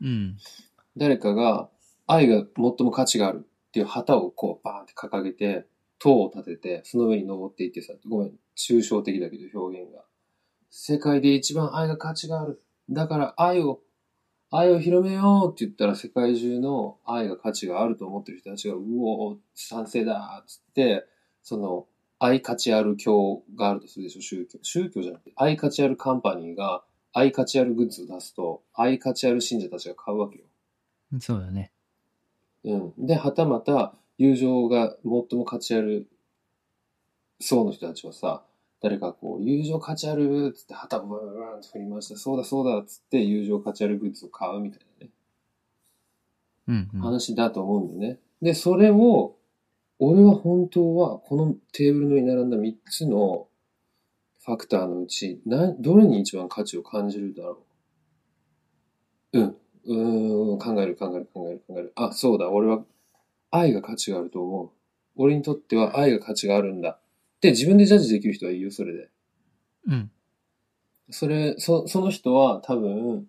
Speaker 2: うん。
Speaker 1: 誰かが愛が最も価値があるっていう旗をこうバーンって掲げて、塔を立てて、その上に登っていってさ、ごめん、抽象的だけど表現が。世界で一番愛が価値がある。だから愛を、愛を広めようって言ったら世界中の愛が価値があると思ってる人たちが、うおー、賛成だっつって、その、愛価値ある教があるとするでしょ、宗教。宗教じゃなくて、愛価値あるカンパニーが、愛価値あるグッズを出すと、愛価値ある信者たちが買うわけよ。
Speaker 2: そうだね。
Speaker 1: うん。で、はたまた、友情が最も価値ある層の人たちはさ、誰かこう、友情価値あるっつって旗をブーンって振りました。そうだそうだっつって友情価値あるグッズを買うみたいなね、
Speaker 2: うん、うん。
Speaker 1: 話だと思うんだよね。で、それを、俺は本当は、このテーブルの上に並んだ3つのファクターのうち、な、どれに一番価値を感じるだろう。うん。うーん、考える考える考える考える。あ、そうだ、俺は愛が価値があると思う。俺にとっては愛が価値があるんだ。で、自分でジャッジできる人はいいよ、それで。
Speaker 2: うん。
Speaker 1: それ、そその人は多分、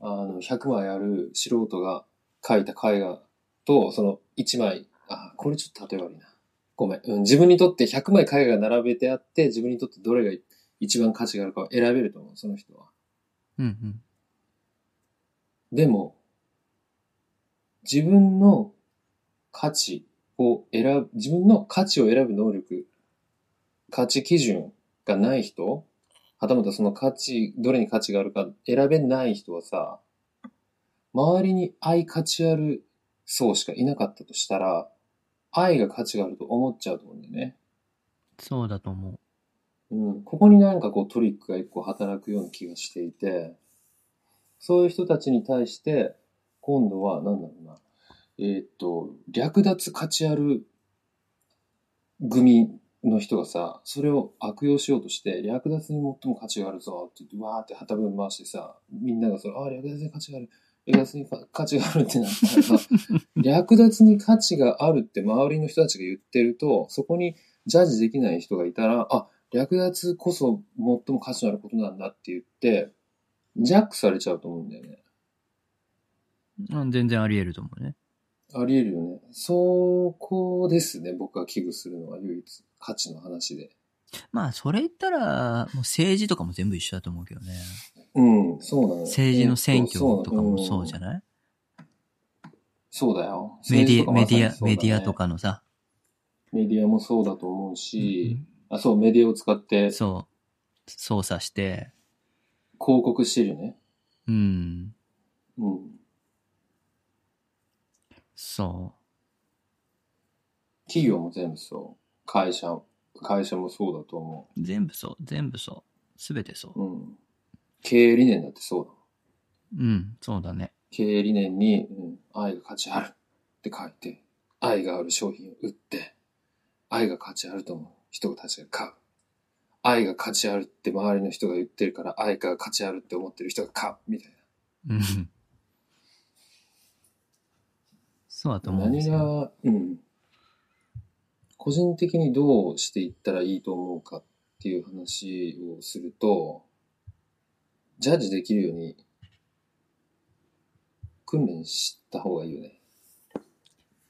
Speaker 1: あの、100枚ある素人が描いた絵画と、その1枚、あ、これちょっと例え悪いな。ごめん。うん、自分にとって100枚絵画が並べてあって、自分にとってどれが一番価値があるかを選べると思う、その人は。
Speaker 2: うん、うん。
Speaker 1: でも、自分の価値を選ぶ、自分の価値を選ぶ能力、価値基準がない人、はたまたその価値、どれに価値があるか選べない人はさ、周りに愛価値ある層しかいなかったとしたら、愛が価値があると思っちゃうと思うんだよね。
Speaker 2: そうだと思う。
Speaker 1: うん、ここになんかこうトリックが一個働くような気がしていて、そういう人たちに対して、今度は、なんだろうな、えーっと、略奪価値ある組の人がさ、それを悪用しようとして、略奪に最も価値があるぞって言って、わーって旗分回してさ、みんながそれ、あー、略奪に価値がある。略奪にか価値があるってなったらさ、略奪に価値があるって周りの人たちが言ってると、そこにジャッジできない人がいたら、あ、略奪こそ最も価値のあることなんだって言って、ジャックされちゃうと思うんだよね。
Speaker 2: うん全然あり得ると思うね。
Speaker 1: あり得るよね。そこですね、僕が危惧するのは唯一、価値の話で。
Speaker 2: まあ、それ言ったら、もう政治とかも全部一緒だと思うけどね。
Speaker 1: うん、そうなのよ
Speaker 2: 政治の選挙とかもそうじゃ
Speaker 1: ない、
Speaker 2: ない、
Speaker 1: そうだよ。
Speaker 2: メデ
Speaker 1: 政治
Speaker 2: ィ
Speaker 1: と
Speaker 2: ア、
Speaker 1: かま
Speaker 2: メ
Speaker 1: さに
Speaker 2: ディア、メディアとかのさ。
Speaker 1: そうだね。メディアもそうだと思うし、
Speaker 2: う
Speaker 1: あ、そう、メディアを使って
Speaker 2: ん
Speaker 1: 広
Speaker 2: そう。操作して、
Speaker 1: 告してるよね。
Speaker 2: うん。
Speaker 1: うん。
Speaker 2: そ
Speaker 1: 企業も全部そう。会社、会社もそうだと思。
Speaker 2: う。全部そう。全部そう。すべてそう
Speaker 1: うん。経営理念だってそうだ。
Speaker 2: う。うん。そうだね。
Speaker 1: 経営理念に、うん、愛が価値あるって書いて、愛がある商品を売って、愛が価値あると思う人たちが買う。愛が価値あるって周りの人が言ってるから、愛が価値あるって思ってる人が買う。みたい
Speaker 2: うん。そうだと
Speaker 1: な。
Speaker 2: 思うんで
Speaker 1: 何
Speaker 2: すよ。
Speaker 1: が、うん。個人的にどうしていったらいいと思うかっていう話をすると、ジャッジできるように、訓練した方がいいよね。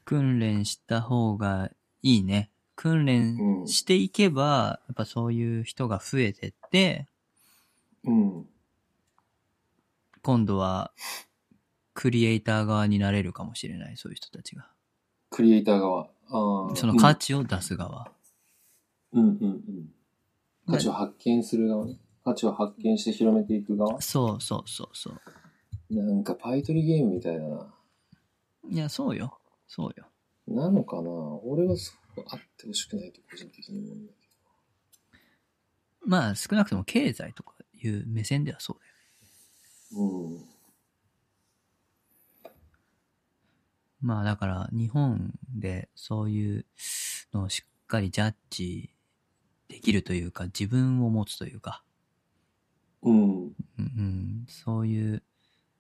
Speaker 2: 訓練した方がいいね。訓
Speaker 1: う
Speaker 2: 練
Speaker 1: ん
Speaker 2: していけば、やっぱそういう人が増えてって、
Speaker 1: うん。
Speaker 2: 今度は、クリエイター側になれるかもしれない、そういう人たちが。
Speaker 1: クリエイター側。あー
Speaker 2: その価値を出す側。
Speaker 1: うんうんうんうん。価値を発見する側ね。価値を発見して広めていく側。
Speaker 2: そうそうそうそう。
Speaker 1: なんかパイ取りゲームみたいだな。
Speaker 2: いや、そうよ。そうよ。
Speaker 1: なのかな俺はそうあってほしくないと個人的に思うんだけ
Speaker 2: まあ、少なくとも経済とかいう目線ではそうだよ。
Speaker 1: ど。うん。
Speaker 2: まあ、だから、日本でそういうのをしっかりジャッジできるというか、自分を持つというか、
Speaker 1: うん。
Speaker 2: うんうん、そういう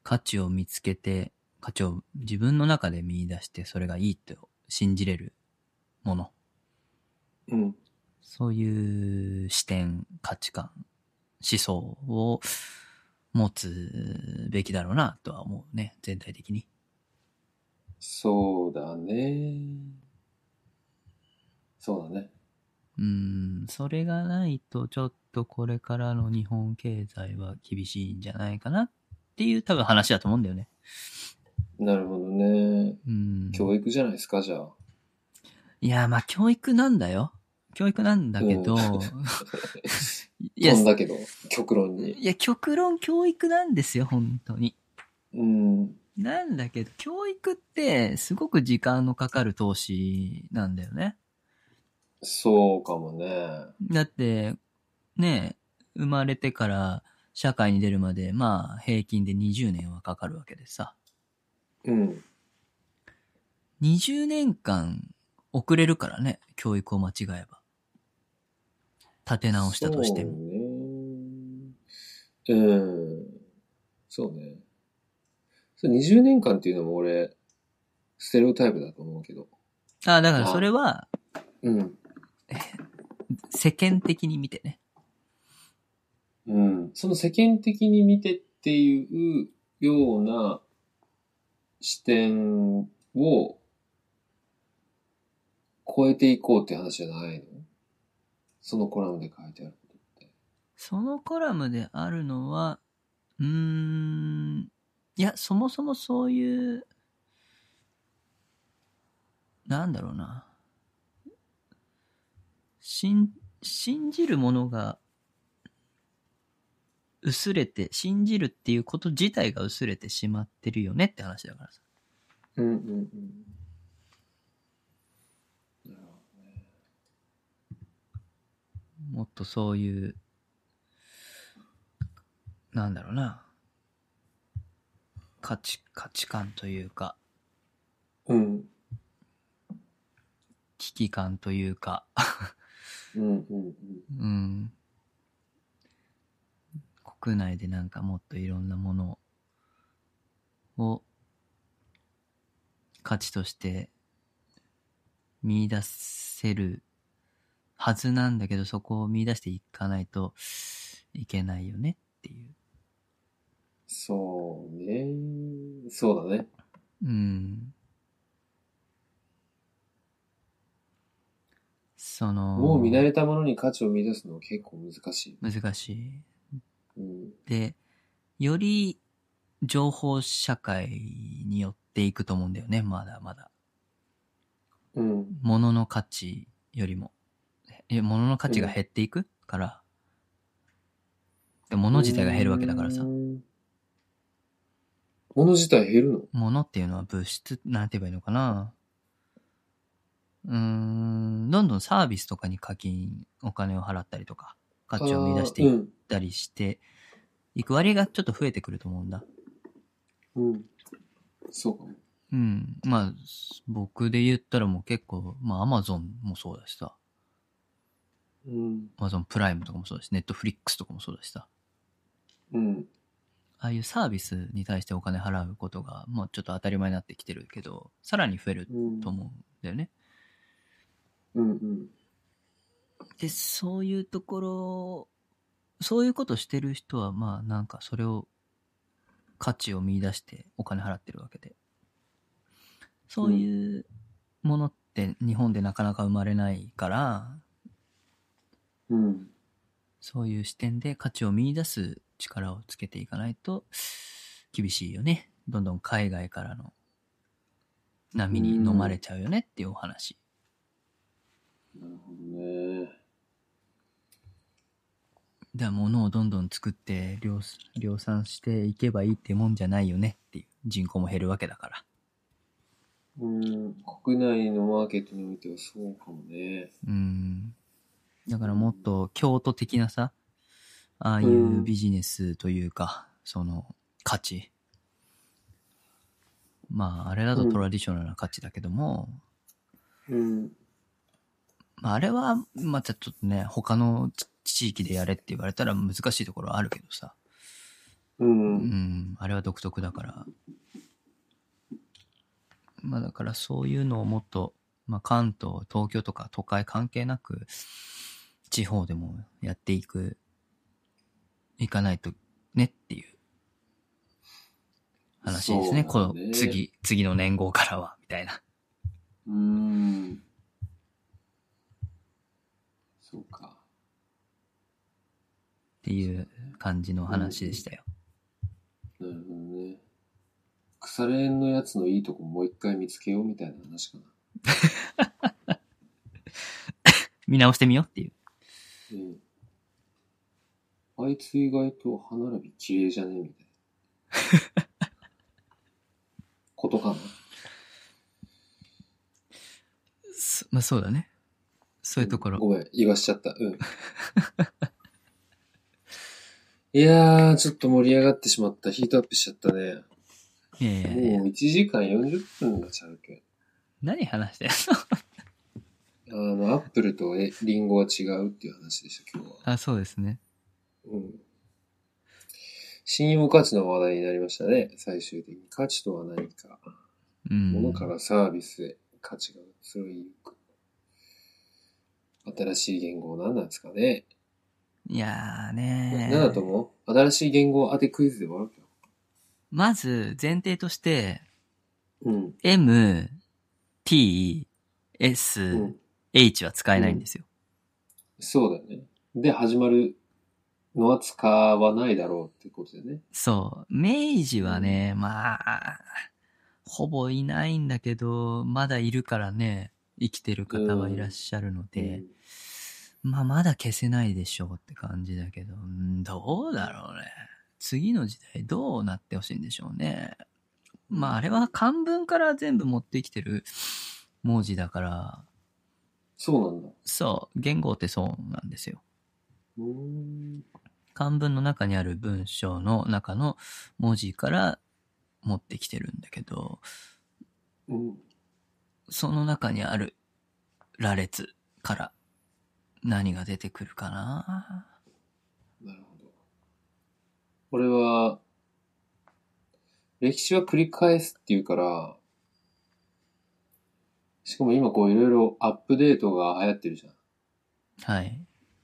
Speaker 2: 価値を見つけて、価値を自分の中で見出して、それがいいと信じれるもの。
Speaker 1: うん。
Speaker 2: そういう視点、価値観、思想を持つべきだろうなとは思うね、全体的に。
Speaker 1: そうだね。そうだね。
Speaker 2: うん、それがないとちょっとこれからの日本経済は厳しいんじゃないかなっていう多分話だと思うんだよね。
Speaker 1: なるほどね。
Speaker 2: うん。
Speaker 1: 教育じゃないですか、じゃあ。
Speaker 2: いや、まあ教育なんだよ。教育なんだけど、
Speaker 1: うん
Speaker 2: いや
Speaker 1: 飛ん、だけど、極論に。
Speaker 2: いや、極論教育なんですよ、本当に。
Speaker 1: うん。
Speaker 2: なんだけど、教育ってすごく時間のかかる投資なんだよね。
Speaker 1: そうかもね。
Speaker 2: だって、ねえ、生まれてから社会に出るまで、まあ平均で20年はかかるわけでさ。
Speaker 1: うん。
Speaker 2: 20年間遅れるからね、教育を間違えば。立て直したとしても。
Speaker 1: そうね。うん。そうね。それ20年間っていうのも俺、ステレオタイプだと思うけど。
Speaker 2: あだからそれは
Speaker 1: うん。
Speaker 2: 世間的に見てね。
Speaker 1: うん。その世間的に見てっていうような視点を超えていこうって話じゃないのそのコラムで書いてあることって。
Speaker 2: そのコラムであるのは、うーん、いや、そもそもそういう、なんだろうな。信、信じるものが、薄れて、信じるっていうこと自体が薄れてしまってるよねって話だからさ。
Speaker 1: うんうんうん。
Speaker 2: もっとそういう、なんだろうな。価値、価値観というか、
Speaker 1: うん。
Speaker 2: 危機感というか、
Speaker 1: ううんうんうん。
Speaker 2: うん。国内でなんかもっといろんなものを価値として見出せるはずなんだけど、そこを見出していかないといけないよねっていう。
Speaker 1: そうね。そうだね。
Speaker 2: うん。その、
Speaker 1: もう見慣れたものに価値を見出すのは結構難しい。
Speaker 2: 難しい。
Speaker 1: うん。
Speaker 2: で、より情報社会によっていくと思うんだよね、まだまだ。
Speaker 1: うん。
Speaker 2: 物の価値よりも。え、物の価値が減っていくから。で物自体が減るわけだからさ
Speaker 1: う。ん。物自体減るの
Speaker 2: 物っていうのは物質、なんて言えばいいのかな。うーん、どんどんサービスとかに課金、お金を払ったりとか、価値を見出して
Speaker 1: う
Speaker 2: いっ
Speaker 1: ん。
Speaker 2: たりして、いく割がちょっと増えてくると思うんだ。
Speaker 1: うん。そうかも。
Speaker 2: うん。まあ、僕で言ったらもう結構、まあ、アマゾンもそうだしさ、
Speaker 1: うん。
Speaker 2: アマゾンプライムとかもそうだし、ネットフリックスとかもそうだしさ、
Speaker 1: うん。
Speaker 2: ああいうサービスに対してお金払うことが、もうちょっと当たり前になってきてるけど、さらに増える
Speaker 1: うん
Speaker 2: と。思うんだよね。
Speaker 1: うんうん。
Speaker 2: で、そういうところ、そういうことしてる人は、まあ、なんかそれを、価値を見出してお金払ってるわけで。そういうものって日本でなかなか生まれないから、
Speaker 1: うん。
Speaker 2: そういう視点で価値を見出す力をつけていかないと厳しいよね。どんどん海外からの波に飲まれちゃうよねっていうお話。
Speaker 1: なるほどね。
Speaker 2: だから物をどんどん作って量量産していけばいいってもんじゃないよねっていう。人口も減るわけだから。
Speaker 1: うん。国内のマーケットにおいてはそうかもね。
Speaker 2: うん。だからもっと京都的なさ、ああいうビジネスというか、その価値。まあ、あれだとトラディショナルな価値だけども、
Speaker 1: うん。
Speaker 2: まあ、あれは、まあ、ちょっとね、他の地地域でやれって言われたら難しいところはあるけどさ。
Speaker 1: う。
Speaker 2: うんん、あれは独特だから。まあ、だからそういうのをもっと、まあ、関東、東京とか都会関係なく、地方でもやっていく、いかないとねっていう話ですね。
Speaker 1: そうだ
Speaker 2: こ
Speaker 1: ね
Speaker 2: の次、次の年号からは、みたいな。
Speaker 1: うん。そうか。
Speaker 2: っていう感じの話でしたよ。
Speaker 1: なるほどね。腐れ縁のやつのいいとこもう一回見つけようみたいな話かな。
Speaker 2: 見直してみようっていう。
Speaker 1: うん。あいつ意外と歯並び綺麗じゃね みたいな。ことかな。
Speaker 2: そまあそうだね。そういうところ。
Speaker 1: ごめん、言わしちゃった。うん。 いやー、ちょっと盛り上がってしまった。ヒートアップしちゃったね。
Speaker 2: いやいやいや
Speaker 1: もう1時間40分がちゃうけん。
Speaker 2: 何話してん
Speaker 1: あの、アップルとえリンゴは違うっていう話でした、今日は。
Speaker 2: のあ、そうですね。
Speaker 1: うん。信用価値の話題になりましたね。最終的に。価値とは何か。
Speaker 2: うん。
Speaker 1: 物からサービスへ価値が移りゆく。新しい言語は何なんですかね。
Speaker 2: いやー
Speaker 1: 何
Speaker 2: ね
Speaker 1: だと思う新しい言語当てクイズで終わるけど。
Speaker 2: まず、前提として、
Speaker 1: うん。
Speaker 2: M, T,
Speaker 1: う
Speaker 2: S,
Speaker 1: ん。
Speaker 2: H は使えないんですよ。
Speaker 1: そうだよね。で、始まるのは使わないだろうってことでね。
Speaker 2: そう。明治はね、まあ、ほぼいないんだけど、まだいるからね、生きてる方はいらっしゃるので、
Speaker 1: うん
Speaker 2: まあ、まだ消せないでしょうって感じだけど、うんどうだろうね。次の時代どうなってほしいんでしょうね。まあ、あれは漢文から全部持ってきてる文字だから、
Speaker 1: そうなんだ。
Speaker 2: そう、言語ってそうなんですよ。
Speaker 1: うーん。
Speaker 2: 漢文の中にある文章の中の文字から持ってきてるんだけど、
Speaker 1: うん。
Speaker 2: その中にある羅列から何が出てくるかな
Speaker 1: なるほど。これは、歴史は繰り返すっていうから、しかも今こういろいろアップデートが流行ってるじゃん。
Speaker 2: はい。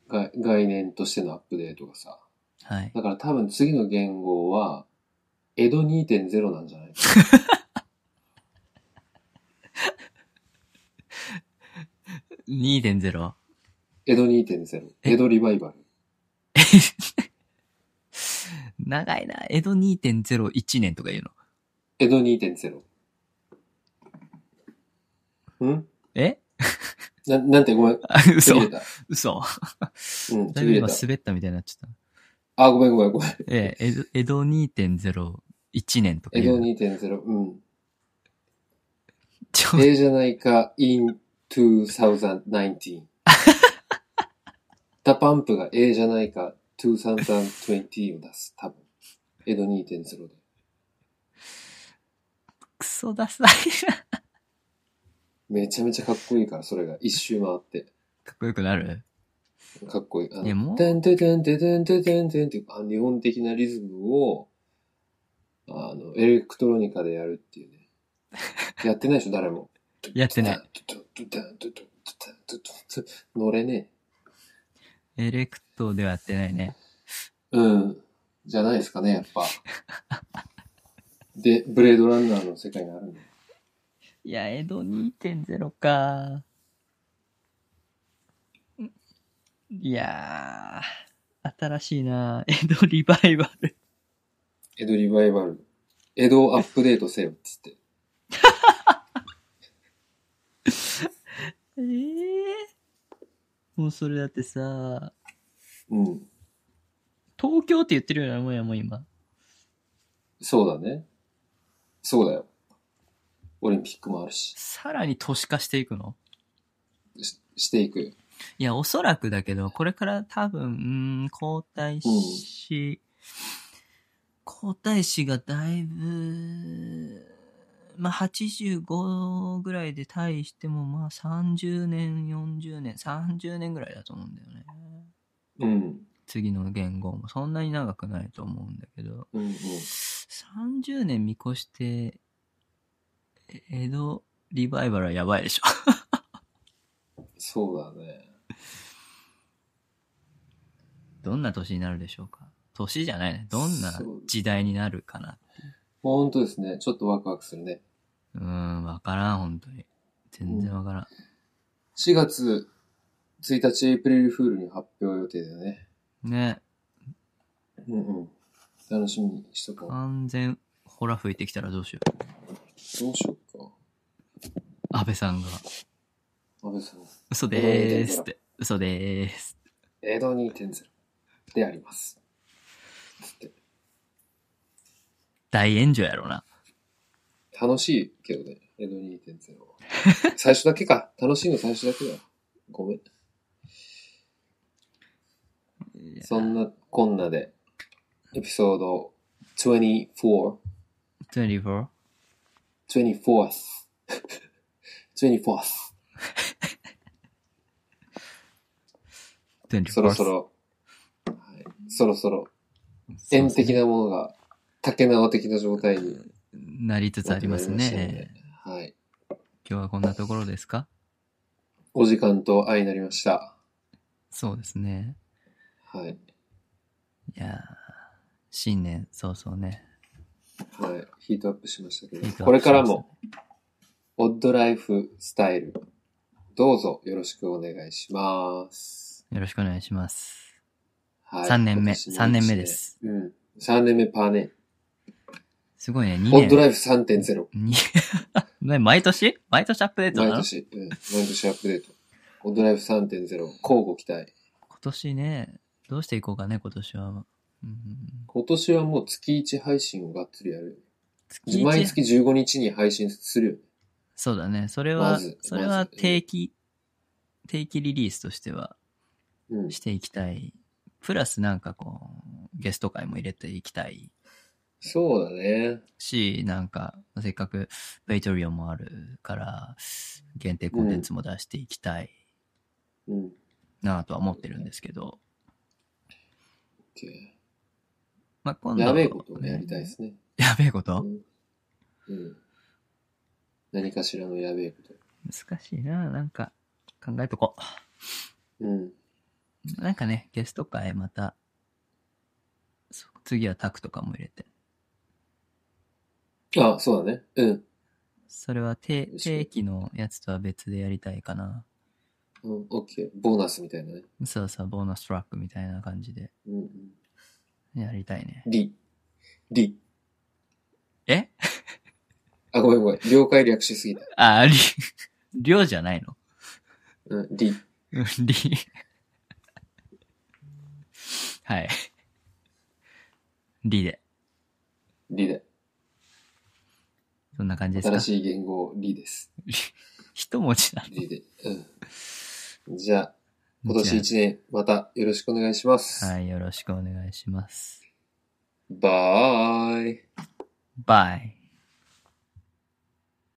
Speaker 1: が概念としてのアップデートがさ。
Speaker 2: はい。
Speaker 1: だから多分次の言語は、江戸2.0なんじゃないか
Speaker 2: 2.0。
Speaker 1: 江戸2.0。江戸リバイバル。
Speaker 2: 長いな。江戸2.01年とか言うの。
Speaker 1: 江戸2.0。ん
Speaker 2: え
Speaker 1: な、なんてごめん。
Speaker 2: あ
Speaker 1: ち
Speaker 2: 嘘
Speaker 1: ぎれ。た。
Speaker 2: 嘘。
Speaker 1: うん、
Speaker 2: だ
Speaker 1: ち
Speaker 2: いぶ
Speaker 1: ぎれ
Speaker 2: 今
Speaker 1: た。
Speaker 2: 滑ったみたいになっちゃっ
Speaker 1: あ、ごめんごめんごめん。
Speaker 2: た。ええ、江戸江戸2.01年とか
Speaker 1: 江
Speaker 2: 言
Speaker 1: 戸
Speaker 2: うの。
Speaker 1: 2.0。うん。
Speaker 2: ちょ
Speaker 1: ええじゃないか、in 2019。ダパンプがええじゃないか、2020を出す。多分。江戸2.0で。
Speaker 2: クソダサいな。
Speaker 1: めちゃめちゃかっこいいから、それが。一周回って。
Speaker 2: かっこよくなる
Speaker 1: かっこいい。あ
Speaker 2: でも
Speaker 1: の、てんてんてんてんてんてんてんてんっていう、あ日本的なリズムを、あの、エレクトロニカでやるっていうね。やってないでしょ、誰も。
Speaker 2: やってない。
Speaker 1: 乗れね
Speaker 2: エレクトではやってないね。
Speaker 1: え。うん。じゃないですかね、やっぱ。で、ブレードランナーの世界になるんだよ
Speaker 2: いや、江戸2.0か。んいやー、新しいな。江戸リバイバル。
Speaker 1: 江戸リバイバル。江戸をアップデートせよ、っつって。
Speaker 2: えー、もうそれだってさ、
Speaker 1: うん。
Speaker 2: 東京って言ってるようなもんやもん今。
Speaker 1: そうだね。そうだよ。オリンピックもあるし。
Speaker 2: さらに都市化していくの
Speaker 1: ししていくよ。
Speaker 2: いや、おそらくだけど、これから多分、うーん、皇太子、皇太子がだいぶ、まあ、85ぐらいで対しても、まあ、30年、40年、30年ぐらいだと思うんだよね。
Speaker 1: うん。
Speaker 2: 次の言語もそんなに長くないと思うんだけど、
Speaker 1: うんうん。
Speaker 2: 30年見越して、江戸リバイバルはやばいでしょ。
Speaker 1: そうだね。
Speaker 2: どんな年になるでしょうか年じゃないね。どんな時代になるかな。
Speaker 1: ほんとですね。ちょっとワクワクするね。
Speaker 2: うーん、わからん、本当に。全然わからん。
Speaker 1: 4月1日エイプリルフールに発表予定だよね。
Speaker 2: ね、
Speaker 1: うんうん。楽しみにしとこう。
Speaker 2: 完全、ほら吹いてきたらどうしよう。
Speaker 1: どうしようか。
Speaker 2: 安倍さんが、
Speaker 1: 安倍さん。
Speaker 2: 嘘でーすって、嘘でーす。
Speaker 1: 江戸2.0であります。つって
Speaker 2: 大炎上やろな。
Speaker 1: 楽しいけどね、江戸2.0は。 最初だけか。楽しいの最初だけだ。ごめん。
Speaker 2: いや
Speaker 1: そんなこんなで、エピソード24、
Speaker 2: 24?
Speaker 1: 24th、24th。
Speaker 2: 24?
Speaker 1: そろそ。ろ、はい、そろそろ、円的なものが、竹縄的な状態に
Speaker 2: なりつつあります
Speaker 1: なってまいりまし
Speaker 2: ね。
Speaker 1: たのではい。
Speaker 2: 今日はこんなところですか
Speaker 1: お時間と愛になりました。
Speaker 2: そうですね。
Speaker 1: はい。
Speaker 2: いやー、新年、そうそうね。
Speaker 1: はい。ヒートアップしましたけ
Speaker 2: ヒートアップしまし
Speaker 1: ど、
Speaker 2: た
Speaker 1: これからも、オッドライフスタイル、どうぞよろしくお願いします。
Speaker 2: よろしくお願いします。
Speaker 1: はい。
Speaker 2: 三年
Speaker 1: 今
Speaker 2: 目
Speaker 1: 年も
Speaker 2: 三年目です
Speaker 1: 一年。うん。3年目パーね。
Speaker 2: すごいね、2
Speaker 1: オッドラ
Speaker 2: 年。
Speaker 1: イフ3.0。
Speaker 2: に ね毎年毎年アップデート
Speaker 1: 毎
Speaker 2: なの
Speaker 1: 年、うん。毎年アップデート。オッドライフ3.0、交互期待。
Speaker 2: 今年ね、どうしていこうかね、今年は。うん、
Speaker 1: 今年はもう月1配信をがっつりやる。
Speaker 2: 月一
Speaker 1: 毎月15日に配信するよね。
Speaker 2: そうだね。それ
Speaker 1: ま
Speaker 2: は
Speaker 1: ず、
Speaker 2: それ
Speaker 1: ま
Speaker 2: は
Speaker 1: ず
Speaker 2: 定期、定期リリースとしては
Speaker 1: うん
Speaker 2: し。ていきたい。プラスなんかこう、ゲスト会も入れていきたい
Speaker 1: そうだね。
Speaker 2: し、なんか、せっかくベイトリオンもあるから、限定コンテンツも出していきたい。
Speaker 1: うん。
Speaker 2: なとは思ってるんですけど、
Speaker 1: OK
Speaker 2: まあ、今度
Speaker 1: やべえことをねやりたいですね。
Speaker 2: やべえこと
Speaker 1: うん。何かしらのやべえこと。
Speaker 2: 難しいななんか、考えとこ
Speaker 1: うん。
Speaker 2: う。なんかね、ゲスト会また、そう次はタクとかも入れて。
Speaker 1: あ、そうだね。うん。
Speaker 2: それは定
Speaker 1: よし
Speaker 2: 定期のやつとは別でやりたいかな。
Speaker 1: うん、オッケー。ボーナスみたいなね。
Speaker 2: そうそう、ボーナストラックみたいな感じで
Speaker 1: うんうん。
Speaker 2: やりたいね。
Speaker 1: り。り。
Speaker 2: え
Speaker 1: あ、ごめんごめん。了解略しすぎた。
Speaker 2: あ、り、りょうじゃないの
Speaker 1: うん、り。
Speaker 2: うんり。はい。りで。
Speaker 1: りで。
Speaker 2: そんな感じですか
Speaker 1: 新しい言語、りです。
Speaker 2: 一文字な
Speaker 1: りで。うん。じゃあ、今年一年、またよろしくお願いします。
Speaker 2: はい、よろしくお願いします。
Speaker 1: バーイ。
Speaker 2: バイ。